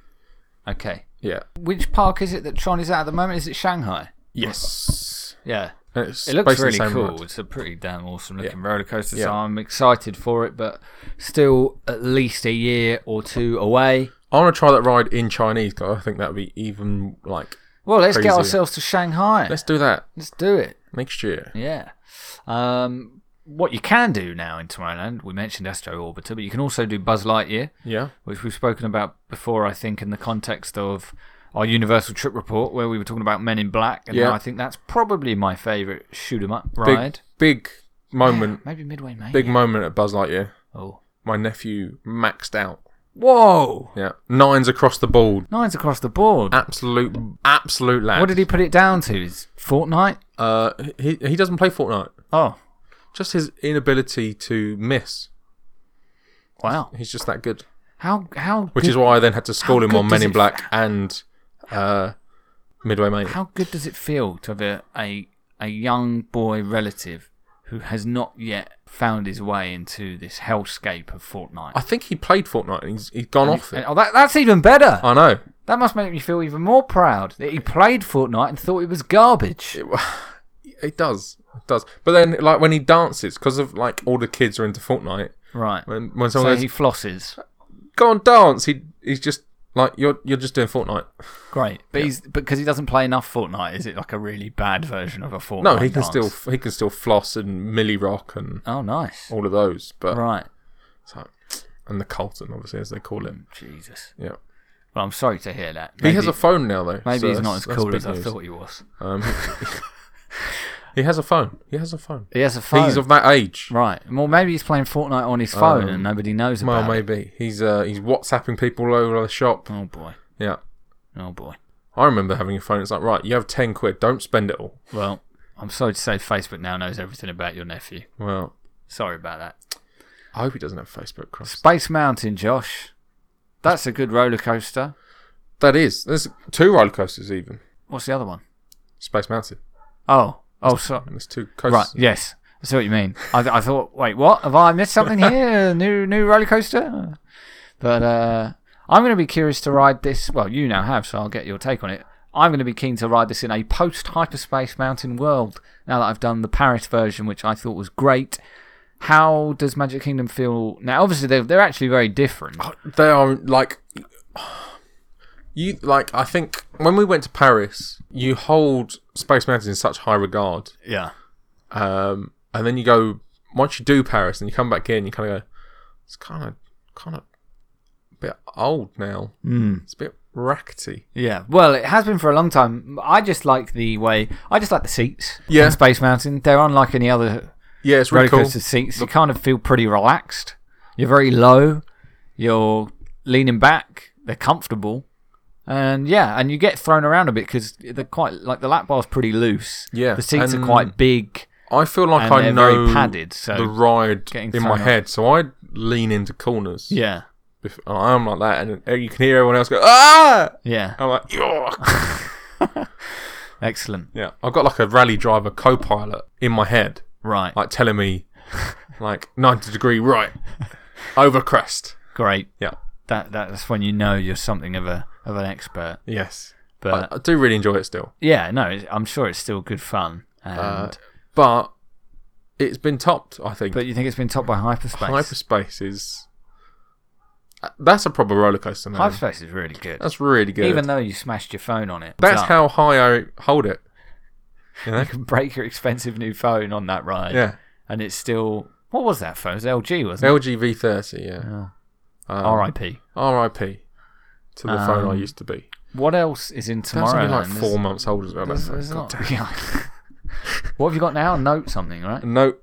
Speaker 1: Okay.
Speaker 2: Yeah.
Speaker 1: Which park is it that Tron is at at the moment? Is it Shanghai?
Speaker 2: Yes.
Speaker 1: Yeah.
Speaker 2: And it's
Speaker 1: It looks
Speaker 2: based in the
Speaker 1: really
Speaker 2: same
Speaker 1: cool.
Speaker 2: world.
Speaker 1: It's a pretty damn awesome looking roller coaster, so
Speaker 2: Yeah.
Speaker 1: I'm excited for it, but still at least a year or two away.
Speaker 2: I want to try that ride in Chinese because I think that would be even like
Speaker 1: Well, let's get
Speaker 2: Crazy.
Speaker 1: ourselves to Shanghai.
Speaker 2: let's do that
Speaker 1: let's do it.
Speaker 2: next year.
Speaker 1: Yeah. Um, what you can do now in Tomorrowland, we mentioned Astro Orbiter, but you can also do Buzz Lightyear,
Speaker 2: Yeah.
Speaker 1: which we've spoken about before, I think, in the context of our Universal Trip Report, where we were talking about Men in Black. And
Speaker 2: Yeah.
Speaker 1: I think that's probably my favourite shoot 'em up
Speaker 2: Big
Speaker 1: ride.
Speaker 2: big moment.
Speaker 1: Maybe Midway Mania.
Speaker 2: Big moment at Buzz Lightyear.
Speaker 1: Oh.
Speaker 2: my nephew maxed out.
Speaker 1: Whoa!
Speaker 2: Yeah, nines across the board.
Speaker 1: Nine's across the board.
Speaker 2: Absolute, absolute lad.
Speaker 1: what did he put it down to? Is Fortnite?
Speaker 2: Uh, he he doesn't play Fortnite.
Speaker 1: Oh,
Speaker 2: Just his inability to miss.
Speaker 1: wow.
Speaker 2: He's just that good.
Speaker 1: How how
Speaker 2: Which
Speaker 1: good,
Speaker 2: is why I then had to school
Speaker 1: How
Speaker 2: him on
Speaker 1: good
Speaker 2: Men
Speaker 1: does
Speaker 2: in
Speaker 1: it-
Speaker 2: Black and uh, Midway Mania.
Speaker 1: how good does it feel to have a, a a young boy relative who has not yet found his way into this hellscape of Fortnite?
Speaker 2: I think he played Fortnite. And he's he's gone off
Speaker 1: And-
Speaker 2: it.
Speaker 1: oh, that, that's even better.
Speaker 2: I know.
Speaker 1: that must make me feel even more proud that he played Fortnite and thought it was garbage.
Speaker 2: It does. It does. But then, like when he dances, because of like all the kids are into Fortnite.
Speaker 1: Right.
Speaker 2: When when
Speaker 1: So
Speaker 2: someone goes,
Speaker 1: he flosses.
Speaker 2: "Go on, dance," he he's just like you're you're just doing Fortnite.
Speaker 1: Great, but he's because he doesn't play enough Fortnite. Is it like a really bad version of a Fortnite?
Speaker 2: No, he can
Speaker 1: dance?
Speaker 2: still he can still floss and Millie Rock and
Speaker 1: Oh, nice.
Speaker 2: all of those. But
Speaker 1: Right.
Speaker 2: So, and the Colton, obviously, as they call it.
Speaker 1: Jesus.
Speaker 2: Yeah.
Speaker 1: Well, I'm sorry to hear that.
Speaker 2: he has
Speaker 1: Maybe-
Speaker 2: a phone now, though.
Speaker 1: Maybe
Speaker 2: so
Speaker 1: he's
Speaker 2: that's-
Speaker 1: not as
Speaker 2: that's
Speaker 1: cool
Speaker 2: big
Speaker 1: as I
Speaker 2: news.
Speaker 1: thought he was.
Speaker 2: Um, he has a phone. He has a phone.
Speaker 1: He has a phone.
Speaker 2: He's of that age.
Speaker 1: right. Well, maybe he's playing Fortnite on his phone
Speaker 2: Um,
Speaker 1: and nobody knows
Speaker 2: Well,
Speaker 1: about it.
Speaker 2: maybe he's uh, he's WhatsApping people all over the shop.
Speaker 1: Oh boy.
Speaker 2: Yeah,
Speaker 1: Oh boy.
Speaker 2: I remember having a phone. It's like right, you have ten quid. Don't spend it all.
Speaker 1: Well, I'm sorry to say Facebook now knows everything about your nephew.
Speaker 2: Well,
Speaker 1: Sorry about that.
Speaker 2: I hope he doesn't have Facebook. Christ.
Speaker 1: Space Mountain, Josh. That's a good roller coaster.
Speaker 2: That is. There's two roller coasters even.
Speaker 1: What's the other one?
Speaker 2: Space Mountain.
Speaker 1: Oh. Oh, so
Speaker 2: And there's two
Speaker 1: right.
Speaker 2: coasters.
Speaker 1: Yes. I see what you mean. I, I thought, wait, what? Have I missed something here? new new roller coaster. But uh, I'm going to be curious to ride this. Well, you now have, so I'll get your take on it. I'm going to be keen to ride this in a post hyperspace mountain world. Now that I've done the Paris version, which I thought was great. How does Magic Kingdom feel now? Obviously, they're, they're actually very different.
Speaker 2: They are like you like. I think when we went to Paris, you hold Space Mountain in such high regard,
Speaker 1: Yeah.
Speaker 2: um, and then you go once you do Paris, and you come back in, you kind of go. It's kind of kind of a bit old now.
Speaker 1: Hmm.
Speaker 2: Mm. It's a bit rackety.
Speaker 1: Yeah, well, it has been for a long time. I just like the way I just like the seats.
Speaker 2: Yeah.
Speaker 1: in Space Mountain. They're unlike any other
Speaker 2: Yeah, it's really
Speaker 1: roller
Speaker 2: cool.
Speaker 1: coaster seats. You kind of feel pretty relaxed. You're very low. You're leaning back. They're comfortable, and yeah, and you get thrown around a bit because they're quite like the lap bar's pretty loose.
Speaker 2: Yeah,
Speaker 1: the seats are
Speaker 2: and-
Speaker 1: quite big.
Speaker 2: I feel like
Speaker 1: And
Speaker 2: I
Speaker 1: they're
Speaker 2: know
Speaker 1: very padded, so
Speaker 2: the ride
Speaker 1: getting
Speaker 2: in
Speaker 1: thrown
Speaker 2: my
Speaker 1: off.
Speaker 2: head, so I lean into corners.
Speaker 1: Yeah,
Speaker 2: Bef- and I'm like that, and uh, you can hear everyone else go ah.
Speaker 1: yeah,
Speaker 2: I'm like, "Yuck."
Speaker 1: excellent.
Speaker 2: yeah. I've got like a rally driver co-pilot in my head,
Speaker 1: Right,
Speaker 2: like telling me, like 90 degree right, over crest.
Speaker 1: great.
Speaker 2: Yeah.
Speaker 1: That that's when you know you're something of a of an expert.
Speaker 2: Yes.
Speaker 1: But
Speaker 2: I, I do really enjoy it still,
Speaker 1: Yeah, no, it's- I'm sure it's still good fun. And,
Speaker 2: uh, but it's been topped. I think
Speaker 1: but you think it's been topped by hyperspace?
Speaker 2: hyperspace is uh, that's a proper roller coaster now.
Speaker 1: hyperspace is really good.
Speaker 2: That's really good.
Speaker 1: Even though you smashed your phone on it,
Speaker 2: That's
Speaker 1: Done.
Speaker 2: how high I hold it. You know?
Speaker 1: you can break your expensive new phone on that ride.
Speaker 2: yeah.
Speaker 1: and it's still what was that phone? It was LG, wasn't
Speaker 2: LG V30, yeah.
Speaker 1: it?
Speaker 2: Um,
Speaker 1: Oh, R.I.P.
Speaker 2: RIP to the phone I
Speaker 1: Um,
Speaker 2: used to be.
Speaker 1: What else is in
Speaker 2: That's
Speaker 1: tomorrow?
Speaker 2: only like four months old as well. that phone. God damn.
Speaker 1: what have you got now? A Note something, right?
Speaker 2: Note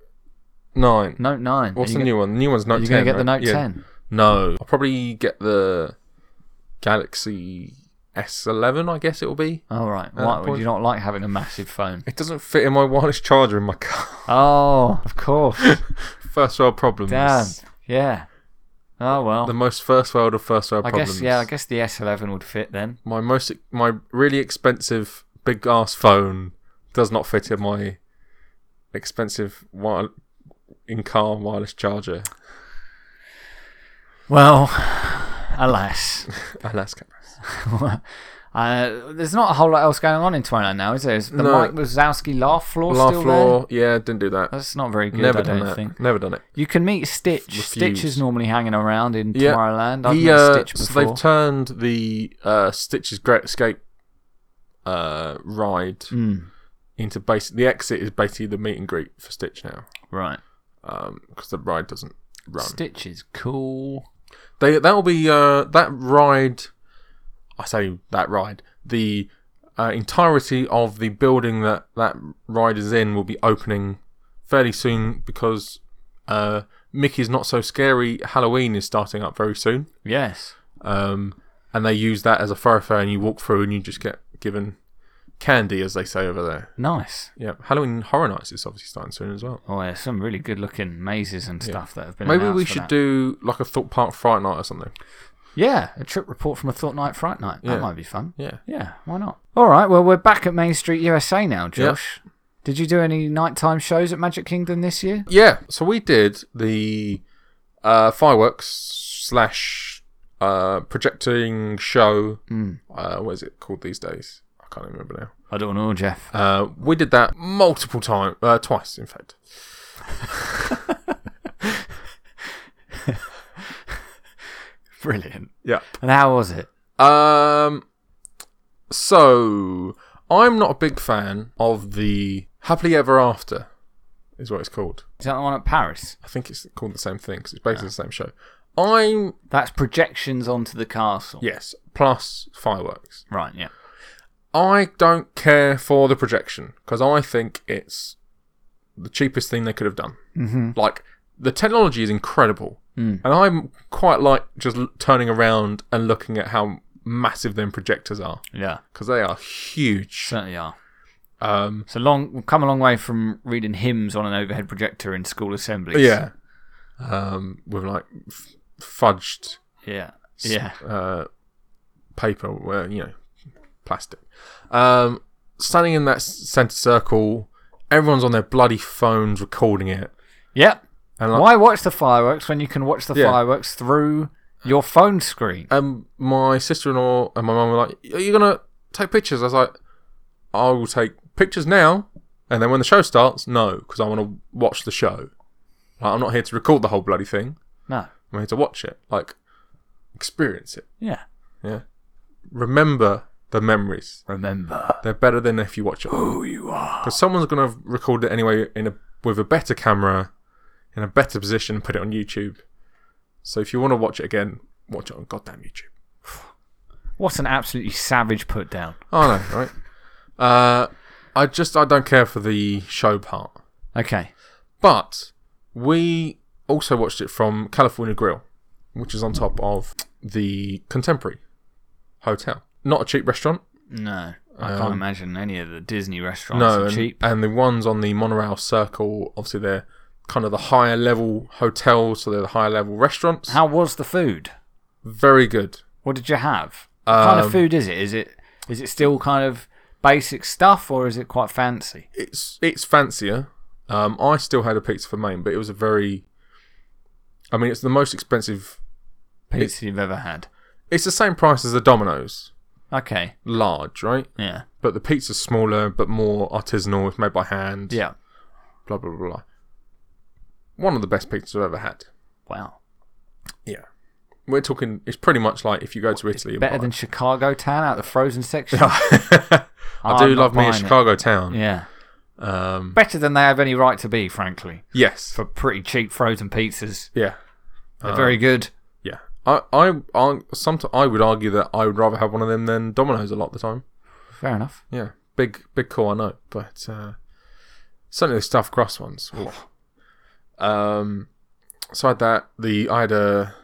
Speaker 2: 9.
Speaker 1: Note nine.
Speaker 2: What's
Speaker 1: Are
Speaker 2: the
Speaker 1: you
Speaker 2: new one? The new one's Note
Speaker 1: You're
Speaker 2: 10.
Speaker 1: gonna get the
Speaker 2: right?
Speaker 1: Note
Speaker 2: Yeah.
Speaker 1: ten.
Speaker 2: No. I'll probably get the Galaxy S11, I guess it'll be.
Speaker 1: All right.
Speaker 2: that
Speaker 1: Why would
Speaker 2: point-
Speaker 1: you not like having a massive phone?
Speaker 2: It doesn't fit in my wireless charger in my car.
Speaker 1: Oh, of course.
Speaker 2: First world problems.
Speaker 1: Damn. Yeah. Oh well.
Speaker 2: The most first world of first world
Speaker 1: I
Speaker 2: problems.
Speaker 1: guess yeah. I guess the S11 would fit then.
Speaker 2: my most my really expensive big ass phone does not fit in my expensive wire, in car wireless charger.
Speaker 1: Well, alas,
Speaker 2: Alaska.
Speaker 1: uh, there's not a whole lot else going on in Twilight now, is there? Is the
Speaker 2: No.
Speaker 1: Mike Wazowski laugh floor
Speaker 2: Laugh
Speaker 1: still there?
Speaker 2: floor. Yeah, didn't do that.
Speaker 1: That's not very good.
Speaker 2: Never
Speaker 1: I
Speaker 2: done
Speaker 1: don't
Speaker 2: that.
Speaker 1: think
Speaker 2: Never done it.
Speaker 1: you can meet Stitch.
Speaker 2: Refuse.
Speaker 1: Stitch is normally hanging around in
Speaker 2: Yeah.
Speaker 1: Tomorrowland. I've
Speaker 2: He,
Speaker 1: met
Speaker 2: uh,
Speaker 1: Stitch
Speaker 2: so they've
Speaker 1: before.
Speaker 2: turned the uh, Stitch's Great Escape uh, ride
Speaker 1: Mm,
Speaker 2: into base. The exit is basically the meet and greet for Stitch now
Speaker 1: right.
Speaker 2: because the ride doesn't run.
Speaker 1: Stitch is cool.
Speaker 2: They that'll be uh, that ride. I say that ride. The uh, entirety of the building that that ride is in will be opening fairly soon because uh, Mickey's Not So Scary Halloween is starting up very soon,
Speaker 1: Yes.
Speaker 2: um, and they use that as a thoroughfare. And you walk through, and you just get given candy, as they say over there.
Speaker 1: Nice.
Speaker 2: Yeah, Halloween Horror Nights is obviously starting soon as well.
Speaker 1: Oh, there's some really good looking mazes and stuff that have been.
Speaker 2: Maybe
Speaker 1: announced
Speaker 2: we
Speaker 1: for
Speaker 2: should
Speaker 1: that.
Speaker 2: do like a Thought Park Fright Night or something.
Speaker 1: Yeah, a trip report from a Thought Night Fright Night.
Speaker 2: Yeah.
Speaker 1: That might be fun.
Speaker 2: Yeah.
Speaker 1: Yeah, why not? All right, well, we're back at Main Street USA now, Josh. Did you do any nighttime shows at Magic Kingdom this year?
Speaker 2: Yeah, so we did the uh, fireworks slash uh, projecting show.
Speaker 1: Mm.
Speaker 2: Uh, what is it called these days? I can't remember
Speaker 1: I don't know, Jeff.
Speaker 2: now. Uh, we did that multiple times, uh, twice in fact.
Speaker 1: Brilliant.
Speaker 2: Yeah.
Speaker 1: And how was it?
Speaker 2: Um. So I'm not a big fan of the happily ever after is what it's called.
Speaker 1: Is that the one at Paris?
Speaker 2: I think it's called the same thing because it's basically the same show. I'm
Speaker 1: That's projections onto the castle.
Speaker 2: yes, plus fireworks.
Speaker 1: Right, yeah.
Speaker 2: I don't care for the projection because I think it's the cheapest thing they could have done. Mm-hmm. Like the technology is incredible, and I'm quite like just l- turning around and looking at how massive them projectors are
Speaker 1: Yeah.
Speaker 2: because they are huge.
Speaker 1: Certainly are.
Speaker 2: Um,
Speaker 1: So long, we've come a long way from reading hymns on an overhead projector in school assemblies.
Speaker 2: Yeah. Um, with like f- fudged
Speaker 1: yeah, yeah.
Speaker 2: uh, paper, where, you know, plastic. Um, standing in that s- centre circle, everyone's on their bloody phones recording it.
Speaker 1: Yep.
Speaker 2: And like,
Speaker 1: Why watch the fireworks when you can watch the
Speaker 2: Yeah.
Speaker 1: fireworks through your phone screen?
Speaker 2: um, my sister in law and my mum were like, Are you going to take pictures? I was like, I will take pictures now. And then when the show starts, no, because I want to watch the show. Like, I'm not here to record the whole bloody thing.
Speaker 1: No.
Speaker 2: I'm here to watch it, like, experience it.
Speaker 1: Yeah.
Speaker 2: remember the memories.
Speaker 1: Remember
Speaker 2: They're better than if you watch it because
Speaker 1: who you are.
Speaker 2: someone's going to record it anyway in a with a better camera, in a better position, and put it on YouTube. So if you want to watch it again, watch it on goddamn YouTube.
Speaker 1: What an absolutely savage put down.
Speaker 2: Oh no, right? Uh, I just I don't care for the show part,
Speaker 1: Okay.
Speaker 2: but we also watched it from California Grill, which is on top of the Contemporary Hotel. Not a cheap restaurant.
Speaker 1: No. I can't imagine any of the Disney restaurants
Speaker 2: No,
Speaker 1: are
Speaker 2: and,
Speaker 1: cheap.
Speaker 2: and the ones on the monorail circle, obviously they're kind of the higher level hotels, so they're the higher level restaurants.
Speaker 1: How was the food?
Speaker 2: Very good.
Speaker 1: What did you have? What kind of
Speaker 2: Um,
Speaker 1: food is it? Is it is it still kind of basic stuff or is it quite fancy?
Speaker 2: It's it's fancier. Um, I still had a pizza for Maine, but it was a very. I mean, it's the most expensive.
Speaker 1: Pizza you've ever had.
Speaker 2: It's the same price as the Domino's,
Speaker 1: Okay.
Speaker 2: large, right?
Speaker 1: Yeah.
Speaker 2: But the pizza's smaller, but more artisanal. It's made by hand.
Speaker 1: Yeah.
Speaker 2: Blah blah blah. blah. One of the best pizzas I've ever had.
Speaker 1: Wow.
Speaker 2: Yeah. We're talking. It's pretty much like if you go to Italy. and
Speaker 1: Better
Speaker 2: buy-
Speaker 1: than Chicago Town out of the frozen section.
Speaker 2: I
Speaker 1: I'm
Speaker 2: do
Speaker 1: not
Speaker 2: love me a
Speaker 1: buying it.
Speaker 2: Chicago town.
Speaker 1: Yeah.
Speaker 2: Um,
Speaker 1: Better than they have any right to be, frankly.
Speaker 2: yes.
Speaker 1: For pretty cheap frozen pizzas.
Speaker 2: yeah.
Speaker 1: They're very good.
Speaker 2: Yeah. I I I, somet I would argue that I would rather have one of them than Domino's a lot of the time.
Speaker 1: Fair enough.
Speaker 2: Yeah. Big big call I know, but uh, certainly the stuffed crust ones. oof. um, so I had that. The I had a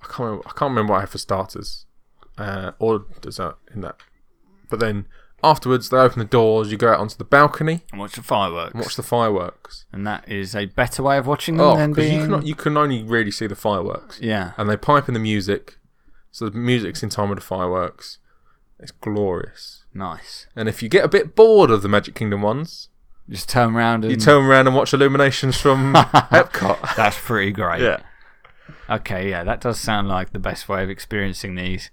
Speaker 2: I can't remember, I can't remember what I had for starters uh, or dessert in that. But then afterwards they open the doors. You go out onto the balcony,
Speaker 1: And watch the fireworks.
Speaker 2: watch the fireworks.
Speaker 1: and that is a better way of watching them
Speaker 2: Oh,
Speaker 1: than
Speaker 2: because
Speaker 1: being.
Speaker 2: you can you can only really see the fireworks,
Speaker 1: Yeah.
Speaker 2: and they pipe in the music, so the music's in time with the fireworks. It's glorious.
Speaker 1: Nice.
Speaker 2: And if you get a bit bored of the Magic Kingdom ones,
Speaker 1: Just turn around and.
Speaker 2: you turn around and watch Illuminations from Epcot.
Speaker 1: That's pretty great.
Speaker 2: Yeah,
Speaker 1: Okay, yeah, that does sound like the best way of experiencing these.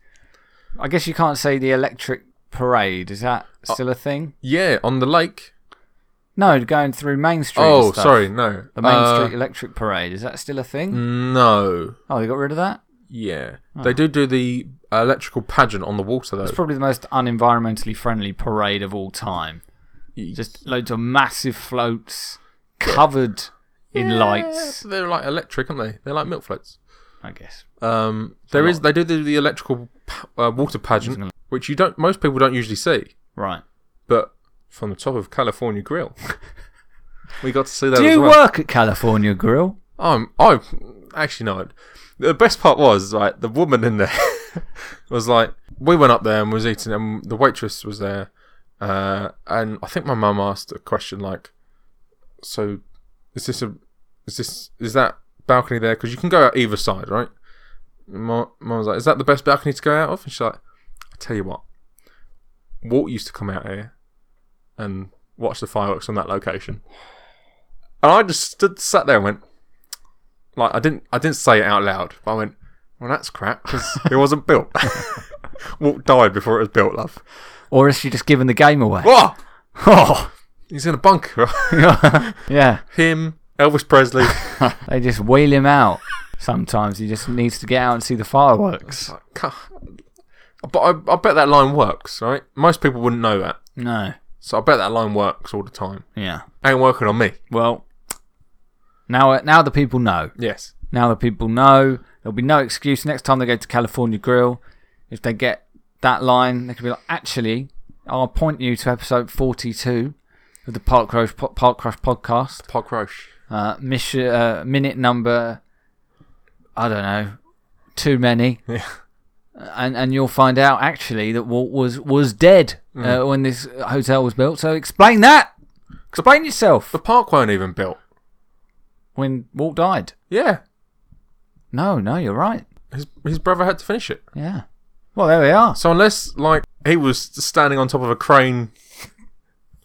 Speaker 1: I guess you can't say the electric parade. Is that still a thing?
Speaker 2: yeah, on the lake.
Speaker 1: No, going through Main Street. and
Speaker 2: oh,
Speaker 1: stuff.
Speaker 2: sorry, no,
Speaker 1: The Main
Speaker 2: Uh, Mm.
Speaker 1: Street Electric Parade. Is that still a thing?
Speaker 2: No,
Speaker 1: Oh, they got rid of that?
Speaker 2: yeah, they do do the electrical pageant on the water though.
Speaker 1: Oh. It's probably the most unenvironmentally friendly parade of all time. Just loads of massive floats covered in lights,
Speaker 2: Yeah, they're like electric, aren't they? They're like milk floats.
Speaker 1: I guess.
Speaker 2: Um, there is they do the, the electrical pa- uh, water pageant, which you don't most people don't usually see,
Speaker 1: Right.
Speaker 2: but from the top of California Grill, we got to see that
Speaker 1: Do
Speaker 2: as
Speaker 1: you
Speaker 2: well.
Speaker 1: work at California Grill?
Speaker 2: Um, I actually know it. The best part was like the woman in there was like we went up there and was eating, and the waitress was there, uh, and I think my mum asked a question like, "So, is this a, is this is that balcony there? Because you can go out either side, right?" And My mum was like, "Is that the best balcony to go out of?" And she's like, "I tell you what, Walt used to come out here and watch the fireworks on that location." And I just stood, sat there, and went, like I didn't I didn't say it out loud, but I went, well, that's crap because it wasn't built. Walt died before it was built, love.
Speaker 1: Or is she just giving the game away?
Speaker 2: Oh,
Speaker 1: Oh,
Speaker 2: he's in a bunker.
Speaker 1: yeah.
Speaker 2: Him, Elvis Presley.
Speaker 1: They just wheel him out. Sometimes he just needs to get out and see the fireworks.
Speaker 2: Like, "Cuh." but I, I bet that line works, right? Most people wouldn't know that,
Speaker 1: No.
Speaker 2: so I bet that line works all the time.
Speaker 1: Yeah.
Speaker 2: Ain't working on me.
Speaker 1: Well, Now, now the people know.
Speaker 2: Yes.
Speaker 1: Now the people know. There'll be no excuse next time they go to California Grill. If they get that line, they can be like, actually, I'll point you to episode 42 of the Park Crush, Park Crush podcast.
Speaker 2: Park Roche.
Speaker 1: Uh, mission, uh, minute number, I don't know, too many. Uh,
Speaker 2: Yeah.
Speaker 1: And and you'll find out actually that Walt was was dead uh, when this hotel was built. So explain that. Explain yourself.
Speaker 2: The park weren't even built.
Speaker 1: When Walt died.
Speaker 2: Yeah.
Speaker 1: No, no, you're right.
Speaker 2: His, his brother had to finish it.
Speaker 1: Yeah. Well, there they are.
Speaker 2: So unless like he was standing on top of a crane,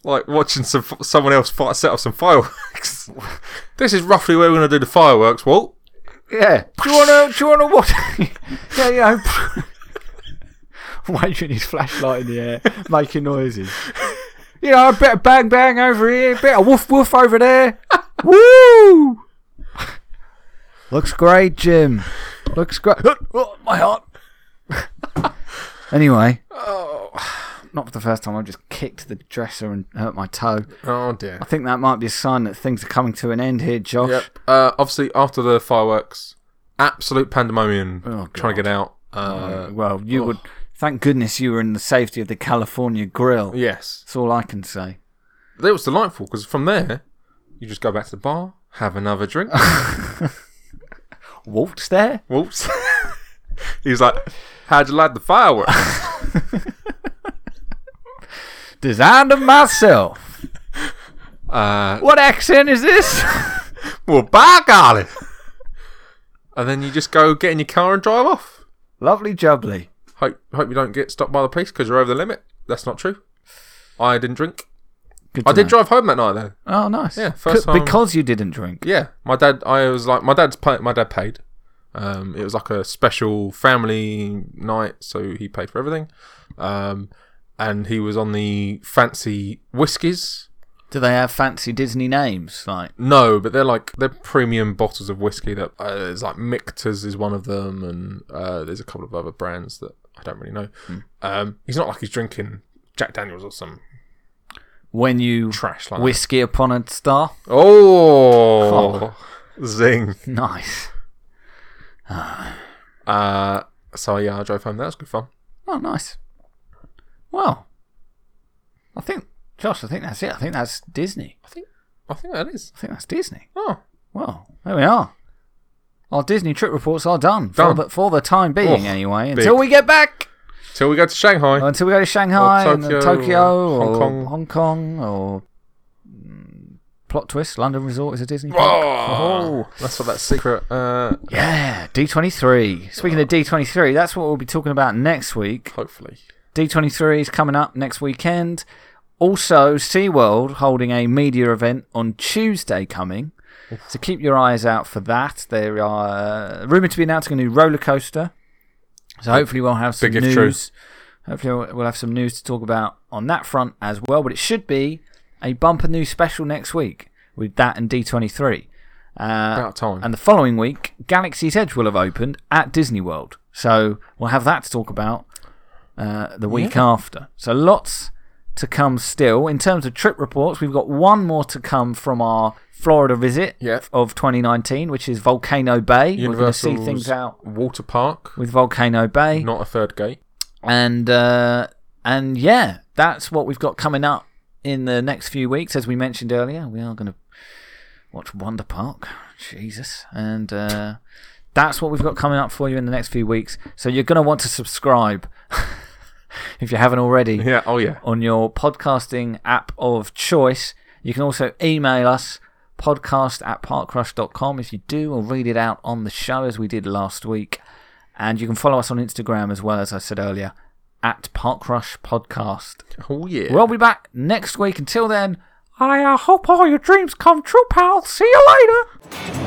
Speaker 2: like watching some, someone else fi set off some fireworks, this is roughly where we're going to do the fireworks, Walt.
Speaker 1: Yeah. Do you wanna? Do you wanna what? yeah, yeah.
Speaker 3: Waving his flashlight in the air, making noises.
Speaker 1: You know, a bit of bang bang over here, bit of woof woof over there. Woo! Looks great, Jim. Looks great. Oh, my heart. anyway,
Speaker 2: Oh,
Speaker 1: not for the first time. I've just kicked the dresser and hurt my toe.
Speaker 2: oh dear.
Speaker 1: I think that might be a sign that things are coming to an end here, Josh.
Speaker 2: Yep. Uh, obviously, after the fireworks, absolute pandemonium
Speaker 1: Oh,
Speaker 2: trying to get out.
Speaker 1: Uh,
Speaker 2: Uh,
Speaker 1: well, you would. Thank goodness you were in the safety of the California Grill.
Speaker 2: yes,
Speaker 1: That's all I can say.
Speaker 2: that was delightful because from there, you just go back to the bar, have another drink.
Speaker 1: Waltz there?
Speaker 2: Whoops. He's like, "How'd you like the fireworks?"
Speaker 1: Designed of myself.
Speaker 2: uh,
Speaker 1: What accent is this?
Speaker 2: well, by golly. and then you just go get in your car and drive off.
Speaker 1: Lovely jubbly.
Speaker 2: Hope hope you don't get stopped by the police because you're over the limit. That's not true. I didn't drink.
Speaker 1: Good
Speaker 2: I
Speaker 1: to
Speaker 2: did
Speaker 1: know.
Speaker 2: drive home that night though.
Speaker 1: Oh, nice.
Speaker 2: Yeah, first
Speaker 1: Co-
Speaker 2: time-
Speaker 1: Because you didn't drink.
Speaker 2: Yeah, my dad. I was like, my dad's pay, my dad paid. Um, it was like a special family night, so he paid for everything. Um, and he was on the fancy whiskies.
Speaker 1: Do they have fancy Disney names? Like,
Speaker 2: No, but they're like they're premium bottles of whiskey. That uh, there's like Mictas is one of them, and uh, there's a couple of other brands that I don't really know. Um, he's not like he's drinking Jack Daniels or some
Speaker 1: when you
Speaker 2: trash like. that.
Speaker 1: whiskey upon a star?
Speaker 2: Oh, zing!
Speaker 1: Nice.
Speaker 2: Uh, so yeah, I drove home. That was good fun.
Speaker 1: Oh, nice. Well, I think, Josh, I think that's it. I think that's Disney.
Speaker 2: I think I think that is.
Speaker 1: I think that's Disney.
Speaker 2: Oh,
Speaker 1: Well, there we are. Our Disney trip reports are done.
Speaker 2: Done.
Speaker 1: For, the, for the time being,
Speaker 2: Oh,
Speaker 1: anyway.
Speaker 2: big.
Speaker 1: Until we get back.
Speaker 2: till we go to Shanghai.
Speaker 1: Until we go to Shanghai
Speaker 2: Or
Speaker 1: and then
Speaker 2: Tokyo,
Speaker 1: Tokyo
Speaker 2: or
Speaker 1: or,
Speaker 2: Hong Kong.
Speaker 1: Hong Kong or mm, plot twist London Resort is a
Speaker 2: Oh.
Speaker 1: Disney park.
Speaker 2: Whoa! Oh, That's what that secret. Uh,
Speaker 1: Yeah, D23. Speaking of D23, that's what we'll be talking about next week.
Speaker 2: hopefully.
Speaker 1: D23 is coming up next weekend. Also, SeaWorld holding a media event on Tuesday coming. So keep your eyes out for that. They are uh, rumored to be announcing a new roller coaster. So hopefully we'll have some
Speaker 2: Big
Speaker 1: news.
Speaker 2: if true.
Speaker 1: Hopefully we'll- we'll have some news to talk about on that front as well. But it should be a bumper new special next week with that and D23. Uh,
Speaker 2: About time.
Speaker 1: and the following week, Galaxy's Edge will have opened at Disney World. So we'll have that to talk about uh, the week after. So lots to come still. In terms of trip reports, we've got one more to come from our Florida visit
Speaker 2: Yeah.
Speaker 1: of 2019, which is Volcano Bay. We're going to see
Speaker 2: Universal's
Speaker 1: things out
Speaker 2: Water park,
Speaker 1: with Volcano Bay.
Speaker 2: not a third gate.
Speaker 1: And, uh, and yeah, that's what we've got coming up in the next few weeks. As we mentioned earlier, we are going to watch Wonder Park. Jesus. And uh, that's what we've got coming up for you in the next few weeks. So you're going to want to subscribe if you haven't already
Speaker 2: Yeah. Oh yeah.
Speaker 1: on your podcasting app of choice. You can also email us podcast at parkrush.com if you do. We'll read it out on the show as we did last week. And you can follow us on Instagram as well, as I said earlier, at Parkrush Podcast.
Speaker 2: Oh yeah.
Speaker 1: We'll be back next week. Until then, I uh, hope all your dreams come true, pal. See you later.